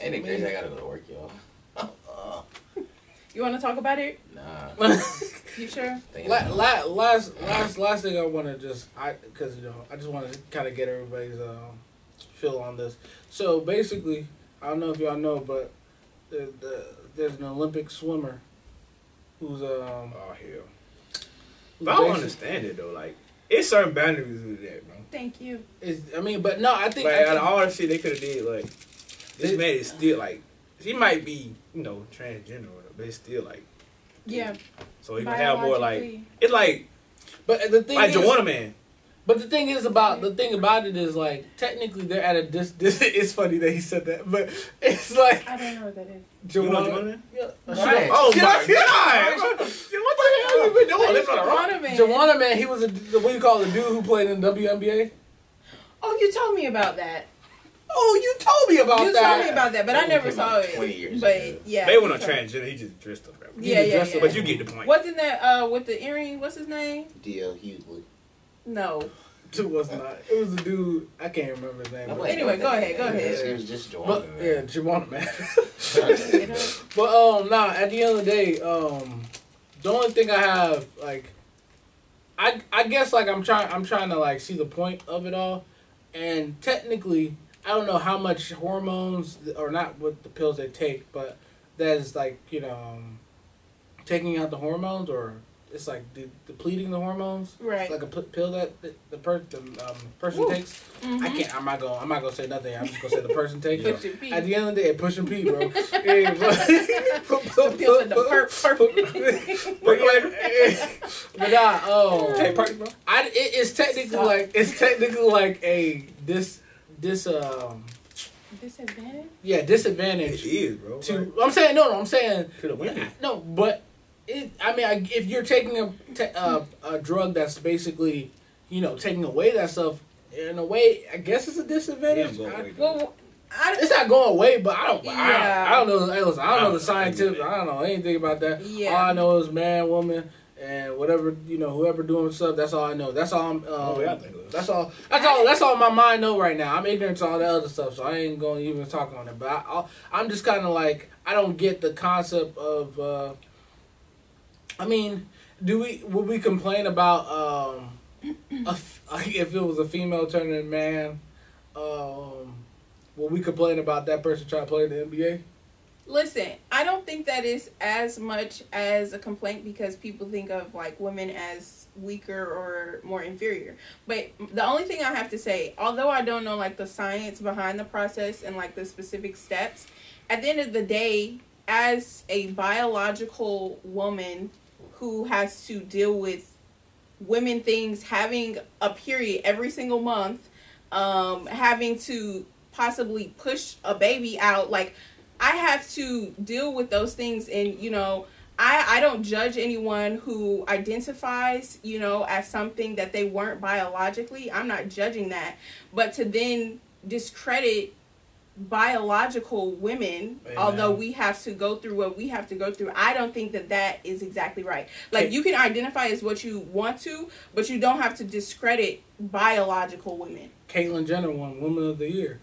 Speaker 2: ain't it crazy? I gotta go to work, y'all. Uh,
Speaker 3: You want to talk about it?
Speaker 2: nah.
Speaker 1: (laughs)
Speaker 3: You sure?
Speaker 2: Thinking
Speaker 1: La-
Speaker 2: about
Speaker 1: la- last last last thing I want to just I because you know I just want to kind of get everybody's um, feel on this. So basically, I don't know if y'all know, but the, the, there's an Olympic swimmer who's um.
Speaker 4: Oh hell.
Speaker 1: who's
Speaker 4: But I don't
Speaker 1: basi-
Speaker 4: understand it though. Like it's certain boundaries with that, bro.
Speaker 3: Thank you.
Speaker 1: Is, I mean, but no, I think,
Speaker 4: Like
Speaker 1: I
Speaker 4: out
Speaker 1: think
Speaker 4: of all the shit they could have did, like this
Speaker 1: They-
Speaker 4: man is still like he might be you know transgender, or whatever, but it's still like
Speaker 3: Yeah.
Speaker 4: so he can have more like
Speaker 3: biologically.
Speaker 4: it's like
Speaker 1: but the thing
Speaker 4: like
Speaker 1: is,
Speaker 4: Joanna man.
Speaker 1: But the thing is about the thing about it is like technically they're at a dis. (laughs) dis- it's funny that he said that, but it's like
Speaker 3: I don't know what that is.
Speaker 4: You know
Speaker 1: Joanna.
Speaker 4: Joanna man?
Speaker 1: Yeah.
Speaker 2: Right.
Speaker 4: Oh
Speaker 1: Get (laughs)
Speaker 4: my
Speaker 1: out-
Speaker 4: god! bro. What the hell you been doing? Living on the rock?
Speaker 3: Donovan.
Speaker 1: Joanna man, he was a the what do you call it, the dude who played in WNBA.
Speaker 3: Oh, you told me about that.
Speaker 1: Oh, you told me about
Speaker 3: you
Speaker 1: that.
Speaker 3: told me about that, but
Speaker 2: That
Speaker 3: I never
Speaker 2: was
Speaker 3: saw
Speaker 2: about
Speaker 3: it.
Speaker 2: 20 years
Speaker 3: but
Speaker 2: ago.
Speaker 3: yeah,
Speaker 4: They went on
Speaker 3: you told-
Speaker 4: transgender. He just dressed up. whatever.
Speaker 3: Yeah,
Speaker 1: He
Speaker 3: yeah,
Speaker 1: dressed
Speaker 3: yeah.
Speaker 1: up.
Speaker 4: But you get the point.
Speaker 3: Wasn't that uh with the earring? What's his name?
Speaker 2: DL Hughley.
Speaker 3: No,
Speaker 1: It was not. It was a dude. I can't remember his name.
Speaker 2: I'm
Speaker 1: but-
Speaker 2: like,
Speaker 3: Anyway, go ahead, go
Speaker 2: yeah,
Speaker 3: ahead.
Speaker 2: It was just Jordan.
Speaker 1: But
Speaker 2: man.
Speaker 1: yeah, Juwan man. but um, nah. At the end of the day, um, the only thing I have like, I I guess like I'm trying I'm trying to like see the point of it all, and technically I don't know how much hormones or not what the pills they take, but that is like you know, um, taking out the hormones or it's like de- depleting the hormones.
Speaker 3: Right.
Speaker 1: It's like a p- pill that the, the, per- the um, person
Speaker 3: Woo.
Speaker 1: takes. I
Speaker 3: Mhm.
Speaker 1: can't. I'm not gonna. I'm not gonna say nothing. I'm just gonna say the person takes.
Speaker 2: Yeah.
Speaker 1: it.
Speaker 3: Put your feet.
Speaker 1: At the end of the day, push and pee, bro. Yeah, bro.
Speaker 3: Some pills in the perp, (laughs) perp.
Speaker 1: But yeah, eh, (laughs) but nah, um,
Speaker 4: Hey, party, bro.
Speaker 1: I, it, it's technically
Speaker 3: Stop.
Speaker 1: like it's technically like a dis this um
Speaker 3: Disadvantage?
Speaker 1: yeah
Speaker 4: It
Speaker 1: disadvantage
Speaker 4: is, bro.
Speaker 1: to. I'm saying no, no. I'm saying
Speaker 4: could have went.
Speaker 1: no, but it, I mean, I, if you're taking a, te- a a drug that's basically, you know, taking away that stuff, in a way, I guess it's a disadvantage. I-
Speaker 3: Well, I
Speaker 1: it's not going away, but I don't.
Speaker 3: Yeah.
Speaker 1: I, don't I don't know. hey, listen, I don't
Speaker 4: I
Speaker 1: know
Speaker 4: don't
Speaker 1: the
Speaker 4: know
Speaker 1: scientific.
Speaker 4: anything.
Speaker 1: I don't know anything about that.
Speaker 3: Yeah.
Speaker 1: All I know is man, woman, and whatever you know, whoever doing stuff. That's all I know. That's all I'm. Um,
Speaker 4: Oh, yeah, I think it was.
Speaker 1: that's all. That's all. That's all my mind know right now. I'm ignorant to all the other stuff, so I ain't gonna even talk on it. But I, I'll, I'm just kind of like I don't get the concept of. Uh, I mean, do we would we complain about um, a f (laughs) if it was a female turning a man? Um, would we complain about that person trying to play in the NBA?
Speaker 3: Listen, I don't think that is as much as a complaint because people think of like women as weaker or more inferior. But the only thing I have to say, although I don't know like the science behind the process and like the specific steps, at the end of the day, as a biological woman who has to deal with women things having a period every single month, um, having to possibly push a baby out, like I have to deal with those things and you know I, I don't judge anyone who identifies, you know, as something that they weren't biologically. I'm not judging that. But to then discredit biological women,
Speaker 1: Amen.
Speaker 3: although we have to go through what we have to go through, I don't think that that is exactly right. Like,
Speaker 1: Okay.
Speaker 3: you can identify as what you want to, but you don't have to discredit biological women.
Speaker 1: Caitlyn Jenner won Woman of the Year.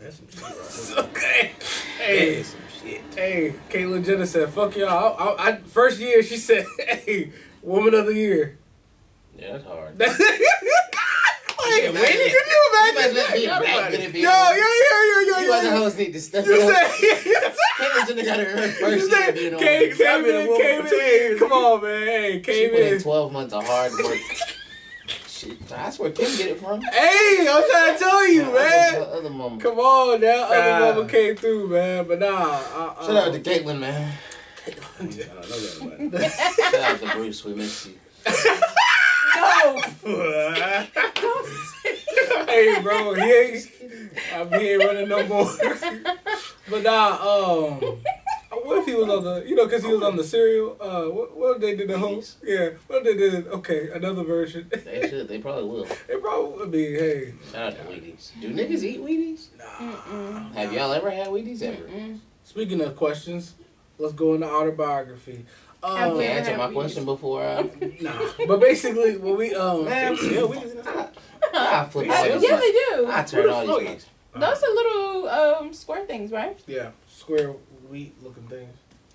Speaker 1: (laughs)
Speaker 4: That's some shit, right
Speaker 1: okay.
Speaker 4: there.
Speaker 1: Hey,
Speaker 4: That's some
Speaker 1: (laughs)
Speaker 4: shit.
Speaker 1: hey, Caitlyn Jenner said, "Fuck y'all." I, I, I, first year, she said, (laughs) "Hey, Woman of the Year."
Speaker 2: (laughs) Yeah, that's hard.
Speaker 1: like,
Speaker 2: Yeah, win it.
Speaker 1: Can you
Speaker 2: You might
Speaker 1: imagine?
Speaker 2: as well be
Speaker 1: that?
Speaker 2: back with it
Speaker 1: Yo,
Speaker 2: being-
Speaker 1: yo, yo, yo,
Speaker 2: You
Speaker 1: yo,
Speaker 2: other
Speaker 1: yo.
Speaker 2: hoes need to step
Speaker 1: You
Speaker 2: up.
Speaker 1: said, you
Speaker 2: Caitlyn Jenner got her
Speaker 1: said,
Speaker 2: first year being on.
Speaker 1: came,
Speaker 4: I've
Speaker 1: came
Speaker 4: been a
Speaker 1: in,
Speaker 4: woman
Speaker 1: came
Speaker 4: for two
Speaker 1: in.
Speaker 4: years.
Speaker 1: Come on, man. Hey,
Speaker 2: She
Speaker 1: came
Speaker 2: put in
Speaker 1: in.
Speaker 2: 12 months of hard work.
Speaker 1: (laughs)
Speaker 2: Shit, that's where Kim get it from.
Speaker 1: Hey, I'm trying to tell you,
Speaker 2: Her
Speaker 1: man.
Speaker 2: Other, her other mama.
Speaker 1: Come on, now. Other
Speaker 4: Nah.
Speaker 1: woman came through, man. But nah. uh, I, I,
Speaker 2: Shout out to Caitlyn, man.
Speaker 4: I don't know that about
Speaker 2: Shout out to Bruce. We miss you.
Speaker 3: No!
Speaker 4: it.
Speaker 3: Don't say
Speaker 1: hey, bro, he ain't, I, he ain't running no more. (laughs) but nah, um, what if he was on the, you know, because he was on the serial? Uh, what, what if they did the whole,
Speaker 2: Please.
Speaker 1: yeah, what if they did, okay, another version? (laughs)
Speaker 2: They should. They probably will.
Speaker 1: It probably would be, hey.
Speaker 2: Shout out to Wheaties. Do niggas eat Wheaties?
Speaker 3: Mm-mm.
Speaker 2: Have y'all ever had Wheaties ever?
Speaker 3: Mm-mm.
Speaker 1: Speaking of questions, let's go into autobiography.
Speaker 3: Have
Speaker 1: Um,
Speaker 3: we
Speaker 2: You
Speaker 3: ever
Speaker 2: answered
Speaker 3: had
Speaker 2: my
Speaker 3: Wheaties?
Speaker 2: question before uh,
Speaker 3: (laughs)
Speaker 2: I.
Speaker 1: nah, but basically, when we, um,
Speaker 2: Man,
Speaker 4: Yeah, we just-
Speaker 2: I flip
Speaker 4: Yeah,
Speaker 2: all
Speaker 3: Yeah,
Speaker 2: these.
Speaker 3: they do.
Speaker 2: I turn all
Speaker 1: Who the
Speaker 2: these.
Speaker 1: fuck
Speaker 2: things.
Speaker 3: Those are little um, square things, right?
Speaker 1: yeah, square wheat looking things.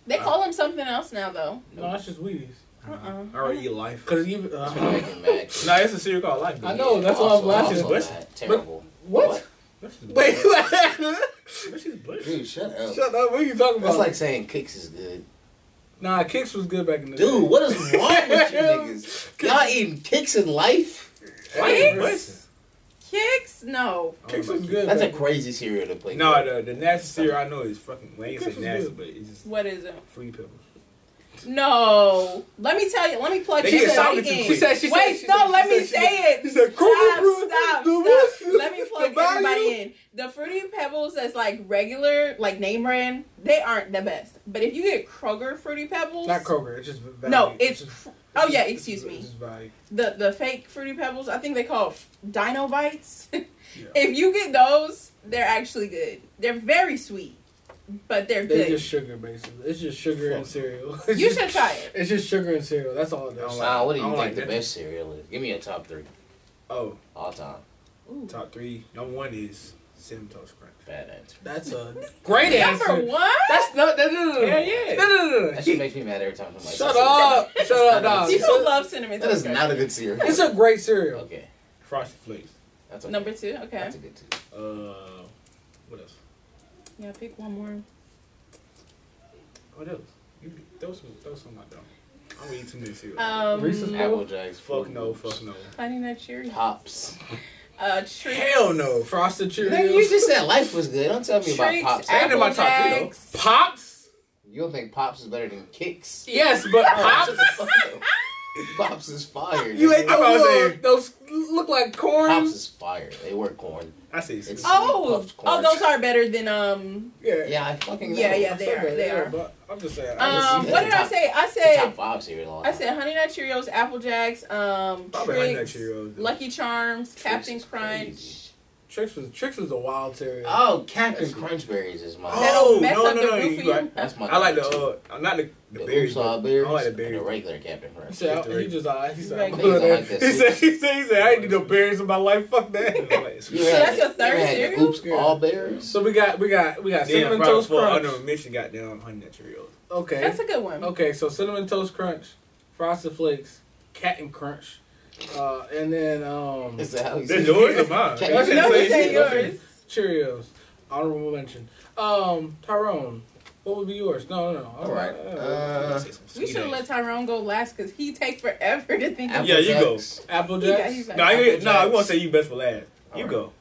Speaker 3: They call them something else now, though. Uh-uh.
Speaker 1: No, it's just Wheaties.
Speaker 4: I already eat life.
Speaker 1: Cause even uh,
Speaker 2: That's what make me mad.
Speaker 4: Nah, it's a cereal called life.
Speaker 1: I know, that's why I'm
Speaker 2: Also-
Speaker 1: laughing.
Speaker 2: also
Speaker 4: But-
Speaker 2: mad. Terrible.
Speaker 1: what?
Speaker 4: That's
Speaker 1: (laughs)
Speaker 4: just
Speaker 1: Wait,
Speaker 4: bullshit.
Speaker 1: what?
Speaker 4: That's just bullshit.
Speaker 2: Dude, shut up.
Speaker 1: Shut up! What are you talking
Speaker 2: That's
Speaker 1: about?
Speaker 2: like saying kicks is good.
Speaker 1: nah, kicks was good back in the
Speaker 2: Dude,
Speaker 1: day.
Speaker 2: what (laughs) is wrong with you niggas? Y'all eating kicks in life?
Speaker 1: Hey, bro.
Speaker 4: Kicks?
Speaker 3: Kicks? No.
Speaker 1: Kicks
Speaker 4: Oh
Speaker 1: was good.
Speaker 2: That's a
Speaker 1: back-
Speaker 2: crazy cereal to play.
Speaker 4: No,
Speaker 2: with.
Speaker 4: the, the nasty cereal I know is fucking. Well, I ain't
Speaker 1: Kicks
Speaker 4: say
Speaker 1: was
Speaker 4: nasty,
Speaker 1: good.
Speaker 4: but it's just
Speaker 3: What is it?
Speaker 4: free pepper.
Speaker 3: No. Let me tell you. Let me plug
Speaker 4: They
Speaker 3: you
Speaker 4: get
Speaker 3: in.
Speaker 4: salty too
Speaker 1: She said. She
Speaker 3: Wait,
Speaker 1: said, she
Speaker 3: no,
Speaker 1: said- she
Speaker 3: let
Speaker 1: said-
Speaker 3: me
Speaker 1: she
Speaker 3: say
Speaker 1: said-
Speaker 3: it.
Speaker 1: She said, "Cool,
Speaker 3: Stop,
Speaker 1: bro."
Speaker 3: stop,
Speaker 1: The
Speaker 3: stop.
Speaker 1: what?
Speaker 3: Let me
Speaker 1: The
Speaker 3: plug
Speaker 1: value?
Speaker 3: everybody in. The Fruity Pebbles that's like regular, like name brand, they aren't the best. But if you get Kroger Fruity Pebbles,
Speaker 1: Not Kroger. It's just value.
Speaker 3: no, it's
Speaker 1: just-
Speaker 3: oh yeah,
Speaker 1: it's just-
Speaker 3: excuse
Speaker 1: it's
Speaker 3: me,
Speaker 1: just value.
Speaker 3: the the fake Fruity Pebbles. I think they call it Dino Bites. (laughs)
Speaker 1: Yeah.
Speaker 3: If you get those, they're actually good. They're very sweet, but they're
Speaker 1: It's
Speaker 3: good.
Speaker 1: just sugar, basically. It's just sugar and
Speaker 2: Fuck.
Speaker 1: cereal. (laughs)
Speaker 3: You should try it.
Speaker 1: It's just sugar and cereal. That's all it
Speaker 4: I
Speaker 1: is.
Speaker 4: don't
Speaker 2: Nah, what do
Speaker 4: I
Speaker 2: you
Speaker 4: don't
Speaker 2: think
Speaker 4: like
Speaker 2: the
Speaker 4: that.
Speaker 2: best cereal is? Give me a top three.
Speaker 4: Oh,
Speaker 2: All time.
Speaker 1: Ooh,
Speaker 4: top three. Number one is cinnamon toast crunch.
Speaker 2: Bad answer.
Speaker 1: that's a great
Speaker 3: Number
Speaker 1: answer.
Speaker 3: one?
Speaker 1: That's not. That, no, no, no.
Speaker 4: Yeah,
Speaker 1: No,
Speaker 4: yeah.
Speaker 1: no, no, no, no.
Speaker 2: That shit makes me mad every time somebody
Speaker 1: Shut
Speaker 2: says that.
Speaker 1: up. Shut up, dog.
Speaker 2: That's
Speaker 3: People love cinnamon
Speaker 2: That
Speaker 3: toast
Speaker 2: is not
Speaker 3: crunch.
Speaker 2: a good cereal.
Speaker 1: It's a great cereal.
Speaker 2: okay.
Speaker 4: Frosted flakes.
Speaker 2: That's okay.
Speaker 3: Number two, okay.
Speaker 2: That's a good two.
Speaker 4: Uh, what else?
Speaker 3: Yeah, pick one more.
Speaker 4: What else? You throw some, throw some out there. I'm eating too many cereal.
Speaker 3: Um,
Speaker 4: Reese's Puffs?
Speaker 2: Apple Jacks.
Speaker 4: fuck
Speaker 2: Fruit
Speaker 4: no,
Speaker 2: Loops,
Speaker 4: fuck no.
Speaker 3: Finding that cherry.
Speaker 2: Pops.
Speaker 3: Uh, treats.
Speaker 4: Hell Oh, no, frosted
Speaker 2: Nigga, you
Speaker 4: Cheerios.
Speaker 2: just said life was good. Don't tell me about
Speaker 3: Treats,
Speaker 2: Pops.
Speaker 4: And in my
Speaker 3: Apple
Speaker 4: top three though.
Speaker 3: Jacks.
Speaker 4: Pops.
Speaker 2: You don't think Pops is better than
Speaker 3: (laughs)
Speaker 2: Kicks? Oh,
Speaker 1: Yes, but
Speaker 3: Oh.
Speaker 2: Pops
Speaker 1: pops.
Speaker 2: is Pops
Speaker 4: (laughs)
Speaker 2: is fire.
Speaker 1: You
Speaker 2: nigga.
Speaker 1: ate
Speaker 4: I'm
Speaker 1: those,
Speaker 4: about to
Speaker 1: little,
Speaker 4: say-
Speaker 1: those look like
Speaker 2: Pops
Speaker 1: corns.
Speaker 2: is fire. They were corn.
Speaker 4: I see.
Speaker 2: It's-
Speaker 3: Oh,
Speaker 2: Puffed
Speaker 3: oh,
Speaker 2: corn.
Speaker 3: those are better than um.
Speaker 1: Yeah.
Speaker 2: Yeah, I fucking know.
Speaker 3: Yeah, yeah, they
Speaker 4: I said
Speaker 3: are,
Speaker 4: that,
Speaker 3: they
Speaker 4: yeah,
Speaker 3: are.
Speaker 4: But I'm just saying. I just-
Speaker 2: just
Speaker 3: Um,
Speaker 2: used
Speaker 3: what
Speaker 2: the
Speaker 3: did I
Speaker 2: top-
Speaker 3: say? I
Speaker 2: The
Speaker 3: said,
Speaker 2: top five cereal. all
Speaker 3: I
Speaker 2: time.
Speaker 3: said Honey Nut Cheerios, Apple Jacks, um,
Speaker 4: Probably Honey Nut
Speaker 3: Trix,
Speaker 4: Cheerios, though.
Speaker 3: Lucky Charms, Captain
Speaker 2: is
Speaker 3: Crunch.
Speaker 2: crazy.
Speaker 1: Tricks was Tricks was a wild cereal.
Speaker 2: Oh, Captain Crunch berries is my.
Speaker 3: That'll
Speaker 4: Oh,
Speaker 3: mess
Speaker 4: no,
Speaker 3: up
Speaker 4: no,
Speaker 3: the
Speaker 4: no,
Speaker 3: roof
Speaker 4: you
Speaker 3: of your-
Speaker 4: right.
Speaker 2: That's my.
Speaker 4: I like the
Speaker 2: number two.
Speaker 4: uh, not the the,
Speaker 2: the
Speaker 4: berries.
Speaker 2: Utah
Speaker 4: but
Speaker 2: berries.
Speaker 4: I like the berries.
Speaker 2: And the regular Captain Crunch.
Speaker 1: So, he just I, he said,
Speaker 3: Right.
Speaker 1: I'm
Speaker 2: Niggas don't
Speaker 1: good at-
Speaker 2: like that
Speaker 1: he
Speaker 2: cereal.
Speaker 1: said, he said, he said, I ain't need no berries in my life. Fuck
Speaker 2: (laughs)
Speaker 1: that.
Speaker 4: I like it.
Speaker 2: You
Speaker 3: So
Speaker 2: had
Speaker 3: that's
Speaker 2: the-
Speaker 3: your third
Speaker 2: you had the
Speaker 3: cereal?
Speaker 2: Oops,
Speaker 1: Yeah.
Speaker 2: all berries.
Speaker 1: So we got, we got, we got
Speaker 4: Then
Speaker 1: cinnamon
Speaker 4: probably
Speaker 1: toast
Speaker 4: for
Speaker 1: crunch.
Speaker 4: under mission got down honey nut Cheerios.
Speaker 1: Okay,
Speaker 3: That's a good one.
Speaker 1: okay. So cinnamon toast crunch, frosted flakes, cat and crunch, uh, and then um,
Speaker 2: Is that how you
Speaker 4: They're
Speaker 2: say
Speaker 4: yours or
Speaker 2: it?
Speaker 4: mine?
Speaker 2: Check
Speaker 1: No,
Speaker 2: it.
Speaker 1: it's
Speaker 3: No,
Speaker 1: say
Speaker 3: this ain't
Speaker 1: shit.
Speaker 3: yours.
Speaker 1: Cheerios. Honorable mention. Um, Tyrone, what would be yours? No, no, no.
Speaker 2: All right.
Speaker 1: Uh,
Speaker 2: Uh,
Speaker 3: We should have let Tyrone go last because he take forever to think.
Speaker 2: Apple
Speaker 3: of
Speaker 4: Yeah, you go.
Speaker 2: Jacks.
Speaker 1: Apple
Speaker 3: He got-
Speaker 1: Jacks.
Speaker 3: he's like-
Speaker 4: No, I,
Speaker 1: Apple
Speaker 4: no, I
Speaker 1: Jacks.
Speaker 4: won't say you best for last. You
Speaker 2: Alright.
Speaker 4: go.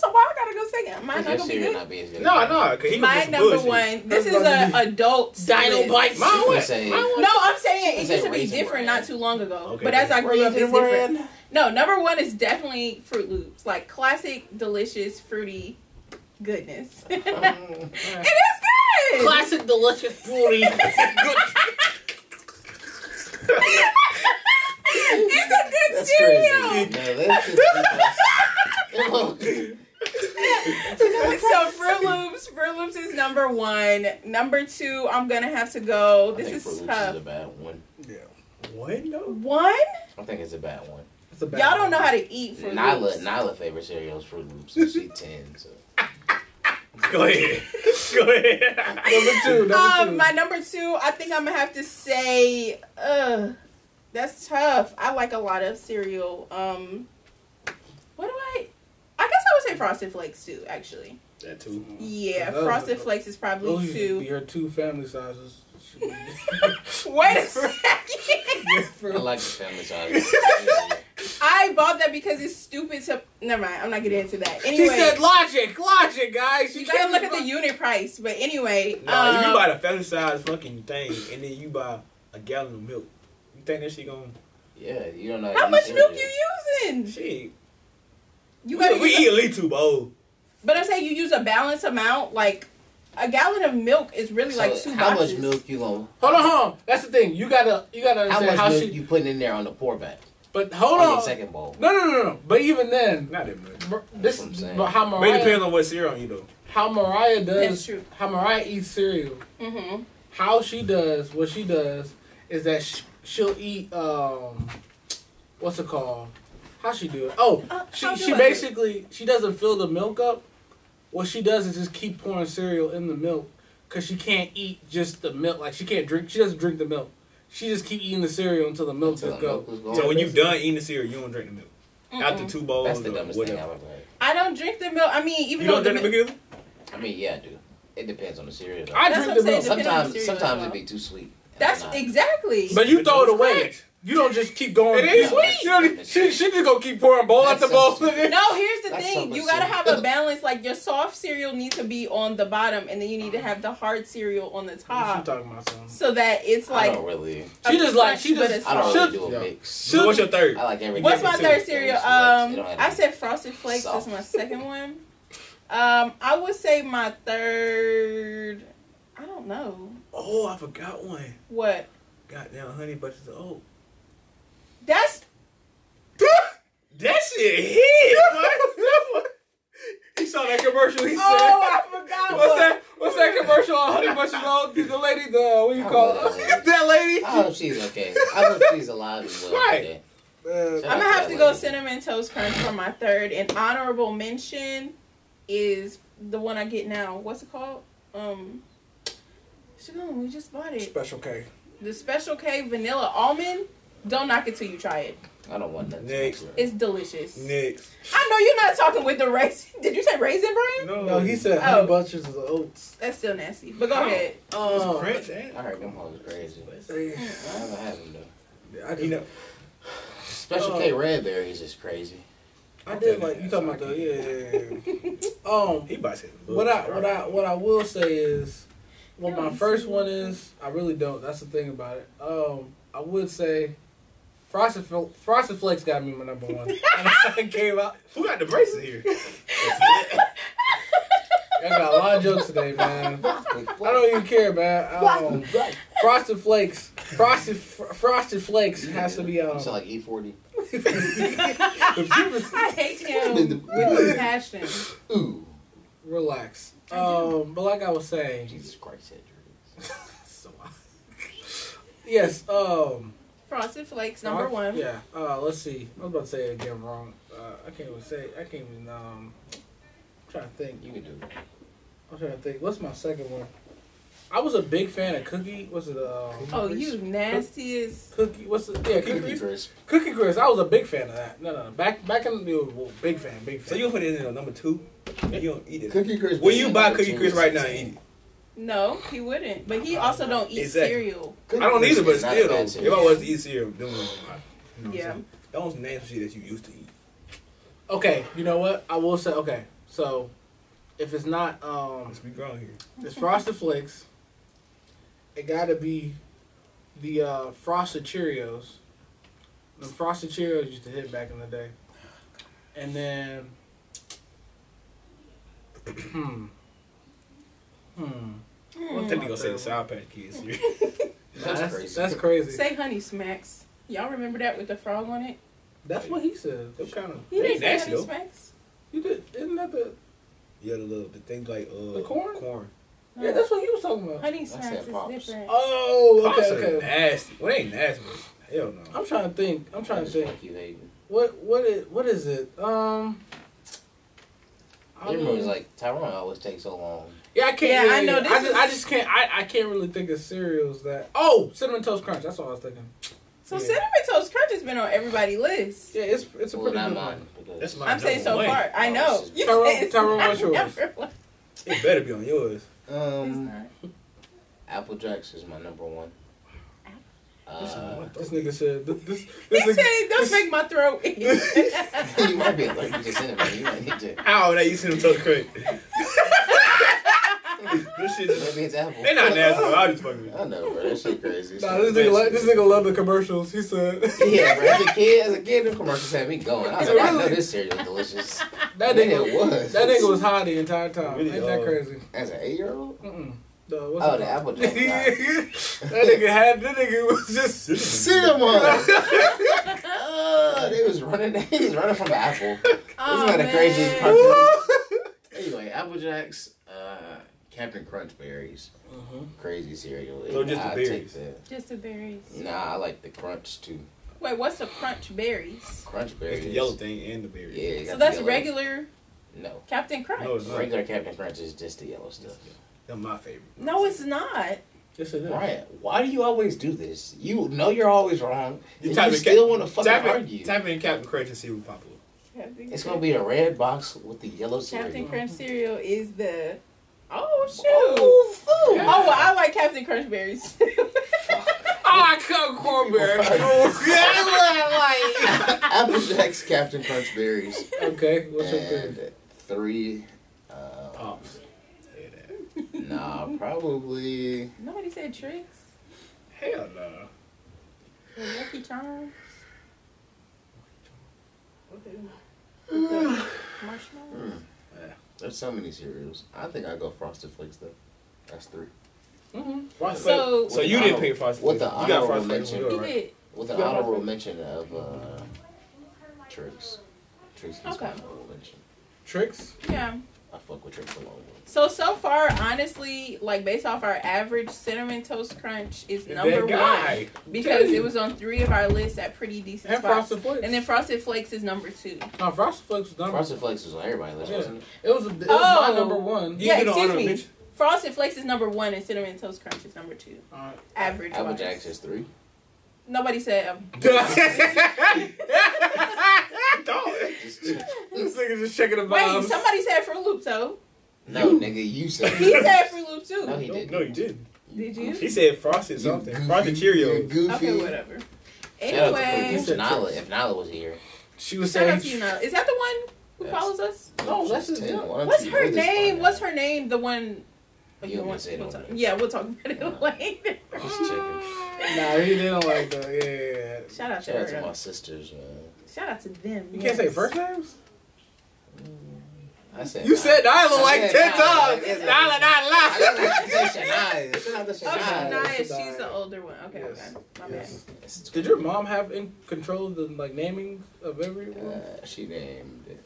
Speaker 3: So why I gotta go second? Mine not
Speaker 2: Your
Speaker 3: gonna be
Speaker 2: cereal
Speaker 3: good.
Speaker 2: not be as good.
Speaker 4: No, no, cause he
Speaker 3: My
Speaker 4: was
Speaker 3: number
Speaker 4: bullshit.
Speaker 3: one. This is
Speaker 1: That's
Speaker 3: a
Speaker 1: about to
Speaker 3: adult list.
Speaker 1: Bites.
Speaker 4: Mine
Speaker 2: You
Speaker 4: went.
Speaker 2: say-
Speaker 4: Mine went.
Speaker 3: No, I'm saying it
Speaker 2: Say
Speaker 3: used to be
Speaker 2: Raisin
Speaker 3: different
Speaker 2: Bran.
Speaker 3: not too long ago.
Speaker 4: Okay.
Speaker 3: But as I grew up, it's different.
Speaker 2: Raisin
Speaker 3: No, number one is definitely Fruit Loops, like classic, delicious, fruity goodness. (laughs) it is
Speaker 2: Bran.
Speaker 3: good.
Speaker 1: Classic delicious fruity.
Speaker 3: (laughs) it's a good
Speaker 2: That's
Speaker 3: cereal.
Speaker 2: crazy. No, that's just because-
Speaker 3: (laughs) so Fruit Loops, Fruit Loops is number one. Number two, I'm gonna have to go.
Speaker 2: I
Speaker 3: This
Speaker 2: think
Speaker 3: is
Speaker 2: Fruit Loops
Speaker 3: tough.
Speaker 2: is a bad one.
Speaker 4: What? No.
Speaker 3: One?
Speaker 2: I think it's a bad one.
Speaker 1: It's a bad
Speaker 3: Y'all
Speaker 1: one.
Speaker 3: don't know how to eat Fruit
Speaker 2: Nyla,
Speaker 3: Loops.
Speaker 2: Nyla favorite cereal is Fruit Loops, and she ten. So
Speaker 4: Go ahead. (laughs) go ahead.
Speaker 1: Number two. Number two.
Speaker 3: Um, my number two, I think I'm gonna have to say, ugh, that's tough. I like a lot of cereal. Um, what do I? I guess I would say Frosted Flakes too, actually.
Speaker 4: That too.
Speaker 3: Yeah,
Speaker 1: Those-
Speaker 3: Frosted Flakes
Speaker 1: Those
Speaker 3: is probably
Speaker 1: should be
Speaker 3: (laughs) two.
Speaker 1: your two family sizes.
Speaker 3: (laughs) Wait a second.
Speaker 4: (laughs)
Speaker 2: I like the family
Speaker 3: (laughs)
Speaker 2: size.
Speaker 3: I bought that because it's stupid to. Never mind. I'm not getting into that.
Speaker 1: She
Speaker 3: Anyway,
Speaker 1: said logic, logic, guys.
Speaker 3: you
Speaker 1: can't
Speaker 3: gotta look at the
Speaker 1: just-
Speaker 3: unit price. But anyway,
Speaker 4: No, if you
Speaker 3: um,
Speaker 4: buy the family size fucking thing, and then you buy a gallon of milk. You think that shit gonna?
Speaker 2: yeah, you don't know.
Speaker 3: how
Speaker 2: eat
Speaker 3: much milk
Speaker 2: cereal.
Speaker 3: you
Speaker 4: (laughs)
Speaker 3: using?
Speaker 4: Shit. We,
Speaker 3: You gotta.
Speaker 4: we
Speaker 3: use-
Speaker 4: eat at least two bowls.
Speaker 3: but I'm saying you use a balanced amount. Like a gallon of milk is really
Speaker 2: So
Speaker 3: like two
Speaker 2: how
Speaker 3: boxes.
Speaker 2: much milk you gonna?
Speaker 1: Hold on, hold on. That's the thing. You gotta, you gotta
Speaker 2: How much
Speaker 1: understand how,
Speaker 2: milk
Speaker 1: she.
Speaker 2: you putting in there on the pour back?
Speaker 1: But hold
Speaker 2: on
Speaker 1: on.
Speaker 2: the second bowl.
Speaker 1: No, no, no, no. But even then,
Speaker 4: Not that much.
Speaker 1: br- this
Speaker 2: what I'm
Speaker 1: is
Speaker 2: saying.
Speaker 1: but how
Speaker 4: But it
Speaker 1: Mariah,
Speaker 4: depends on what cereal you though.
Speaker 1: how Mariah
Speaker 3: That's
Speaker 1: does,
Speaker 3: true.
Speaker 1: how Mariah eats cereal.
Speaker 3: Mm-hmm.
Speaker 1: How she does what she does is that sh- she'll eat um, what's it called? How she do it? Oh,
Speaker 3: Uh,
Speaker 1: she
Speaker 3: how do
Speaker 1: she
Speaker 3: I do it?
Speaker 1: basically she doesn't fill the milk up. What she does is just keep pouring cereal in the milk because she can't eat just the milk. Like she can't drink. She doesn't drink the milk. She just keep eating the cereal until the milk
Speaker 2: Until
Speaker 1: just
Speaker 2: the
Speaker 1: go.
Speaker 2: milk was gone.
Speaker 4: So when you done eating the cereal, you don't drink the milk. After
Speaker 3: Mm-mm.
Speaker 4: two bowls
Speaker 2: that's the
Speaker 4: or
Speaker 2: dumbest
Speaker 4: whatever.
Speaker 2: thing I've ever heard.
Speaker 3: I don't drink the milk. I mean, even
Speaker 4: You
Speaker 3: though
Speaker 4: don't drink the
Speaker 3: mi-
Speaker 4: milk?
Speaker 2: I mean, yeah, I do. It depends on the cereal. though.
Speaker 1: I
Speaker 3: That's
Speaker 1: drink
Speaker 3: what I'm
Speaker 1: the
Speaker 3: saying,
Speaker 1: milk,
Speaker 3: depending on the
Speaker 2: sometimes,
Speaker 3: cereal
Speaker 2: sometimes
Speaker 3: as well.
Speaker 2: it be too sweet. and
Speaker 3: That's
Speaker 2: I'm not.
Speaker 3: exactly.
Speaker 1: but you
Speaker 4: But
Speaker 1: throw it
Speaker 4: it's
Speaker 1: away.
Speaker 4: crunch.
Speaker 1: You don't just keep going.
Speaker 4: It is
Speaker 1: No,
Speaker 2: sweet.
Speaker 1: She, don't- she, she just gonna keep pouring bowl
Speaker 2: That's
Speaker 1: after bowl. (laughs)
Speaker 2: so sweet.
Speaker 3: No, here's the
Speaker 2: That's
Speaker 3: thing.
Speaker 2: so
Speaker 3: you gotta
Speaker 2: much
Speaker 3: have a balance. Like your soft cereal needs to be on the bottom, and then you need to have the hard cereal on the
Speaker 1: What you
Speaker 3: top,
Speaker 1: talking about, son?
Speaker 3: so that it's
Speaker 2: I
Speaker 3: like.
Speaker 2: don't really.
Speaker 3: a
Speaker 1: She just like- she
Speaker 3: crunch,
Speaker 1: just-
Speaker 2: I
Speaker 3: but
Speaker 2: don't
Speaker 3: it's
Speaker 2: really
Speaker 1: Should-
Speaker 3: soft.
Speaker 2: do a
Speaker 4: yeah.
Speaker 2: mix.
Speaker 1: Should-
Speaker 4: So what's your third?
Speaker 2: I like everything.
Speaker 3: What's my
Speaker 4: Give me
Speaker 3: third
Speaker 4: two.
Speaker 3: cereal? Um, I said Frosted Flakes
Speaker 2: Soft.
Speaker 3: is my second one. Um, I would say my third. I don't know
Speaker 4: Oh, I forgot one.
Speaker 3: what.
Speaker 4: Goddamn honey bunches of oat.
Speaker 3: That's
Speaker 4: (laughs) That shit hit. boy.
Speaker 1: He saw that commercial. He said.
Speaker 3: oh, I forgot.
Speaker 1: What's
Speaker 3: one.
Speaker 1: that? What's that commercial on Honey Bunches of Oats? The lady, the what do you call it? (laughs) that lady?
Speaker 2: Oh. I hope she's okay. I hope she's alive and well
Speaker 1: Right.
Speaker 2: today.
Speaker 1: Man,
Speaker 2: So-
Speaker 3: I'm gonna have to go cinnamon toast crunch for my third. And honorable mention is the one I get now. What's it called? Um, Shalom, we just bought it.
Speaker 1: special K.
Speaker 3: The Special K vanilla almond. Don't knock it till you try it.
Speaker 2: I don't want that.
Speaker 1: Next.
Speaker 3: It's delicious.
Speaker 1: Next.
Speaker 3: I know you're not talking with the raisin. (laughs) Did you say raisin,
Speaker 4: No,
Speaker 3: Brian?
Speaker 1: No, he said
Speaker 3: Oh.
Speaker 1: honey bunches of oats.
Speaker 3: That's still nasty. But go ahead.
Speaker 1: Oh,
Speaker 4: Crunch, eh?
Speaker 2: I heard them hoes crazy.
Speaker 1: I
Speaker 2: I haven't had them though.
Speaker 1: just,
Speaker 4: You know,
Speaker 2: Special K red berries is crazy.
Speaker 1: I did like you talking about the yeah. yeah, yeah. um,
Speaker 4: he bites it.
Speaker 1: what I what I what I will say is, well,
Speaker 3: You
Speaker 1: my
Speaker 3: don't
Speaker 1: first
Speaker 3: see
Speaker 1: one
Speaker 3: it.
Speaker 1: is I really don't. That's the thing about it. Um, I would say, Frosted Fl- Frosted Flakes got me my number one. (laughs) and I came out.
Speaker 4: Who got the braces (laughs) here?
Speaker 1: I got a lot of jokes today, man. I don't even care, man. Um, Frosted Flakes, Frosted fr- Frosted Flakes has to be
Speaker 2: You
Speaker 1: um.
Speaker 2: sound like E E40.
Speaker 3: I hate him with passion.
Speaker 2: Ooh,
Speaker 1: Relax. Um, but like I was saying,
Speaker 2: Jesus Christ, Hendrix.
Speaker 1: so- yes. Um,
Speaker 3: Frosted Flakes, number one.
Speaker 1: Yeah. Uh, let's see. I was about to say it again wrong. Uh, I can't even say. I can't even. Um, I'm trying to think.
Speaker 2: You can do it.
Speaker 1: I'm trying to think. What's my second one? I was a big fan of Cookie. Was it uh,
Speaker 3: Oh, you nastiest.
Speaker 1: Cookie? What's it? Yeah,
Speaker 2: Cookie
Speaker 1: Cookie.
Speaker 2: crisp.
Speaker 1: Cookie Crisp. I was a big fan of that. No, no, no. Back back in the day, well, big fan, big fan.
Speaker 4: So you put it in on number two? You don't eat it.
Speaker 2: Cookie crisp.
Speaker 4: When you buy Cookie Crisp right now, and eat
Speaker 3: No, he wouldn't. But he also don't eat
Speaker 4: Exactly.
Speaker 3: cereal.
Speaker 4: it. I don't either, but
Speaker 2: Not
Speaker 4: still
Speaker 2: a
Speaker 4: though,
Speaker 2: bad
Speaker 4: if I
Speaker 2: cereal.
Speaker 4: was to eat cereal, then you know what
Speaker 3: Yeah.
Speaker 4: I'm saying? Those names shit that you used to eat.
Speaker 1: Okay, you know what? I will say. Okay, so if it's not um,
Speaker 4: Let's be grown here.
Speaker 1: It's frosted flakes. It gotta be the uh, frosted Cheerios. The frosted Cheerios used to hit back in the day, and then hmm hmm.
Speaker 4: That nigga gonna say the Sour Patch Kids (laughs) cereal.
Speaker 1: Nah,
Speaker 2: That's
Speaker 1: that's
Speaker 2: crazy.
Speaker 1: That's crazy.
Speaker 3: Say Honey Smacks. Y'all remember that with the frog on it?
Speaker 1: That's what he said. That kind of
Speaker 3: He didn't say
Speaker 4: Nasty,
Speaker 3: Honey
Speaker 4: though.
Speaker 3: Smacks.
Speaker 1: you did. Isn't that the
Speaker 4: Yeah, the little the things like uh
Speaker 1: The corn?
Speaker 4: Corn.
Speaker 3: No.
Speaker 1: yeah? That's what he was talking about.
Speaker 3: Honey
Speaker 2: said
Speaker 3: Smacks is
Speaker 2: Pops.
Speaker 3: different.
Speaker 1: Oh,
Speaker 4: Pops
Speaker 1: okay,
Speaker 4: are
Speaker 1: okay.
Speaker 4: nasty. Well, they ain't nasty. But hell no. Uh,
Speaker 1: I'm trying to think. I'm trying to
Speaker 2: Just
Speaker 1: think.
Speaker 2: fuck You Hayden.
Speaker 1: What what is what is it? Um. I
Speaker 2: Your
Speaker 1: mean-
Speaker 2: movie's like Tyrone always takes so long.
Speaker 1: Yeah, I can't.
Speaker 3: Yeah, I know,
Speaker 1: I
Speaker 3: this
Speaker 1: just,
Speaker 3: is-
Speaker 1: I just can't. I, I can't really think of cereals that. Oh, cinnamon toast crunch. That's what I was thinking.
Speaker 3: So
Speaker 1: Yeah.
Speaker 3: Cinnamon Toast Crunch has been on everybody's list.
Speaker 1: Yeah, it's it's a
Speaker 2: well,
Speaker 1: pretty
Speaker 2: not
Speaker 1: good
Speaker 2: mine.
Speaker 1: one.
Speaker 2: because-
Speaker 4: That's my
Speaker 3: I'm saying so
Speaker 4: number one.
Speaker 3: far. I
Speaker 2: Oh,
Speaker 3: know.
Speaker 2: this is-
Speaker 3: You
Speaker 1: Tyrone-
Speaker 3: said it's (laughs)
Speaker 1: Tyrone,
Speaker 3: not
Speaker 1: what's yours?
Speaker 3: number one.
Speaker 4: It better be on yours.
Speaker 3: It's
Speaker 2: Um,
Speaker 3: not.
Speaker 2: Apple Jacks is my number one. Uh,
Speaker 1: This nigga said th- this.
Speaker 3: (laughs) He
Speaker 1: This
Speaker 3: said,
Speaker 1: nigga,
Speaker 3: don't make my throat itch."
Speaker 2: (laughs) you might be allergic to cinnamon. You might need to.
Speaker 4: How that you see them so (laughs) crazy? this shit just
Speaker 2: Maybe it's apple.
Speaker 4: They're not nasty. though. I just fucking with
Speaker 2: I know, bro. That shit crazy.
Speaker 1: nah, this nigga like this nigga love the commercials. He said (laughs)
Speaker 2: Yeah, bro. As a kid, as a kid, the commercials had me going. I was like, I know
Speaker 1: Really?
Speaker 2: this cereal is delicious.
Speaker 1: that
Speaker 2: Man,
Speaker 1: nigga
Speaker 2: it was.
Speaker 1: that nigga was high the entire time.
Speaker 4: Really,
Speaker 1: Ain't that
Speaker 4: uh,
Speaker 1: crazy?
Speaker 2: As an eight-year-old.
Speaker 1: Mm-mm. Duh, what's
Speaker 2: Oh,
Speaker 1: it (laughs)
Speaker 2: the
Speaker 1: called?
Speaker 2: apple jack. guy.
Speaker 1: that nigga had that nigga was
Speaker 4: (laughs)
Speaker 1: just
Speaker 4: This is
Speaker 2: Cinnamon.
Speaker 4: (laughs)
Speaker 2: (laughs) oh, they was running. (laughs) They was running from the apple.
Speaker 3: Oh,
Speaker 2: not a crazy
Speaker 3: man.
Speaker 2: part. Anyway, Apple Jacks, uh, Captain Crunch berries,
Speaker 4: Mm-hmm.
Speaker 2: crazy cereal.
Speaker 4: So Oh, just the
Speaker 2: I
Speaker 4: berries.
Speaker 2: Take
Speaker 3: Just the berries.
Speaker 2: that. Nah, I like the crunch too.
Speaker 3: Wait, what's the crunch berries?
Speaker 2: Crunch berries.
Speaker 4: It's the yellow thing and the berry.
Speaker 2: Yeah. you got
Speaker 3: So
Speaker 2: the
Speaker 3: that's
Speaker 2: yellow.
Speaker 3: regular
Speaker 2: No,
Speaker 3: Captain Crunch.
Speaker 4: No, it's not.
Speaker 2: regular Captain Crunch is just the yellow stuff.
Speaker 4: They're my favorite.
Speaker 3: No, it's not.
Speaker 1: Yes, it is.
Speaker 2: Ryan, why do you always do this? You know you're always wrong.
Speaker 4: You
Speaker 2: and
Speaker 4: type
Speaker 2: you
Speaker 4: in
Speaker 2: still
Speaker 4: Cap-
Speaker 2: want to fucking
Speaker 4: Tap
Speaker 2: argue.
Speaker 4: in, tap in Captain Crunch and see who pop up.
Speaker 3: Captain
Speaker 2: It's
Speaker 3: Crunch.
Speaker 2: gonna be a red box with the yellow
Speaker 3: Captain
Speaker 2: cereal.
Speaker 3: Crunch cereal is the. Oh shoot! Oh,
Speaker 2: Oh, fool.
Speaker 3: well, I like Captain Crunch (laughs) berries.
Speaker 1: Oh, I cut
Speaker 2: (laughs)
Speaker 1: cornbread. (laughs)
Speaker 2: Apple Jacks, Captain Crunch berries,
Speaker 1: okay, what's your
Speaker 2: and
Speaker 1: thing?
Speaker 2: three. Uh,
Speaker 4: Pops. Yeah, that-
Speaker 2: nah, probably.
Speaker 3: Nobody said tricks.
Speaker 4: Hell no.
Speaker 3: Or Lucky Charms. What they- with the Marshmallows.
Speaker 2: Hmm. There's so many cereals. I think I go Frosted Flakes though. That's three.
Speaker 3: So-
Speaker 4: so you didn't pick Frosted
Speaker 2: What the
Speaker 4: Flakes. You got
Speaker 2: honorable
Speaker 4: Frosted Flakes on
Speaker 2: mention?
Speaker 4: yours,
Speaker 3: You
Speaker 4: right?
Speaker 3: did.
Speaker 2: With an
Speaker 4: Yeah, Frosted
Speaker 2: honorable mention of uh, Tricks. Tricks is
Speaker 3: Okay.
Speaker 2: my honorable mention.
Speaker 1: Tricks?
Speaker 3: Yeah.
Speaker 2: I fuck with Trigger Long.
Speaker 3: So so far, honestly, like based off our average, cinnamon toast crunch is
Speaker 4: That
Speaker 3: number one
Speaker 4: guy.
Speaker 3: because it was on three of our lists at pretty decent
Speaker 1: And
Speaker 3: spots.
Speaker 1: Frosted Flakes.
Speaker 3: And then Frosted Flakes is number two.
Speaker 1: no, Frosted Flakes was number.
Speaker 2: Frosted Flakes was on everybody list,
Speaker 1: Oh. Yeah.
Speaker 2: wasn't it?
Speaker 1: It was, it was
Speaker 3: Oh.
Speaker 1: my number one.
Speaker 3: Yeah,
Speaker 4: You know,
Speaker 3: excuse
Speaker 4: I know,
Speaker 3: me.
Speaker 4: bitch.
Speaker 3: Frosted Flakes is number one, and cinnamon toast crunch is number two.
Speaker 1: All
Speaker 3: Average.
Speaker 2: Apple
Speaker 3: wise.
Speaker 2: Jacks
Speaker 3: (laughs)
Speaker 2: is three.
Speaker 3: Nobody said. Um,
Speaker 4: (laughs) Dog.
Speaker 2: Just-
Speaker 1: this nigga just checking the
Speaker 3: wait,
Speaker 1: vibes.
Speaker 3: somebody said Fruit Loops though.
Speaker 2: no, nigga, you said.
Speaker 3: He said Fruit Loops too.
Speaker 2: (laughs) No, he didn't.
Speaker 4: No, you didn't.
Speaker 3: Did you?
Speaker 4: She said frosted
Speaker 2: You
Speaker 4: something.
Speaker 2: goofy,
Speaker 4: Frosted
Speaker 2: you
Speaker 4: Cheerios.
Speaker 2: Goofy.
Speaker 3: Okay, whatever.
Speaker 2: Shout out to Fruit
Speaker 3: Anyway,
Speaker 2: Loops. Nala, if Nala was here.
Speaker 1: she was
Speaker 3: shout
Speaker 1: saying.
Speaker 3: out to you now. Is that the one who
Speaker 2: That's-
Speaker 3: follows us?
Speaker 1: No, that's just
Speaker 2: Tell
Speaker 1: him.
Speaker 2: why don't
Speaker 3: What's
Speaker 2: you
Speaker 3: her
Speaker 2: Oh, do this
Speaker 3: name?
Speaker 2: one?
Speaker 3: What's her name? The one.
Speaker 2: You don't wanna say it
Speaker 3: we'll
Speaker 2: on Uh-huh.
Speaker 3: talk-
Speaker 2: here.
Speaker 3: yeah, we'll talk about it
Speaker 2: Yeah.
Speaker 3: (laughs) later.
Speaker 2: Just checking.
Speaker 1: Nah, he didn't like that. Yeah, yeah, yeah.
Speaker 3: Shout out to
Speaker 2: Shout out to
Speaker 3: her.
Speaker 2: my sisters, man.
Speaker 3: Shout out to them.
Speaker 1: You
Speaker 3: yes.
Speaker 1: can't say first names.
Speaker 2: I said.
Speaker 1: You said Nyla
Speaker 2: I
Speaker 1: like
Speaker 2: said
Speaker 1: ten
Speaker 2: Nyla.
Speaker 1: times.
Speaker 2: Yes, I
Speaker 1: Nyla,
Speaker 2: did. I
Speaker 1: Nyla.
Speaker 2: didn't like to say
Speaker 1: (laughs)
Speaker 2: Shania. Shout out to
Speaker 3: Oh,
Speaker 2: Shania.
Speaker 1: Shania.
Speaker 3: Shania, she's
Speaker 1: Shania.
Speaker 3: the older one. Okay,
Speaker 1: Yes.
Speaker 3: okay. My
Speaker 1: Yes.
Speaker 2: It's tw-
Speaker 1: Did your mom have in control of the like naming of everyone?
Speaker 2: Uh, she named it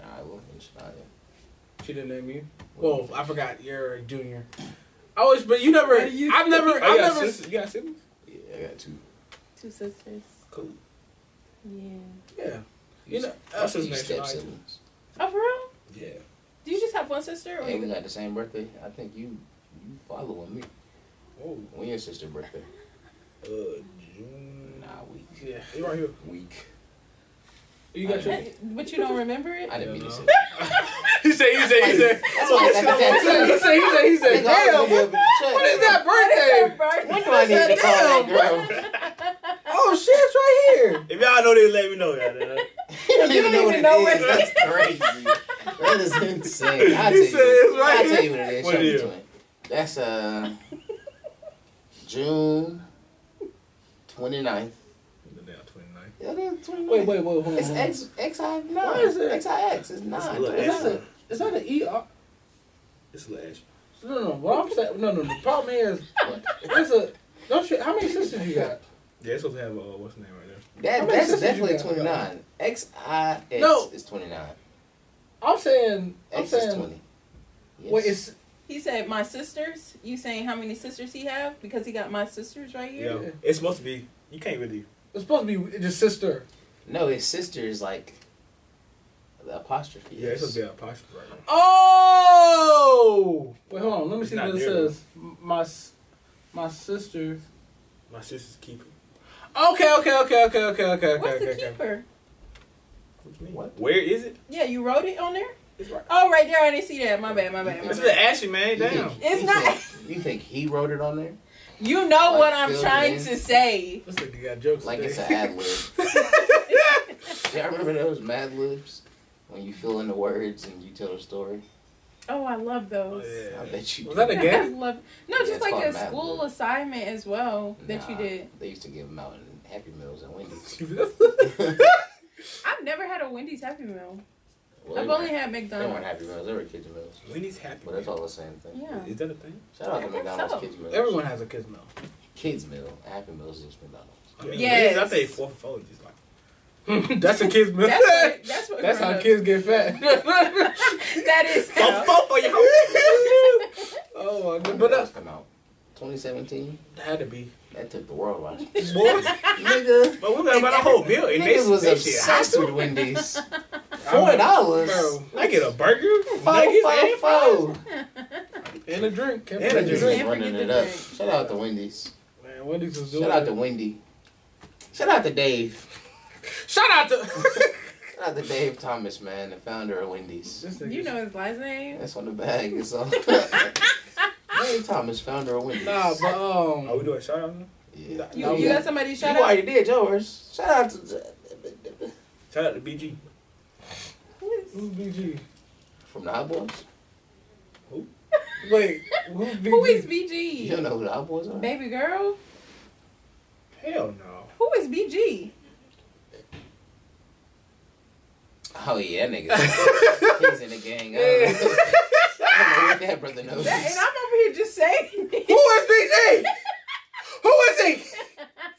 Speaker 2: Nyla and Shania.
Speaker 1: She didn't name you. Well, I forgot. You're a junior. I was, but you never.
Speaker 4: How do you-
Speaker 1: I've never.
Speaker 4: Oh, you
Speaker 1: I've
Speaker 4: got
Speaker 1: never.
Speaker 4: sis- You got siblings?
Speaker 2: Yeah, I got two.
Speaker 3: bad. Two sisters.
Speaker 1: Cool.
Speaker 3: Yeah.
Speaker 1: Yeah. You know, that's
Speaker 2: That's
Speaker 1: his name.
Speaker 2: step
Speaker 1: Shania.
Speaker 2: siblings.
Speaker 3: Oh, for real?
Speaker 1: Yeah.
Speaker 3: Do you just have one sister? Or
Speaker 2: Hey,
Speaker 3: you-
Speaker 2: we got the same birthday. I think you you following me.
Speaker 1: Oh.
Speaker 2: When your sister birthday?
Speaker 1: Uh, June.
Speaker 4: (laughs)
Speaker 2: Nah, week.
Speaker 1: Yeah. You right here.
Speaker 2: Week.
Speaker 1: You got your.
Speaker 3: Hey, But you don't remember it? (laughs)
Speaker 2: I didn't mean to
Speaker 1: Yeah,
Speaker 2: say.
Speaker 1: no.
Speaker 2: that.
Speaker 1: He said. He said. He said.
Speaker 2: (laughs) That's why I got that
Speaker 1: He
Speaker 2: tattoo.
Speaker 1: said. He said. He said.
Speaker 2: Nigga, I was
Speaker 1: Damn. What,
Speaker 2: gonna give a check.
Speaker 1: what is that
Speaker 3: It's her
Speaker 1: birthday?
Speaker 3: birthday.
Speaker 2: When do I need to call
Speaker 1: Damn,
Speaker 2: that girl?
Speaker 1: Oh shit! It's right here.
Speaker 4: If y'all know this, let me know. goddamn.
Speaker 2: You don't even know what
Speaker 3: even know
Speaker 2: it is.
Speaker 3: what
Speaker 2: That's crazy. That is insane. I'll tell
Speaker 1: He
Speaker 2: you.
Speaker 1: said it's right
Speaker 2: I'll
Speaker 1: here.
Speaker 2: tell you what it is.
Speaker 4: What
Speaker 2: Show
Speaker 4: it
Speaker 2: me
Speaker 4: is.
Speaker 2: to it. That's uh June 29th. Yeah, that's
Speaker 1: (laughs)
Speaker 2: 29th.
Speaker 1: Wait. Wait. Wait. Hold
Speaker 2: It's
Speaker 1: on.
Speaker 2: X XI9.
Speaker 1: Why is it-
Speaker 2: XIX. It's 9.
Speaker 4: a little
Speaker 1: Is that
Speaker 4: extra.
Speaker 1: a? Is that an E? Uh,
Speaker 4: It's lash.
Speaker 1: No, no. What I'm saying. No, no. The problem is, there's a. No shit. How many sisters you got?
Speaker 4: Yeah, it's supposed to have uh, what's the name right there?
Speaker 2: That,
Speaker 1: How many
Speaker 2: that's
Speaker 1: sisters
Speaker 2: definitely
Speaker 1: you got?
Speaker 2: 29. XIX
Speaker 1: No.
Speaker 2: is 29.
Speaker 1: I'm saying. I'm
Speaker 2: X is
Speaker 1: saying.
Speaker 2: 20. Yes.
Speaker 1: Wait. It's.
Speaker 3: He said, "My sisters." You saying how many sisters he have? Because he got my sisters right here.
Speaker 4: Yeah, it's supposed to be. You can't really.
Speaker 1: It's supposed to be the sister.
Speaker 2: No, his sister is like the apostrophe.
Speaker 4: Yeah, it's
Speaker 2: is.
Speaker 4: supposed to be an apostrophe right now.
Speaker 1: Oh! Wait, hold on. Let me
Speaker 4: It's
Speaker 1: see
Speaker 4: not
Speaker 1: what it
Speaker 4: there,
Speaker 1: says. M- My s- my sister's.
Speaker 4: My sister's keeper.
Speaker 1: Okay, okay, okay, okay, okay, okay, okay,
Speaker 3: What's
Speaker 1: okay.
Speaker 3: the
Speaker 1: okay.
Speaker 3: keeper?
Speaker 4: What you mean?
Speaker 2: What?
Speaker 4: Where is it?
Speaker 3: Yeah, you wrote it on there.
Speaker 4: It's right.
Speaker 3: Oh, right there. I didn't see that. My bad. My bad. My
Speaker 4: It's
Speaker 2: It's
Speaker 4: the
Speaker 3: bad.
Speaker 4: ashy man.
Speaker 2: You
Speaker 4: Damn.
Speaker 2: think-
Speaker 3: It's
Speaker 2: you
Speaker 3: not-
Speaker 2: think- you think he wrote it on there?
Speaker 3: You know
Speaker 2: Like
Speaker 3: what I'm
Speaker 2: Phil
Speaker 3: trying
Speaker 2: Lynn.
Speaker 3: to say.
Speaker 1: This nigga got jokes.
Speaker 2: Like
Speaker 1: today.
Speaker 2: it's an ad
Speaker 4: (laughs)
Speaker 2: lib. Y'all remember those Mad Libs? When you fill in the words and you tell the story?
Speaker 3: Oh, I love
Speaker 4: Oh,
Speaker 3: those.
Speaker 2: I
Speaker 4: yeah.
Speaker 2: bet you
Speaker 1: (laughs) Was
Speaker 2: do.
Speaker 1: that a
Speaker 3: (laughs) I
Speaker 2: (laughs)
Speaker 1: game? (laughs)
Speaker 3: love. No,
Speaker 2: Yeah,
Speaker 3: just
Speaker 2: it's
Speaker 3: like
Speaker 2: called
Speaker 3: a
Speaker 2: Mad
Speaker 3: school
Speaker 2: Lib.
Speaker 3: assignment as well that you
Speaker 2: Nah,
Speaker 3: did.
Speaker 2: They used to give them out in Happy Meals and
Speaker 4: (laughs)
Speaker 2: Wendy's.
Speaker 3: I've never had a Wendy's Happy Meal.
Speaker 2: Well,
Speaker 3: I've
Speaker 2: they
Speaker 3: only
Speaker 2: weren't-
Speaker 3: had
Speaker 2: They weren't
Speaker 3: McDonald's.
Speaker 2: Happy Meals, they were Kids Meals.
Speaker 4: Wendy's happy.
Speaker 2: But that's
Speaker 4: man.
Speaker 2: all the same thing.
Speaker 3: Yeah.
Speaker 4: Is that a thing?
Speaker 2: Shout out
Speaker 3: I
Speaker 2: to
Speaker 3: think
Speaker 2: McDonald's
Speaker 3: so.
Speaker 2: Kids Meals.
Speaker 1: Everyone has a kids meal.
Speaker 2: Kids Meal. Happy Meals is McDonald's.
Speaker 4: I mean,
Speaker 3: Yes.
Speaker 4: Wendy's, I think four for four is just like.
Speaker 3: (laughs)
Speaker 1: that's a kids meal. (laughs)
Speaker 3: That's what. That's what.
Speaker 1: That's how
Speaker 3: grown-ups-
Speaker 1: kids get fat.
Speaker 3: (laughs)
Speaker 2: (laughs)
Speaker 3: That is
Speaker 4: Four for
Speaker 3: how.
Speaker 4: four for you.
Speaker 1: oh my god.
Speaker 2: But
Speaker 1: But
Speaker 2: that
Speaker 1: that
Speaker 2: come out 2017.
Speaker 1: had to be.
Speaker 2: That took the world by
Speaker 3: (laughs)
Speaker 1: Boy,
Speaker 2: Nigga,
Speaker 4: But we got about a whole meal. And they,
Speaker 2: niggas was
Speaker 4: they shit hot.
Speaker 2: obsessed
Speaker 4: (laughs)
Speaker 2: with Wendy's. Four
Speaker 1: I'm-
Speaker 2: dollars.
Speaker 1: bro.
Speaker 4: I get a burger,
Speaker 2: Five,
Speaker 4: nuggets,
Speaker 2: five,
Speaker 4: and fries.
Speaker 2: five.
Speaker 1: And a drink. Can't
Speaker 4: And a
Speaker 1: forget
Speaker 2: Wendy's
Speaker 1: the
Speaker 2: was
Speaker 3: drink.
Speaker 2: running
Speaker 3: Every
Speaker 2: it up.
Speaker 3: drink.
Speaker 2: Shout out to Wendy's.
Speaker 1: Man, Wendy's was doing
Speaker 2: Shout out to
Speaker 1: it.
Speaker 2: Wendy. Shout out to Dave.
Speaker 1: Shout out
Speaker 3: (laughs)
Speaker 1: to.
Speaker 2: Shout out to Dave Thomas, man, the founder of Wendy's.
Speaker 1: This nigga-
Speaker 3: You know his last name.
Speaker 2: That's on the bag.
Speaker 3: (laughs)
Speaker 2: It's on. Dave Thomas, founder of Wendy's.
Speaker 1: Nah, but um.
Speaker 4: Are we doing shout out?
Speaker 2: yeah.
Speaker 3: You,
Speaker 1: No,
Speaker 3: you
Speaker 1: yeah.
Speaker 3: got somebody
Speaker 2: You
Speaker 3: shout out.
Speaker 2: already did yours. Shout out to
Speaker 4: Shout out to BG. (laughs)
Speaker 3: Who is-
Speaker 1: Who's BG?
Speaker 2: from the Hot Boys.
Speaker 1: Wait, who's BG?
Speaker 3: Who is
Speaker 2: You don't
Speaker 3: BG?
Speaker 2: know who the Hot Boys are?
Speaker 3: Baby girl?
Speaker 4: Hell no.
Speaker 3: (laughs) Who is BG?
Speaker 2: Oh yeah, that
Speaker 3: (laughs)
Speaker 2: nigga. He's in the gang. I don't know I don't know what that brother knows.
Speaker 3: That, and I'm over here just saying. (laughs)
Speaker 1: Who is BG? Who is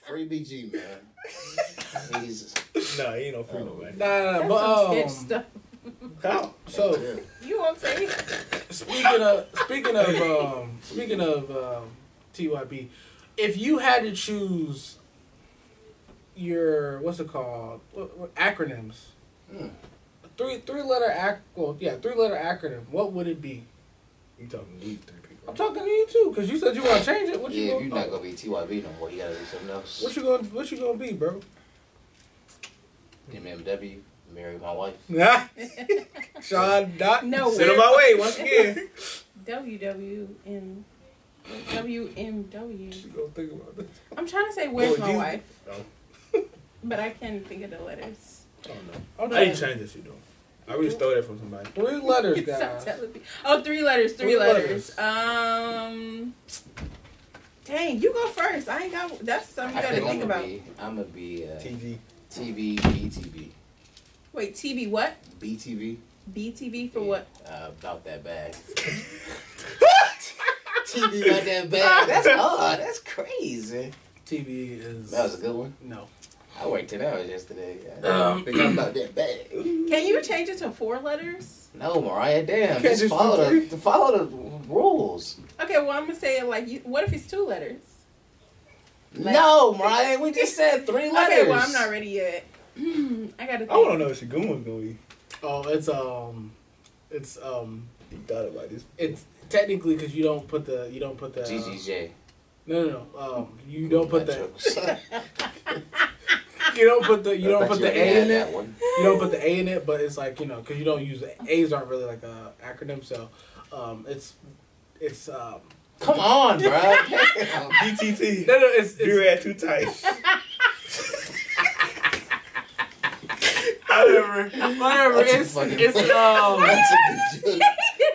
Speaker 2: Free
Speaker 3: (laughs)
Speaker 2: BG, man. He's
Speaker 4: No, he ain't no free
Speaker 2: Oh.
Speaker 4: nobody.
Speaker 1: he? Nah, nah, nah,
Speaker 3: That's
Speaker 1: but
Speaker 3: some
Speaker 1: um,
Speaker 3: sketch stuff.
Speaker 4: How?
Speaker 1: so
Speaker 2: yeah.
Speaker 3: You guilty.
Speaker 1: Speaking of speaking of um, speaking of um, TYB, if you had to choose your what's it called what, what, acronyms,
Speaker 2: Hmm.
Speaker 1: three three letter ac well yeah three letter acronym, what would it be?
Speaker 2: You talking to these three people?
Speaker 1: I'm talking to you too because you said you want to change it. What you
Speaker 2: yeah,
Speaker 1: gonna,
Speaker 2: you're not gonna be TYB no more. You gotta do something else.
Speaker 1: what you gonna what you gonna be, bro? (laughs)
Speaker 2: MMW, marry my wife.
Speaker 1: Sean Dot.
Speaker 3: No.
Speaker 4: Send them my way once again.
Speaker 3: (laughs) WWM. WMW.
Speaker 1: She gonna think about this.
Speaker 3: I'm trying to say where's
Speaker 4: Well,
Speaker 3: my
Speaker 4: you-
Speaker 3: wife,
Speaker 4: Oh.
Speaker 3: but I can't think of the letters.
Speaker 4: I don't know.
Speaker 1: Oh, no.
Speaker 4: I didn't change this shit though. I really stole that from somebody.
Speaker 1: Three
Speaker 3: (laughs)
Speaker 1: letters,
Speaker 3: Stop
Speaker 1: guys.
Speaker 3: telling me. Oh, three letters, three,
Speaker 1: Three
Speaker 3: letters. Um, dang, you go first. I ain't got. That's something
Speaker 2: I
Speaker 3: you gotta
Speaker 2: think
Speaker 3: think
Speaker 2: I'm gonna
Speaker 3: about.
Speaker 2: be. I'm gonna be uh,
Speaker 4: TG.
Speaker 2: TV, BTV,
Speaker 3: Wait, TB what?
Speaker 2: BTV.
Speaker 3: BTB for what?
Speaker 2: Uh, about that bag. (laughs) TV about that bag. That's odd. That's crazy.
Speaker 1: TV is
Speaker 2: That was a good one.
Speaker 1: no.
Speaker 2: I worked ten hours yesterday.
Speaker 1: Um,
Speaker 2: Um, about that bag.
Speaker 3: Can you change it to four letters?
Speaker 2: No, Mariah, damn.
Speaker 1: can't just
Speaker 2: Just
Speaker 1: do
Speaker 2: follow
Speaker 1: three.
Speaker 2: the, follow the rules.
Speaker 3: Okay, well I'm gonna say it like you. What if it's two letters? Like-
Speaker 2: no, Mariah, we just said three letters.
Speaker 3: Okay, well I'm not ready yet. (clears throat) Hmm, I gotta. Think.
Speaker 4: I want to know what Shagun gonna be.
Speaker 1: Oh, it's um, it's um,
Speaker 4: He thought about this.
Speaker 1: it's technically because you don't put the you don't put the
Speaker 2: GGJ.
Speaker 1: no no no um you Uh, don't put the
Speaker 2: (laughs) that.
Speaker 1: you don't put the you don't put the A in
Speaker 2: that
Speaker 1: it
Speaker 2: one.
Speaker 1: you don't put the A in it but it's like you know because you don't use A's aren't really like a acronym so um it's it's um
Speaker 2: Come on, (laughs) bro.
Speaker 4: (laughs) BTT.
Speaker 1: no no it's,
Speaker 4: You
Speaker 1: it's
Speaker 4: had too tight. (laughs) However,
Speaker 1: whatever
Speaker 2: That's a
Speaker 1: it's
Speaker 2: fucking-
Speaker 1: it's um
Speaker 2: (laughs) That's a good joke.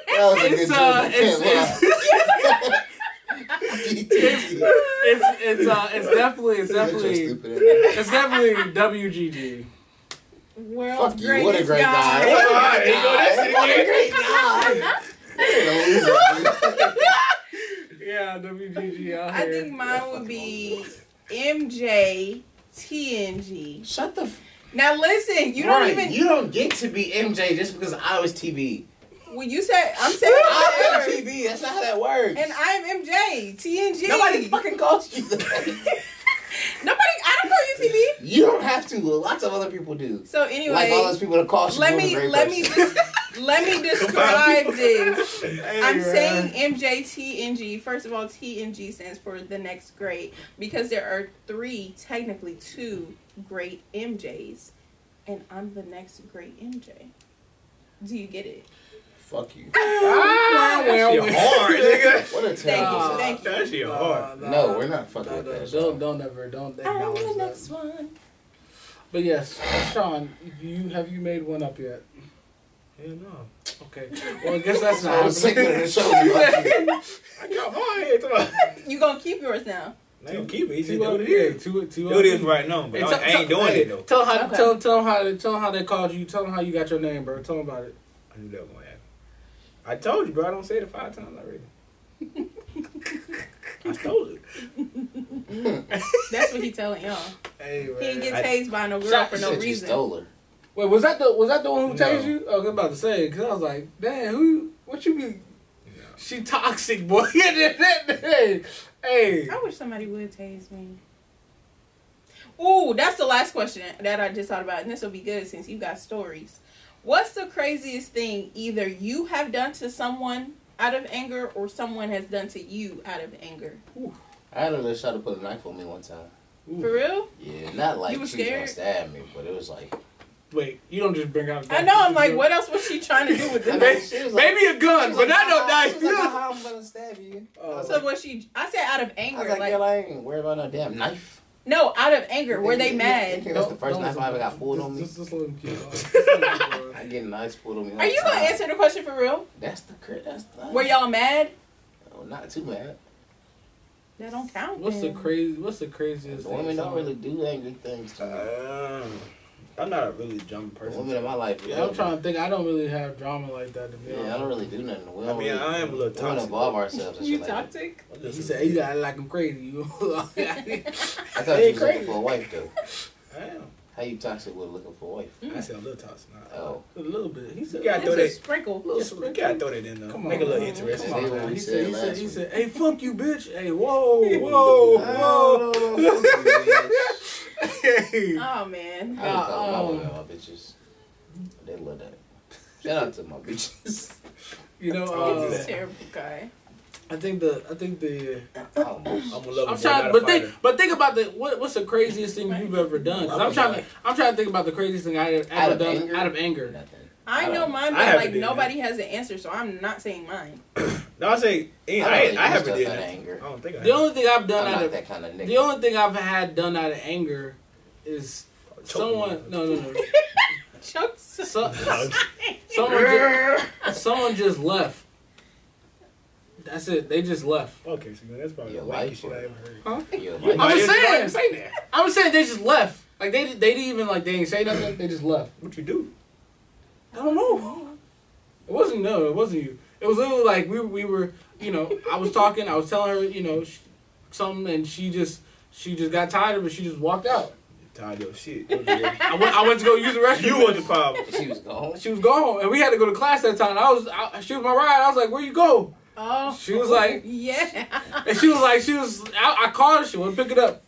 Speaker 2: That was a good
Speaker 1: it's
Speaker 2: joke.
Speaker 1: uh
Speaker 2: I
Speaker 1: it's
Speaker 2: can't
Speaker 1: it's
Speaker 2: (laughs) lie.
Speaker 1: it's it's uh it's definitely it's
Speaker 2: That's so
Speaker 1: definitely
Speaker 2: stupid. Fuck
Speaker 1: it's definitely WGG.
Speaker 3: (laughs) World's
Speaker 2: you. What a
Speaker 3: greatest
Speaker 2: great guy.
Speaker 3: guy.
Speaker 4: What a great guy.
Speaker 2: What a great
Speaker 3: (laughs)
Speaker 2: guy. You're a loser, dude.
Speaker 1: Yeah, WGG out
Speaker 3: I
Speaker 1: here.
Speaker 3: think mine would be MJ TNG.
Speaker 2: Shut the f-
Speaker 3: Now listen, you
Speaker 2: Right,
Speaker 3: don't even.
Speaker 2: You don't get to be MJ just because I was TV.
Speaker 3: When you said I'm saying
Speaker 2: (laughs) I am
Speaker 3: letters,
Speaker 2: TV. That's not how that works.
Speaker 3: and I'm MJ TNG.
Speaker 2: Nobody fucking calls you that.
Speaker 3: Nobody. I don't call you TB.
Speaker 2: (laughs) you don't have to. Lots of other people do.
Speaker 3: So
Speaker 2: like all
Speaker 3: anyway,
Speaker 2: those people that call you.
Speaker 3: let
Speaker 2: you're a
Speaker 3: me
Speaker 2: great
Speaker 3: let me
Speaker 2: person.
Speaker 3: dis- (laughs) let
Speaker 2: (laughs)
Speaker 3: me describe this. I'm saying MJTNG. First of all, TNG stands for the next great because there are three, technically two great MJs, and I'm the next great MJ. Do you get it?
Speaker 2: Fuck you.
Speaker 1: Ah, well,
Speaker 4: Your (laughs) hard, nigga.
Speaker 2: What a
Speaker 3: Thank
Speaker 2: terrible.
Speaker 3: you,
Speaker 1: Uh,
Speaker 3: thank you.
Speaker 4: That's your hard.
Speaker 1: Nah,
Speaker 2: No,
Speaker 1: nah,
Speaker 2: we're not fucking
Speaker 1: nah,
Speaker 2: with
Speaker 1: nah,
Speaker 2: that.
Speaker 1: Don't, don't ever, don't
Speaker 3: I'm
Speaker 1: acknowledge
Speaker 3: the
Speaker 1: that.
Speaker 3: next one.
Speaker 1: But yes, Sean, you have you made one up yet?
Speaker 4: Hell no.
Speaker 1: Okay. Well, (laughs) I guess that's
Speaker 2: So
Speaker 1: not
Speaker 2: I was thinking of
Speaker 1: happening.
Speaker 2: the show. Fuck you.
Speaker 4: I got hard. Come on.
Speaker 3: You gonna keep yours now?
Speaker 4: Now you keep it.
Speaker 1: (laughs)
Speaker 4: You
Speaker 1: Two
Speaker 4: just do
Speaker 1: up
Speaker 4: what it
Speaker 1: here,
Speaker 4: is.
Speaker 1: two, two
Speaker 4: Do
Speaker 1: up
Speaker 4: it is
Speaker 1: here.
Speaker 4: right now, but
Speaker 1: Hey,
Speaker 4: I
Speaker 1: tell-
Speaker 4: ain't doing
Speaker 1: hey,
Speaker 4: it though.
Speaker 1: Tell how,
Speaker 3: Okay.
Speaker 1: tell, tell 'em how, tell 'em how they called you. Tell 'em how you got your name, bro. Tell 'em about it.
Speaker 4: I knew that was gonna happen. I told you, bro. I don't say it five times (laughs) already. I stole it.
Speaker 3: That's what he telling y'all.
Speaker 1: Hey,
Speaker 3: He
Speaker 1: man.
Speaker 3: didn't get tased by no girl
Speaker 1: Shot-
Speaker 3: for
Speaker 2: You
Speaker 3: no
Speaker 2: said you
Speaker 3: reason.
Speaker 2: stole her.
Speaker 1: Wait, was that the was that the one who
Speaker 4: No.
Speaker 1: changed you? Oh, I was about to say because I was like, damn, who? What you mean? She toxic, boy. (laughs) hey, hey.
Speaker 3: I wish somebody would tase me. Ooh, that's the last question that I just thought about, and this will be good since you got stories. What's the craziest thing either you have done to someone out of anger or someone has done to you out of anger?
Speaker 2: I had a little shot to put a knife on me one time.
Speaker 3: For real?
Speaker 2: Yeah, not like
Speaker 3: You was
Speaker 2: she was gonna
Speaker 3: scared?
Speaker 2: stab me, but it was like.
Speaker 1: Wait, you don't just bring out.
Speaker 3: I know. I'm like, what else was she trying to do with
Speaker 2: I
Speaker 3: this?
Speaker 2: mean, she was like-
Speaker 1: Maybe a gun,
Speaker 2: She was
Speaker 1: but not
Speaker 2: like,
Speaker 1: no
Speaker 2: "Nah,
Speaker 1: knife.
Speaker 2: she was like, "Nah, I'm
Speaker 1: (laughs)
Speaker 2: gonna stab you. I was
Speaker 3: So
Speaker 2: Oh, like,
Speaker 3: was she? I said out of
Speaker 2: I was
Speaker 3: anger.
Speaker 2: like,
Speaker 3: Like,
Speaker 2: girl, I ain't worried about no damn knife.
Speaker 3: no, out of anger. Were
Speaker 2: You
Speaker 3: they
Speaker 2: think- You
Speaker 3: mad?
Speaker 2: think that's the
Speaker 1: Don't-
Speaker 2: first
Speaker 1: don't
Speaker 2: knife I ever got pulled
Speaker 1: just-
Speaker 2: on me?
Speaker 1: Just, just let him keep
Speaker 2: (laughs)
Speaker 1: going.
Speaker 2: I get knives pulled on me. all
Speaker 3: Are
Speaker 2: the
Speaker 3: you gonna
Speaker 2: time.
Speaker 3: answer the question for real?
Speaker 2: That's the crit. That's the.
Speaker 3: Were y'all mad?
Speaker 2: Oh, not too mad.
Speaker 3: That don't count.
Speaker 1: What's the
Speaker 3: then.
Speaker 1: crazy? What's the craziest?
Speaker 2: The
Speaker 1: thing
Speaker 2: women don't
Speaker 1: someone-
Speaker 2: really do angry things to me.
Speaker 4: Um, I'm not a really dumb
Speaker 2: the
Speaker 4: person.
Speaker 2: women in my life.
Speaker 1: Yeah, I'm trying to think. I don't really have drama like that to be
Speaker 2: Yeah, I don't
Speaker 1: honest.
Speaker 2: really do nothing. We
Speaker 4: I
Speaker 2: don't
Speaker 4: mean,
Speaker 2: really,
Speaker 4: I am a little
Speaker 2: We don't
Speaker 4: toxic.
Speaker 2: involve ourselves. And
Speaker 3: You
Speaker 2: shit like that.
Speaker 3: toxic?
Speaker 4: I'm
Speaker 1: He
Speaker 4: just-
Speaker 1: said he got (laughs) like I'm crazy. You.
Speaker 2: (laughs) I thought
Speaker 4: Hey,
Speaker 2: you was looking
Speaker 4: crazy.
Speaker 2: for a wife though.
Speaker 4: I am.
Speaker 2: How you toxic with looking for a
Speaker 4: (laughs)
Speaker 2: wife?
Speaker 1: I said a little toss. Nah.
Speaker 2: Oh.
Speaker 1: A little bit. He said,
Speaker 4: You gotta throw
Speaker 1: "Little
Speaker 3: Just a
Speaker 4: that.
Speaker 3: sprinkle.
Speaker 1: little
Speaker 4: You gotta throw that in though. Make it a little
Speaker 1: man.
Speaker 4: interesting.
Speaker 1: Come
Speaker 2: Say
Speaker 1: on,
Speaker 2: what
Speaker 1: man.
Speaker 2: we
Speaker 1: He
Speaker 2: said
Speaker 1: said, he
Speaker 2: last
Speaker 1: said, he
Speaker 2: week.
Speaker 1: said, hey, fuck you, bitch. Hey, whoa, whoa, whoa.
Speaker 2: no, no, fuck you, bitch.
Speaker 1: (laughs)
Speaker 2: (laughs)
Speaker 1: Hey.
Speaker 3: Oh man.
Speaker 2: I just talk about
Speaker 1: Um,
Speaker 2: women, my bitches. They love that. Shout out to my bitches.
Speaker 1: You know,
Speaker 3: He's
Speaker 1: uh,
Speaker 3: a terrible guy.
Speaker 1: I think the, I think the,
Speaker 4: (laughs)
Speaker 2: Almost.
Speaker 4: I'm gonna love
Speaker 1: I'm
Speaker 4: him,
Speaker 1: trying,
Speaker 4: not a
Speaker 1: but think,
Speaker 4: fighter.
Speaker 1: but think about the what, what's the craziest thing you've ever done? i I'm trying to, I'm trying to think about the craziest thing I ever
Speaker 2: Out of
Speaker 1: done
Speaker 2: anger?
Speaker 1: out of anger.
Speaker 2: Nothing.
Speaker 3: I know mine,
Speaker 4: I
Speaker 3: but
Speaker 4: haven't
Speaker 3: like
Speaker 4: did that.
Speaker 3: nobody has an answer, so I'm not saying mine.
Speaker 4: No, I say I,
Speaker 2: don't
Speaker 4: I,
Speaker 2: do
Speaker 4: I haven't
Speaker 2: stuff
Speaker 4: did
Speaker 2: out of
Speaker 4: that.
Speaker 2: anger.
Speaker 4: I don't think I.
Speaker 1: The only thing I've done
Speaker 2: I'm
Speaker 1: out
Speaker 2: not
Speaker 1: of,
Speaker 2: that kind of nigga.
Speaker 1: the only thing I've had done out of anger is
Speaker 4: have.
Speaker 1: someone, no, no, no,
Speaker 3: (laughs) Chuck's
Speaker 1: so,
Speaker 4: No.
Speaker 1: someone, just, someone just left. That's it. They just left.
Speaker 4: (laughs)
Speaker 1: (laughs)
Speaker 4: Okay, so man, that's probably
Speaker 2: Yeah,
Speaker 4: the
Speaker 2: life
Speaker 4: wankest shit I
Speaker 2: work.
Speaker 4: ever heard.
Speaker 2: You
Speaker 4: You
Speaker 2: like-
Speaker 1: I'm
Speaker 4: might
Speaker 1: just
Speaker 4: as
Speaker 1: saying.
Speaker 4: well Say that.
Speaker 1: I'm saying they just left. Like they they didn't even like they didn't say nothing. They just left.
Speaker 4: What you do?
Speaker 1: I don't know. It wasn't no. It wasn't you. It was literally like we we were. You know, I was talking. I was telling her. You know, sh- something, and she just she just got tired of it. She just walked out.
Speaker 4: Tired of shit.
Speaker 1: (laughs) I went, I went to go use the restroom.
Speaker 4: you were the problem.
Speaker 2: She was
Speaker 1: (laughs)
Speaker 2: gone.
Speaker 1: She was gone, and we had to go to class that time. I was I, she was my ride. I was like, where you go?
Speaker 3: Oh.
Speaker 1: She was like-
Speaker 3: yeah.
Speaker 1: And she was like, she was. I, I called her. She wouldn't pick it up.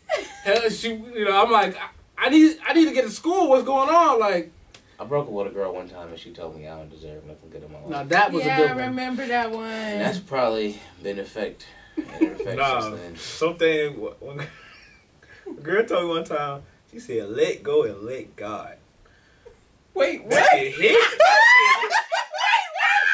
Speaker 1: Hell, she. You know, I'm like, I, I need I need to get to school. What's going on? Like,
Speaker 2: I broke up with a girl one time and she told me I don't deserve nothing good in my life.
Speaker 1: now that was
Speaker 3: yeah,
Speaker 1: a good one.
Speaker 3: I remember that one.
Speaker 2: And that's probably been effect. an effect
Speaker 4: Nah.
Speaker 2: since then.
Speaker 4: Something wh- when (laughs) a girl told me one time, she said, "Let go and let God."
Speaker 3: (laughs) Wait, what?
Speaker 4: That shit hit.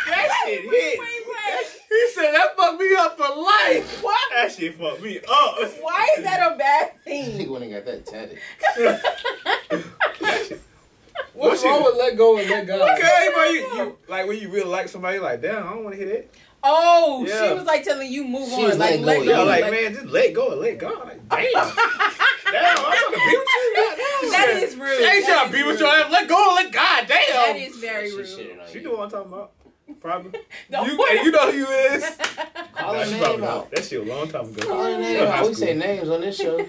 Speaker 4: That shit
Speaker 3: Wait,
Speaker 4: hit.
Speaker 3: wait,
Speaker 1: He said that fucked me up for life.
Speaker 3: wait. What?
Speaker 4: That shit fucked me up.
Speaker 3: Why is that a bad
Speaker 2: He
Speaker 3: thing?
Speaker 2: went and got that tatted.
Speaker 1: What's
Speaker 4: What
Speaker 1: wrong
Speaker 4: you-
Speaker 1: with let go and let God?
Speaker 4: Okay, bro, you, you like when you really like somebody, like damn, I don't want to hit that.
Speaker 3: Oh,
Speaker 4: Yeah.
Speaker 3: she was like telling you move
Speaker 2: She
Speaker 3: on,
Speaker 2: was
Speaker 3: like
Speaker 2: letting
Speaker 3: let
Speaker 2: go
Speaker 4: Oh,
Speaker 2: of
Speaker 4: Yeah,
Speaker 3: go.
Speaker 2: you.
Speaker 4: like
Speaker 3: Like,
Speaker 4: man, just let go and let God. Like damn, damn, I'm trying to be with you.
Speaker 3: (laughs) That
Speaker 4: Goddamn.
Speaker 3: is rude.
Speaker 1: She ain't
Speaker 3: That
Speaker 1: trying
Speaker 3: is
Speaker 1: to be with
Speaker 3: rude.
Speaker 1: your ass. Let go and let God. Damn.
Speaker 3: That is very
Speaker 2: She
Speaker 3: rude.
Speaker 2: shitted on
Speaker 4: She
Speaker 2: you.
Speaker 4: know what I'm talking about. Probably.
Speaker 3: No,
Speaker 1: you,
Speaker 3: what-
Speaker 1: and you know who you is.
Speaker 2: Call
Speaker 4: Nah,
Speaker 2: her
Speaker 4: she
Speaker 2: name
Speaker 4: probably
Speaker 2: out.
Speaker 4: know. That shit a long time ago.
Speaker 2: Call her name out. We say names on this show.
Speaker 1: (laughs)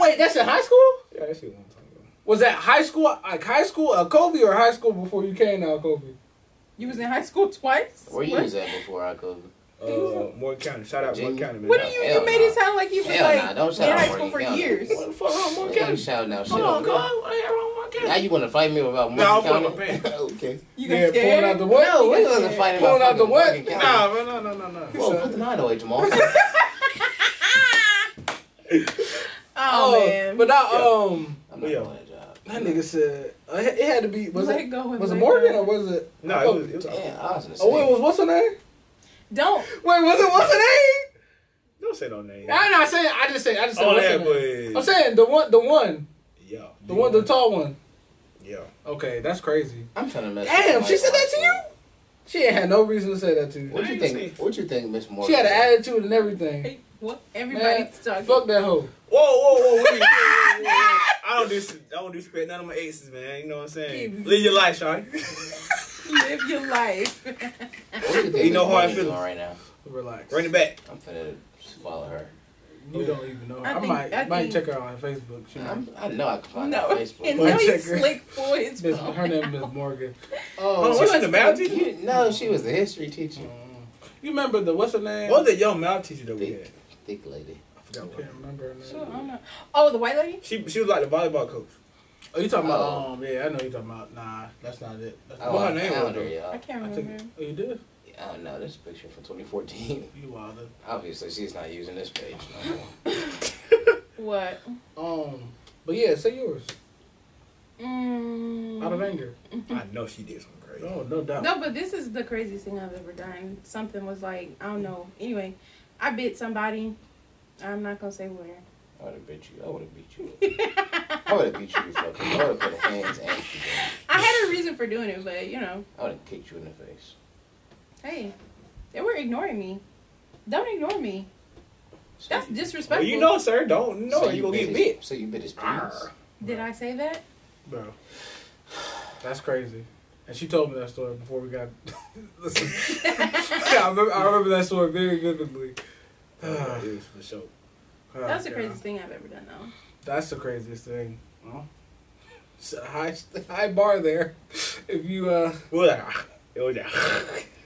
Speaker 1: Wait, that's in high school?
Speaker 4: Yeah, that shit a long time ago.
Speaker 1: Was that high school, like high school, uh, Kobe, or high school before you came now, Kobe?
Speaker 3: You was in high school twice.
Speaker 2: Where you
Speaker 3: what?
Speaker 2: was at before I go?
Speaker 4: Uh, Moore County. Shout out Moore
Speaker 2: Virginia.
Speaker 4: County. man.
Speaker 3: What do you?
Speaker 2: Hell
Speaker 3: you made it
Speaker 2: nah.
Speaker 3: sound like you was
Speaker 2: Hell
Speaker 3: like
Speaker 2: nah, don't
Speaker 3: in
Speaker 2: shout
Speaker 3: high
Speaker 2: out
Speaker 3: school for
Speaker 2: Morgan County.
Speaker 3: years.
Speaker 4: What the fuck wrong Moore
Speaker 2: Yeah, you
Speaker 4: County?
Speaker 2: shouting out shit.
Speaker 4: Hold on,
Speaker 2: over there.
Speaker 4: God. What the hell wrong Moore
Speaker 2: Now
Speaker 4: County?
Speaker 2: you want to fight me about Morgan
Speaker 4: Nah, I'm
Speaker 2: County?
Speaker 4: pulling my pants.
Speaker 2: okay.
Speaker 1: Yeah,
Speaker 3: You got
Speaker 1: pulling
Speaker 3: scared.
Speaker 1: out the what?
Speaker 2: No, we
Speaker 3: You got
Speaker 2: wasn't
Speaker 3: scared.
Speaker 2: fighting
Speaker 1: Pulling
Speaker 2: about
Speaker 1: out the
Speaker 2: fucking
Speaker 1: what?
Speaker 2: Morgan County.
Speaker 4: Nah, bro, no, no, no, no.
Speaker 2: Whoa, put the night away, Jamal.
Speaker 3: Ah! Oh, man.
Speaker 1: But not, um,
Speaker 2: I'm not
Speaker 4: Yeah.
Speaker 2: doing that job.
Speaker 1: that nigga said, uh, it it had to be, was
Speaker 3: let
Speaker 1: it,
Speaker 3: it go. and
Speaker 1: was it
Speaker 3: let
Speaker 1: Morgan
Speaker 3: go.
Speaker 1: or was it?
Speaker 4: No, it was, it was,
Speaker 2: Damn, I was in the
Speaker 1: Oh, wait,
Speaker 2: same-
Speaker 1: was what's her name?
Speaker 3: Don't.
Speaker 1: Wait, was it, what's her name?
Speaker 4: don't say no name.
Speaker 1: I'm not saying, I just say, I just said,
Speaker 4: Oh,
Speaker 1: what's her
Speaker 4: that
Speaker 1: name?
Speaker 4: boy.
Speaker 1: I'm saying the one, the one,
Speaker 4: Yeah.
Speaker 1: the one, the tall one.
Speaker 4: Yeah.
Speaker 1: Okay, that's crazy.
Speaker 2: I'm trying to mess
Speaker 1: Damn,
Speaker 2: with
Speaker 1: she
Speaker 2: my
Speaker 1: said that
Speaker 2: wife,
Speaker 1: to you? She ain't had no reason to say that to you.
Speaker 2: What you think? What you think, Miss Morgan?
Speaker 1: She had an attitude and everything.
Speaker 3: Hey, What? Everybody's talking.
Speaker 1: Fuck that hoe.
Speaker 4: Whoa, whoa, whoa, wait, whoa, whoa, whoa. I don't dis- I don't disrespect none of my aces, man. You know what I'm saying?
Speaker 1: Keep-
Speaker 4: Live your life, Sean.
Speaker 3: Live your life. (laughs)
Speaker 2: What you think?
Speaker 4: You know
Speaker 2: Miss
Speaker 4: how I
Speaker 2: Morgan's
Speaker 4: feel.
Speaker 2: doing right now.
Speaker 1: Relax.
Speaker 4: Run it back.
Speaker 2: I'm finna swallow her.
Speaker 1: You don't even know. Her.
Speaker 3: I
Speaker 1: I,
Speaker 3: think-
Speaker 1: might
Speaker 3: I
Speaker 1: might
Speaker 3: think-
Speaker 1: check her out on Facebook. She might.
Speaker 2: I'm, I know I can find her
Speaker 3: no.
Speaker 2: on
Speaker 3: And
Speaker 2: Facebook.
Speaker 1: Fact
Speaker 3: now
Speaker 1: checker.
Speaker 3: he's slick Oh, for his
Speaker 1: Miss,
Speaker 3: phone.
Speaker 1: her name is Morgan.
Speaker 4: Oh, she
Speaker 1: Oh,
Speaker 4: was the math teacher? Oh.
Speaker 2: You- no, she was the history teacher.
Speaker 1: you remember the what's her name?
Speaker 4: What was the young math teacher that we had?
Speaker 2: Thick, thick lady.
Speaker 4: I
Speaker 1: I
Speaker 4: forgot what.
Speaker 1: can't remember her name.
Speaker 3: Sure, I don't know. Oh, the white lady?
Speaker 4: She, she was like the volleyball coach.
Speaker 1: Oh, you talking about?
Speaker 2: Oh.
Speaker 1: Um, yeah, I know you talking about. Nah, that's not it. That's
Speaker 2: Oh,
Speaker 1: not
Speaker 4: her
Speaker 2: I
Speaker 4: name
Speaker 2: found
Speaker 4: was,
Speaker 2: her,
Speaker 4: though?
Speaker 2: y'all.
Speaker 3: I can't
Speaker 1: I think.
Speaker 3: remember.
Speaker 1: Oh, you did.
Speaker 2: Oh no, this picture from 2014.
Speaker 1: You wilder.
Speaker 2: (laughs) Obviously, she's not using this page. No more.
Speaker 3: What?
Speaker 1: Um, but yeah, say yours.
Speaker 3: Mm.
Speaker 1: Out of anger.
Speaker 4: I know she did something crazy.
Speaker 1: No, no doubt.
Speaker 3: No, but this is the craziest thing I've ever done. Something was like, I don't know. Anyway, I bit somebody. I'm not going to say where.
Speaker 2: I would have beat you. I would have beat
Speaker 3: (laughs)
Speaker 2: you. up. I would have beat you. to Fucking. I would have put hands and you.
Speaker 3: I had a reason for doing it, but you know,
Speaker 2: I would have kicked you in the face.
Speaker 3: hey, they were ignoring me. Don't ignore me.
Speaker 2: So
Speaker 3: That's
Speaker 2: you-
Speaker 4: Well,
Speaker 3: disrespectful.
Speaker 4: you know, sir, don't know.
Speaker 2: so
Speaker 4: you gonna
Speaker 2: bit
Speaker 4: get
Speaker 2: his-
Speaker 4: bit.
Speaker 2: So you bit his penis.
Speaker 4: Arr.
Speaker 3: Did I say that? (laughs)
Speaker 1: bro. That's crazy. And she told me that story before we got. (laughs) Listen,
Speaker 4: (laughs) Oh,
Speaker 1: I, remember, I remember that story very vividly. (sighs)
Speaker 4: Uh, it was for sure.
Speaker 1: Oh,
Speaker 3: That's
Speaker 1: (sighs)
Speaker 3: the
Speaker 1: God.
Speaker 3: craziest thing I've ever done, though.
Speaker 1: That's the craziest thing. Well, (laughs) It's a high, (laughs) high bar there. (laughs) If you, uh,
Speaker 4: It was like, ah, (laughs) it was like,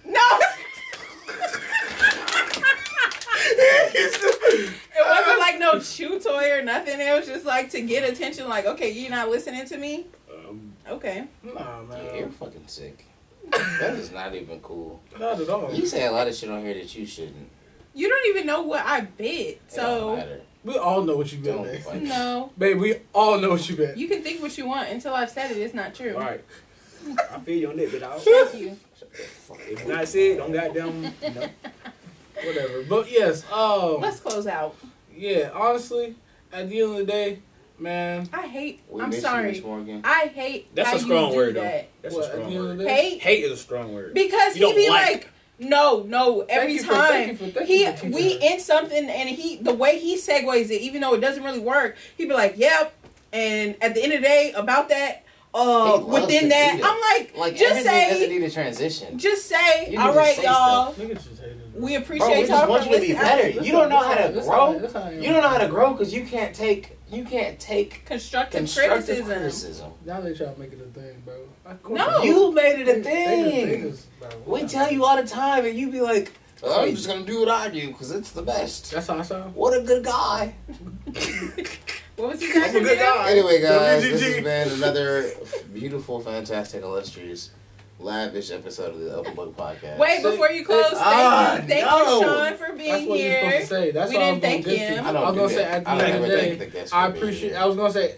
Speaker 3: No, (laughs) it wasn't like no chew toy or nothing. It was just like to get attention. Like, okay, you're not listening to me.
Speaker 4: um,
Speaker 3: Okay.
Speaker 1: nah,
Speaker 2: Yeah, you're
Speaker 1: man.
Speaker 2: fucking
Speaker 4: (laughs)
Speaker 2: sick. That is not even cool.
Speaker 1: Not at
Speaker 4: Oh.
Speaker 1: all.
Speaker 2: You say a lot of shit on here that you shouldn't.
Speaker 3: You don't even know what I bid.
Speaker 2: It don't
Speaker 3: So
Speaker 2: matter.
Speaker 1: We all know what you've been,
Speaker 2: Don't
Speaker 1: babe.
Speaker 2: fucking-
Speaker 3: no,
Speaker 1: Babe, we all know what you've been.
Speaker 3: you can think what you want until I've said it. It's not true.
Speaker 4: all right. I feel you on that, but (laughs) I
Speaker 3: Thank you.
Speaker 4: If not said, don't goddamn. No.
Speaker 1: Whatever. But yes, um,
Speaker 3: Let's close out.
Speaker 1: yeah, honestly, at the end of the day, man,
Speaker 3: I hate.
Speaker 2: We
Speaker 3: I'm
Speaker 2: miss you,
Speaker 3: sorry.
Speaker 2: Miss Morgan.
Speaker 3: I hate.
Speaker 4: That's
Speaker 3: how
Speaker 4: a strong
Speaker 3: you do
Speaker 4: word, though.
Speaker 3: that.
Speaker 4: That's
Speaker 1: what,
Speaker 4: a
Speaker 1: at the
Speaker 4: strong
Speaker 1: end of
Speaker 4: word.
Speaker 1: the day,
Speaker 3: Hate
Speaker 4: Hate is a strong word.
Speaker 3: because
Speaker 4: You
Speaker 3: he
Speaker 4: don't
Speaker 3: be
Speaker 4: like.
Speaker 3: like, no, no. Every
Speaker 1: you for-
Speaker 3: time
Speaker 1: thank you for- thank
Speaker 3: he
Speaker 1: you for teaching
Speaker 3: we
Speaker 1: her.
Speaker 3: in something and he the way he segues it, even though it doesn't really work, he be like, yep. And at the end of the day, about that, uh,
Speaker 2: He loves
Speaker 3: within
Speaker 2: to
Speaker 3: that,
Speaker 2: do that.
Speaker 3: I'm like,
Speaker 2: Like
Speaker 3: just
Speaker 2: everything doesn't
Speaker 3: say,
Speaker 2: need a transition.
Speaker 3: just say,
Speaker 2: You need
Speaker 3: all
Speaker 2: to
Speaker 3: right,
Speaker 2: say
Speaker 3: y'all.
Speaker 1: niggas just hated.
Speaker 3: We
Speaker 2: Bro, we
Speaker 3: appreciate
Speaker 2: just
Speaker 3: y'all
Speaker 2: want
Speaker 3: for
Speaker 2: you to be
Speaker 3: listening.
Speaker 2: better.
Speaker 1: That's
Speaker 2: You
Speaker 1: how-
Speaker 2: don't know how
Speaker 1: that's
Speaker 2: to
Speaker 1: that's
Speaker 2: grow.
Speaker 1: that's how I am.
Speaker 2: You don't know how to grow because you can't take you can't take
Speaker 3: Constructive,
Speaker 2: constructive
Speaker 3: criticism.
Speaker 2: criticism.
Speaker 1: Now they try to make it a thing, bro. I quit.
Speaker 3: No.
Speaker 2: You made it
Speaker 1: They- they
Speaker 2: a
Speaker 1: just
Speaker 2: thing.
Speaker 1: niggas, bro.
Speaker 2: We tell you all the time, and you be like,
Speaker 1: "Oh, I'm
Speaker 2: "I'm
Speaker 1: just
Speaker 2: just gonna do what I do because it's the best."
Speaker 1: That's how I sound.
Speaker 2: What a good guy.
Speaker 3: What was he
Speaker 4: I'm a
Speaker 3: talking
Speaker 4: good
Speaker 3: about?
Speaker 4: guy.
Speaker 2: Anyway, guys, this
Speaker 4: WGG.
Speaker 2: has
Speaker 3: (laughs)
Speaker 2: been another beautiful, fantastic, illustrious, lavish episode of the Open Book Podcast.
Speaker 3: Wait, before you close, thank
Speaker 2: Ah,
Speaker 3: you, thank
Speaker 2: no.
Speaker 3: you, Sean, for
Speaker 1: That's
Speaker 3: being
Speaker 1: what you're supposed to
Speaker 3: here.
Speaker 1: say. That's
Speaker 3: We
Speaker 1: what I was going
Speaker 3: didn't thank
Speaker 1: to get
Speaker 2: I
Speaker 1: to.
Speaker 3: him.
Speaker 2: don't
Speaker 1: I was
Speaker 2: do
Speaker 1: going to say
Speaker 2: that.
Speaker 1: at the
Speaker 2: I
Speaker 1: end
Speaker 2: don't
Speaker 1: of the
Speaker 2: ever thank the
Speaker 1: day,
Speaker 2: guests.
Speaker 1: I
Speaker 2: for being
Speaker 1: appreciate.
Speaker 2: here.
Speaker 1: I was going to say,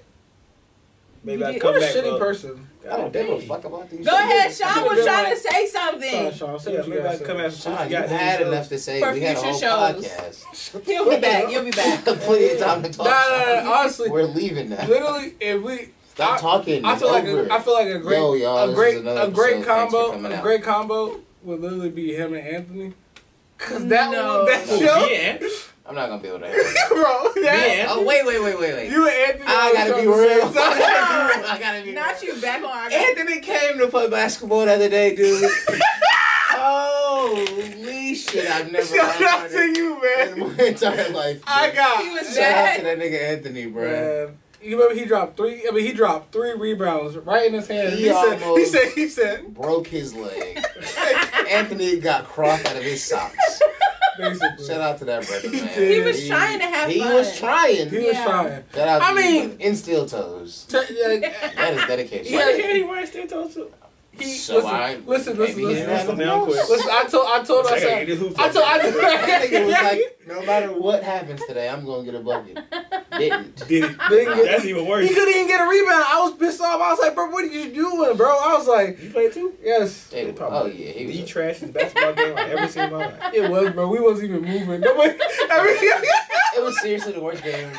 Speaker 4: Maybe I
Speaker 3: You
Speaker 4: come
Speaker 1: what a
Speaker 4: back.
Speaker 1: shitty
Speaker 4: up.
Speaker 1: person.
Speaker 2: I don't give a fuck about these.
Speaker 3: Go ahead, Sean
Speaker 1: should've
Speaker 3: was
Speaker 1: been
Speaker 3: trying
Speaker 1: like-
Speaker 3: to
Speaker 1: Sorry,
Speaker 3: say something.
Speaker 1: Sean. Say
Speaker 4: Yeah,
Speaker 1: what you
Speaker 4: maybe I
Speaker 1: guys
Speaker 4: come
Speaker 1: said.
Speaker 4: back.
Speaker 2: Sean,
Speaker 4: Sean,
Speaker 2: you had enough to say.
Speaker 3: For
Speaker 2: we had a whole
Speaker 3: future shows.
Speaker 2: podcast.
Speaker 3: He'll be back. You'll be back.
Speaker 2: Completely time to
Speaker 1: Nah,
Speaker 2: talk.
Speaker 1: nah, nah, honestly,
Speaker 2: We're leaving now.
Speaker 1: literally, if we,
Speaker 2: Stop
Speaker 1: I-
Speaker 2: talking.
Speaker 1: I feel
Speaker 2: it's
Speaker 1: like
Speaker 2: over.
Speaker 1: a, I feel like a great,
Speaker 2: Yo, y'all,
Speaker 1: a
Speaker 2: this
Speaker 1: great,
Speaker 2: is another
Speaker 1: a great
Speaker 2: episode. Thanks for
Speaker 1: combo,
Speaker 2: coming
Speaker 1: a
Speaker 2: out.
Speaker 1: great combo would literally be him and Anthony. Cause that
Speaker 3: No.
Speaker 1: one, that
Speaker 2: Oh,
Speaker 1: show,
Speaker 4: Yeah.
Speaker 2: I'm not gonna be
Speaker 1: (laughs)
Speaker 2: able to. Handle it.
Speaker 1: bro, that,
Speaker 2: Oh wait, wait, wait, wait, wait.
Speaker 1: you and Anthony.
Speaker 2: I
Speaker 1: always
Speaker 2: gotta
Speaker 1: on
Speaker 2: be
Speaker 1: the same (laughs)
Speaker 2: real.
Speaker 1: side.
Speaker 2: (laughs) I gotta
Speaker 3: (laughs)
Speaker 2: be
Speaker 3: Not
Speaker 2: real.
Speaker 3: you back on. our-
Speaker 2: Anthony came to play basketball the other day, dude. (laughs) Holy shit! I've
Speaker 1: (laughs)
Speaker 2: never
Speaker 1: Shout out
Speaker 2: laughed
Speaker 1: to
Speaker 2: harder
Speaker 1: you,
Speaker 2: in
Speaker 1: man.
Speaker 2: my entire life.
Speaker 1: I
Speaker 2: bro.
Speaker 1: got.
Speaker 3: He was
Speaker 2: shout out
Speaker 3: bad.
Speaker 2: to that nigga Anthony, bro.
Speaker 1: Man, you remember he dropped three. I mean, he dropped three rebounds right in his hand.
Speaker 2: He
Speaker 1: He, said, he
Speaker 2: almost-
Speaker 1: said, he said,
Speaker 2: Broke
Speaker 1: (laughs)
Speaker 2: his leg. Anthony got crossed out of his socks.
Speaker 1: basically,
Speaker 2: Shout out to that brother, man.
Speaker 1: He
Speaker 3: was trying to have
Speaker 2: He
Speaker 3: fun.
Speaker 2: was
Speaker 1: He
Speaker 2: trying.
Speaker 1: was
Speaker 3: Yeah.
Speaker 1: trying.
Speaker 2: Shout out.
Speaker 1: I
Speaker 2: to you,
Speaker 1: mean-
Speaker 2: brother. in steel toes.
Speaker 1: T- like,
Speaker 2: (laughs) That is dedication.
Speaker 1: Yeah.
Speaker 4: he wearing steel toes too?
Speaker 1: he,
Speaker 2: So
Speaker 1: listen,
Speaker 2: I-
Speaker 1: listen, listen,
Speaker 2: maybe he's
Speaker 1: listen,
Speaker 2: not
Speaker 1: listen.
Speaker 2: the man quick.
Speaker 1: Listen, I told, I told
Speaker 4: I gotta
Speaker 1: myself,
Speaker 4: get this hoop
Speaker 1: I told, I told,
Speaker 4: (laughs)
Speaker 2: That nigga was like,
Speaker 1: (laughs)
Speaker 2: no matter what happens today, I'm gonna get a bucket. Didn't.
Speaker 4: Did it.
Speaker 1: Didn't get-
Speaker 4: That's even
Speaker 1: he
Speaker 4: worse.
Speaker 1: couldn't even get a rebound. I was pissed off. I was like, bro, what are you doing, bro? I was like,
Speaker 4: You played too?
Speaker 1: yes,
Speaker 2: They were- oh yeah, he was.
Speaker 4: the
Speaker 2: a-
Speaker 4: trashiest basketball game I ever seen in my
Speaker 1: (laughs)
Speaker 4: life.
Speaker 1: it was, bro. We wasn't even moving. Nobody, (laughs) every, we
Speaker 2: It was seriously the worst
Speaker 1: (laughs)
Speaker 2: game.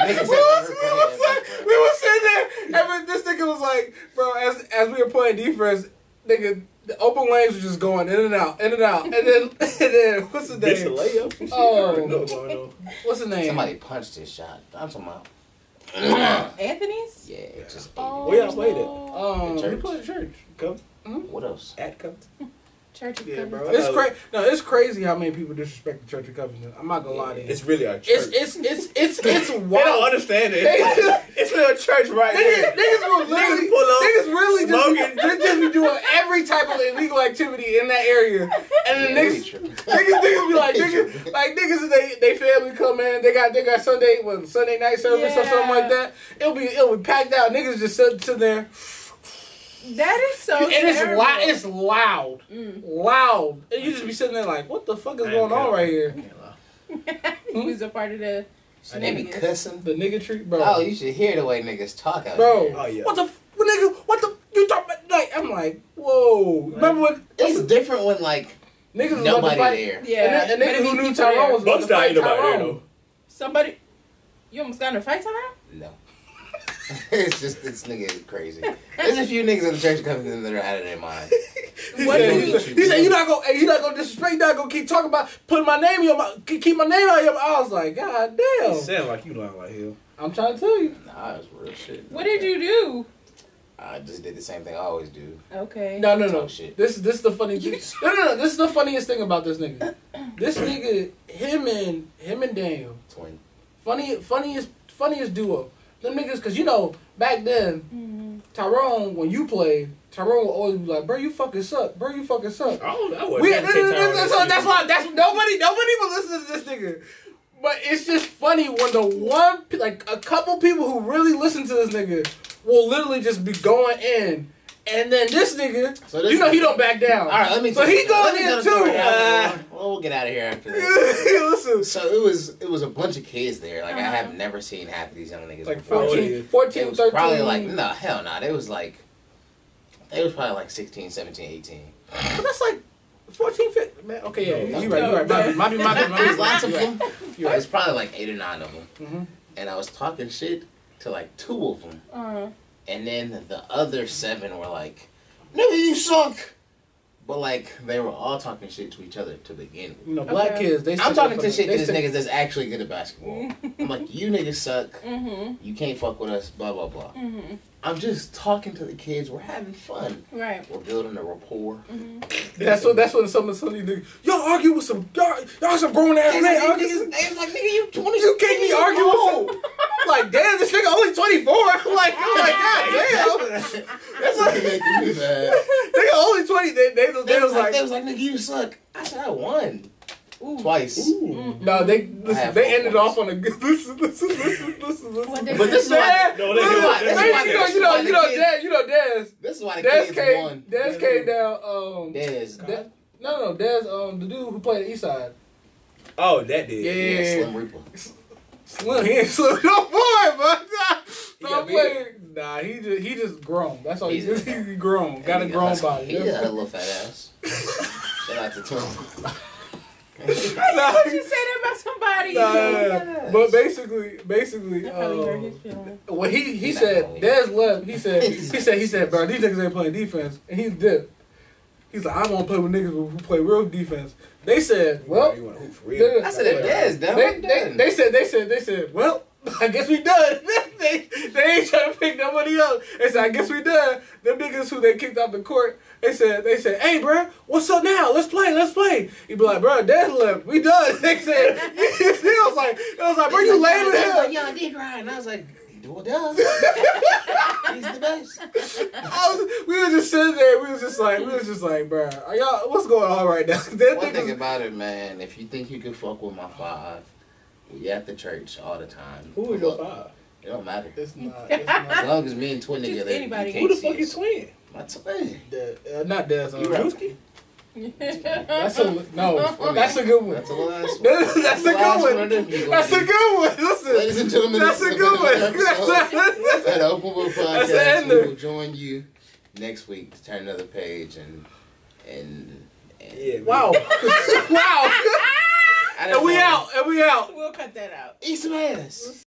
Speaker 2: Niggas
Speaker 1: was,
Speaker 2: have
Speaker 1: we
Speaker 2: ever
Speaker 1: was
Speaker 2: played.
Speaker 1: like, we was sitting there. Every, this nigga was like, bro, as as we were playing defense, nigga, the open lanes were just going in and out, in and out, and then, (laughs) and then what's the
Speaker 4: That's a
Speaker 1: name?
Speaker 4: layup. (laughs) and shit.
Speaker 1: Oh.
Speaker 4: I don't know what's going on.
Speaker 1: What's the name?
Speaker 2: Somebody punched his shot. I'm talking
Speaker 1: (clears throat)
Speaker 2: about.
Speaker 3: Anthony's?
Speaker 2: Yeah, just ate
Speaker 3: Oh,
Speaker 4: Where y'all played
Speaker 3: no.
Speaker 1: Um,
Speaker 2: The
Speaker 1: we
Speaker 2: church.
Speaker 1: played church.
Speaker 4: Come
Speaker 2: it. What else?
Speaker 4: at come.
Speaker 3: Church of
Speaker 1: Yeah,
Speaker 3: Christ.
Speaker 1: bro. It's crazy. No, it's crazy how many people disrespect the Church of Covenant. I'm not gonna lie to you.
Speaker 4: It's really our church.
Speaker 1: It's it's it's it's (laughs) it's
Speaker 4: they don't
Speaker 1: wild.
Speaker 4: understand it.
Speaker 1: (laughs) They-
Speaker 4: it's really a church right
Speaker 1: (laughs) Niggas, niggas
Speaker 4: here.
Speaker 1: will literally,
Speaker 4: pull up,
Speaker 1: niggas really
Speaker 4: smoking.
Speaker 1: just, they just be doing every type of illegal activity in that area, and then
Speaker 2: Yeah,
Speaker 1: niggas,
Speaker 2: we tripping.
Speaker 1: niggas, niggas be like,
Speaker 2: They
Speaker 1: niggas,
Speaker 2: tripping.
Speaker 1: like niggas, they they family come in, they got they got Sunday when Sunday night service or something like that. It'll be it'll be packed out. Niggas just sit sitting there,
Speaker 3: That is so
Speaker 1: and it's
Speaker 3: terrible.
Speaker 1: loud, it's loud,
Speaker 3: Mm.
Speaker 1: loud, and you just be sitting there like, what the fuck is
Speaker 4: Man,
Speaker 1: going on
Speaker 4: God.
Speaker 1: right here?
Speaker 3: He was a part of the
Speaker 4: I
Speaker 2: They be
Speaker 3: shenanigans.
Speaker 2: cussing.
Speaker 1: The nigga tree, bro.
Speaker 2: Oh, you should hear the way niggas talk out
Speaker 1: Bro.
Speaker 2: here.
Speaker 4: Oh yeah.
Speaker 1: What the f- what nigga? What the you talking about? Like I'm like, whoa. Remember when
Speaker 2: It's different when like
Speaker 1: niggas was about to
Speaker 2: nobody
Speaker 1: fight?
Speaker 2: there.
Speaker 3: Yeah.
Speaker 1: And,
Speaker 3: but
Speaker 1: then- and
Speaker 3: it
Speaker 1: niggas
Speaker 3: be
Speaker 1: who knew
Speaker 3: people there.
Speaker 1: Tyrone was about
Speaker 4: Bucks
Speaker 1: to
Speaker 4: not
Speaker 1: fight
Speaker 4: ain't nobody there
Speaker 1: Tyrone.
Speaker 4: though.
Speaker 3: Somebody. You almost got in a fight somehow?
Speaker 2: No. (laughs) it's just this nigga is crazy. There's a few niggas in the church coming in that are out of their mind.
Speaker 1: He
Speaker 3: What
Speaker 1: said,
Speaker 3: do
Speaker 1: he
Speaker 2: you-
Speaker 1: said- he said, "You not gonna, hey, you not gonna disrespect, you not gonna keep talking about putting my name in your, mouth, keep keep my name out of your." mouth." I was like, "God
Speaker 4: You
Speaker 1: damn!"
Speaker 4: sound like you lying like hell.
Speaker 1: I'm trying to tell you.
Speaker 2: Nah, it's real shit.
Speaker 3: What did you do?
Speaker 2: I just did the same thing I always do.
Speaker 3: Okay.
Speaker 1: No, no, no.
Speaker 2: Talk shit.
Speaker 1: This is this is the funny
Speaker 3: You
Speaker 1: thing. No, no, no. This is the funniest thing about this nigga. This nigga, him and him and Daniel,
Speaker 2: Twin.
Speaker 1: funny, funniest, funniest duo. Them niggas, cause you know back then Tyrone when you played, Tyrone would always be like, "Bro, you fucking suck. Bro, you fucking suck."
Speaker 4: Oh, that
Speaker 1: We,
Speaker 4: wasn't.
Speaker 1: that's, that's, that's, that's why that's nobody nobody will listen to this nigga. But it's just funny when the one pe- like a couple people who really listen to this nigga will literally just be going in, and then this nigga,
Speaker 2: So this
Speaker 1: you know, he don't back down.
Speaker 2: All right, let me.
Speaker 1: So
Speaker 2: tell
Speaker 1: he
Speaker 2: you- let
Speaker 1: going
Speaker 2: me
Speaker 1: in
Speaker 2: tell the
Speaker 1: too.
Speaker 2: story
Speaker 1: Uh,
Speaker 2: after. We'll we'll get out of here
Speaker 1: (laughs)
Speaker 2: after
Speaker 1: (laughs)
Speaker 2: this.
Speaker 1: listen,
Speaker 2: So it was it was a bunch of kids there. Like I
Speaker 3: Uh-huh.
Speaker 2: have never seen half of these young niggas.
Speaker 1: like
Speaker 2: before.
Speaker 1: 14,
Speaker 2: It
Speaker 1: 14
Speaker 2: was probably
Speaker 1: 13.
Speaker 2: like no hell no. It was like it was probably like 16, 17, 18.
Speaker 1: But that's like 14, 15. Man, okay, yeah,
Speaker 2: No,
Speaker 1: you right, you right.
Speaker 6: no,
Speaker 1: My bad,
Speaker 6: no.
Speaker 1: my bad, my bad, my bad.
Speaker 2: There's lots of
Speaker 1: You right,
Speaker 2: them.
Speaker 1: you
Speaker 2: There's
Speaker 1: right.
Speaker 2: probably like eight or nine of them.
Speaker 1: Mhm.
Speaker 2: And I was talking shit to like two of them,
Speaker 3: Uh,
Speaker 2: and then the other seven were like, "Nigga, you suck." But like they were all talking shit to each other to begin with.
Speaker 1: You know, black
Speaker 3: Okay.
Speaker 1: kids, they
Speaker 2: I'm
Speaker 1: stick
Speaker 2: talking
Speaker 1: up
Speaker 2: to
Speaker 1: for-
Speaker 2: shit
Speaker 1: they
Speaker 2: to these
Speaker 1: stick-
Speaker 2: niggas that's actually good
Speaker 1: (laughs)
Speaker 2: at basketball. I'm like, you niggas suck.
Speaker 1: Mm.
Speaker 3: mm-hmm.
Speaker 2: You can't fuck with us. Blah blah blah.
Speaker 3: Mm-hmm.
Speaker 2: I'm just talking to the kids. We're having fun.
Speaker 3: Right.
Speaker 2: We're building a rapport.
Speaker 1: Mm-hmm. That's what. That's when someone suddenly nigga, y'all argue with some y'all, y'all some grown ass man.
Speaker 2: It's like,
Speaker 1: Y'all
Speaker 2: niggas-
Speaker 1: niggas-
Speaker 2: it's like, nigga, you 20.
Speaker 1: You can't be
Speaker 2: niggas,
Speaker 1: arguing with
Speaker 2: old.
Speaker 1: some. Like damn, this nigga only twenty four. (laughs) I'm like, I'm like
Speaker 2: (laughs)
Speaker 1: god damn,
Speaker 2: That's what they make me mad.
Speaker 1: nigga only twenty. They, they, was-
Speaker 2: They
Speaker 1: they
Speaker 2: was like,
Speaker 1: like,
Speaker 2: they was like, nigga, you suck. I said I won
Speaker 3: Ooh.
Speaker 2: twice.
Speaker 1: no, they
Speaker 2: I
Speaker 1: listen,
Speaker 2: have
Speaker 1: they
Speaker 2: four
Speaker 1: ended
Speaker 2: points.
Speaker 1: off on a good. (laughs) Listen, listen, listen, listen,
Speaker 3: What
Speaker 1: listen.
Speaker 3: they-
Speaker 2: But this is why.
Speaker 4: No,
Speaker 1: Listen,
Speaker 4: they
Speaker 2: This is why.
Speaker 1: listen,
Speaker 2: This is why.
Speaker 1: man, You
Speaker 2: the
Speaker 1: know,
Speaker 2: kids-
Speaker 1: you know, you know,
Speaker 2: this is
Speaker 1: Dez, you know, Dez.
Speaker 2: why the kids- This is why the
Speaker 1: Dez
Speaker 2: kids
Speaker 1: came,
Speaker 2: won.
Speaker 1: Dez came down. Um,
Speaker 2: Dez.
Speaker 1: Dez- no, no, Dez, um, the dude who played the East Side.
Speaker 4: Oh, that did.
Speaker 1: Yeah,
Speaker 2: Yeah, Slim Reaper.
Speaker 1: Slim, he ain't slim no (laughs) boy, but
Speaker 4: He
Speaker 1: stop
Speaker 4: got
Speaker 1: playing. Nah, he just he just grown. That's all he
Speaker 2: He's
Speaker 1: just
Speaker 2: a-
Speaker 1: (laughs) he grown. Got a
Speaker 2: He
Speaker 1: grown
Speaker 2: husky.
Speaker 1: body.
Speaker 2: He
Speaker 1: That's-
Speaker 2: got a little fat ass. Shout out to Twin.
Speaker 1: Nah,
Speaker 3: (laughs) What you say that about somebody?
Speaker 1: nah, (laughs) nah, nah.
Speaker 2: Yes.
Speaker 1: But basically, basically,
Speaker 3: That probably hurt his
Speaker 1: um,
Speaker 3: feelings.
Speaker 1: well, he he
Speaker 2: Nah.
Speaker 1: said Dez left. He said he said he said, bro, these niggas ain't playing defense, and he dipped. He's like, I don't want to play with niggas who who play real defense. They said, well,
Speaker 4: you want to hoop for
Speaker 1: they-
Speaker 4: real?
Speaker 2: I said if Dez done,
Speaker 1: they,
Speaker 2: I'm
Speaker 1: they,
Speaker 2: done.
Speaker 1: they said they said they said well (laughs) I guess we done. (laughs) they, they ain't trying to pick nobody up. They said I guess we done. Them niggas who they kicked out the court. They said they said hey bro what's up now let's play let's play. You be like bro dad left we done. (laughs) They said they was like they was like bro you lame as
Speaker 2: They
Speaker 1: hell.
Speaker 2: Like, Y'all did right, and I was like, "Well, does. He's the best."
Speaker 1: I was, we was just sitting there we was just like we was just like bro are y'all what's going on right now? (laughs) Them
Speaker 2: One thing
Speaker 1: niggas
Speaker 2: about it, man, if you think you can fuck with my five, we at the church all the time.
Speaker 4: Who is your five?
Speaker 2: It don't matter.
Speaker 1: it's (laughs) not it's not
Speaker 2: As long as me and Twin
Speaker 3: Just
Speaker 2: together,
Speaker 3: anybody.
Speaker 2: you
Speaker 4: Who the
Speaker 2: can't see
Speaker 4: fuck is
Speaker 2: us.
Speaker 4: twin?
Speaker 2: My twin.
Speaker 1: Dez, uh, not Dez.
Speaker 2: You
Speaker 1: Um,
Speaker 2: right.
Speaker 4: Drewski.
Speaker 1: that's a (laughs) no that's a good one.
Speaker 2: That's the last
Speaker 1: (laughs)
Speaker 2: one.
Speaker 1: That's a
Speaker 2: Last
Speaker 1: good
Speaker 2: one
Speaker 1: one.
Speaker 2: of them, you
Speaker 1: That's a
Speaker 2: gonna
Speaker 1: good one.
Speaker 2: do. Ladies
Speaker 1: Listen,
Speaker 2: and gentlemen,
Speaker 1: that's
Speaker 2: this
Speaker 1: a
Speaker 2: is
Speaker 1: good
Speaker 2: another
Speaker 1: one. That's (laughs)
Speaker 2: episode
Speaker 1: a-
Speaker 2: At Open Book
Speaker 1: That's the
Speaker 2: Podcast, we
Speaker 1: ender.
Speaker 2: will join you next week to turn another page and and. and
Speaker 4: Yeah. man.
Speaker 1: Wow. (laughs) wow.
Speaker 2: I don't
Speaker 1: And we
Speaker 2: know.
Speaker 1: out. And we out.
Speaker 3: (laughs) We'll cut that out.
Speaker 2: Eat some ass.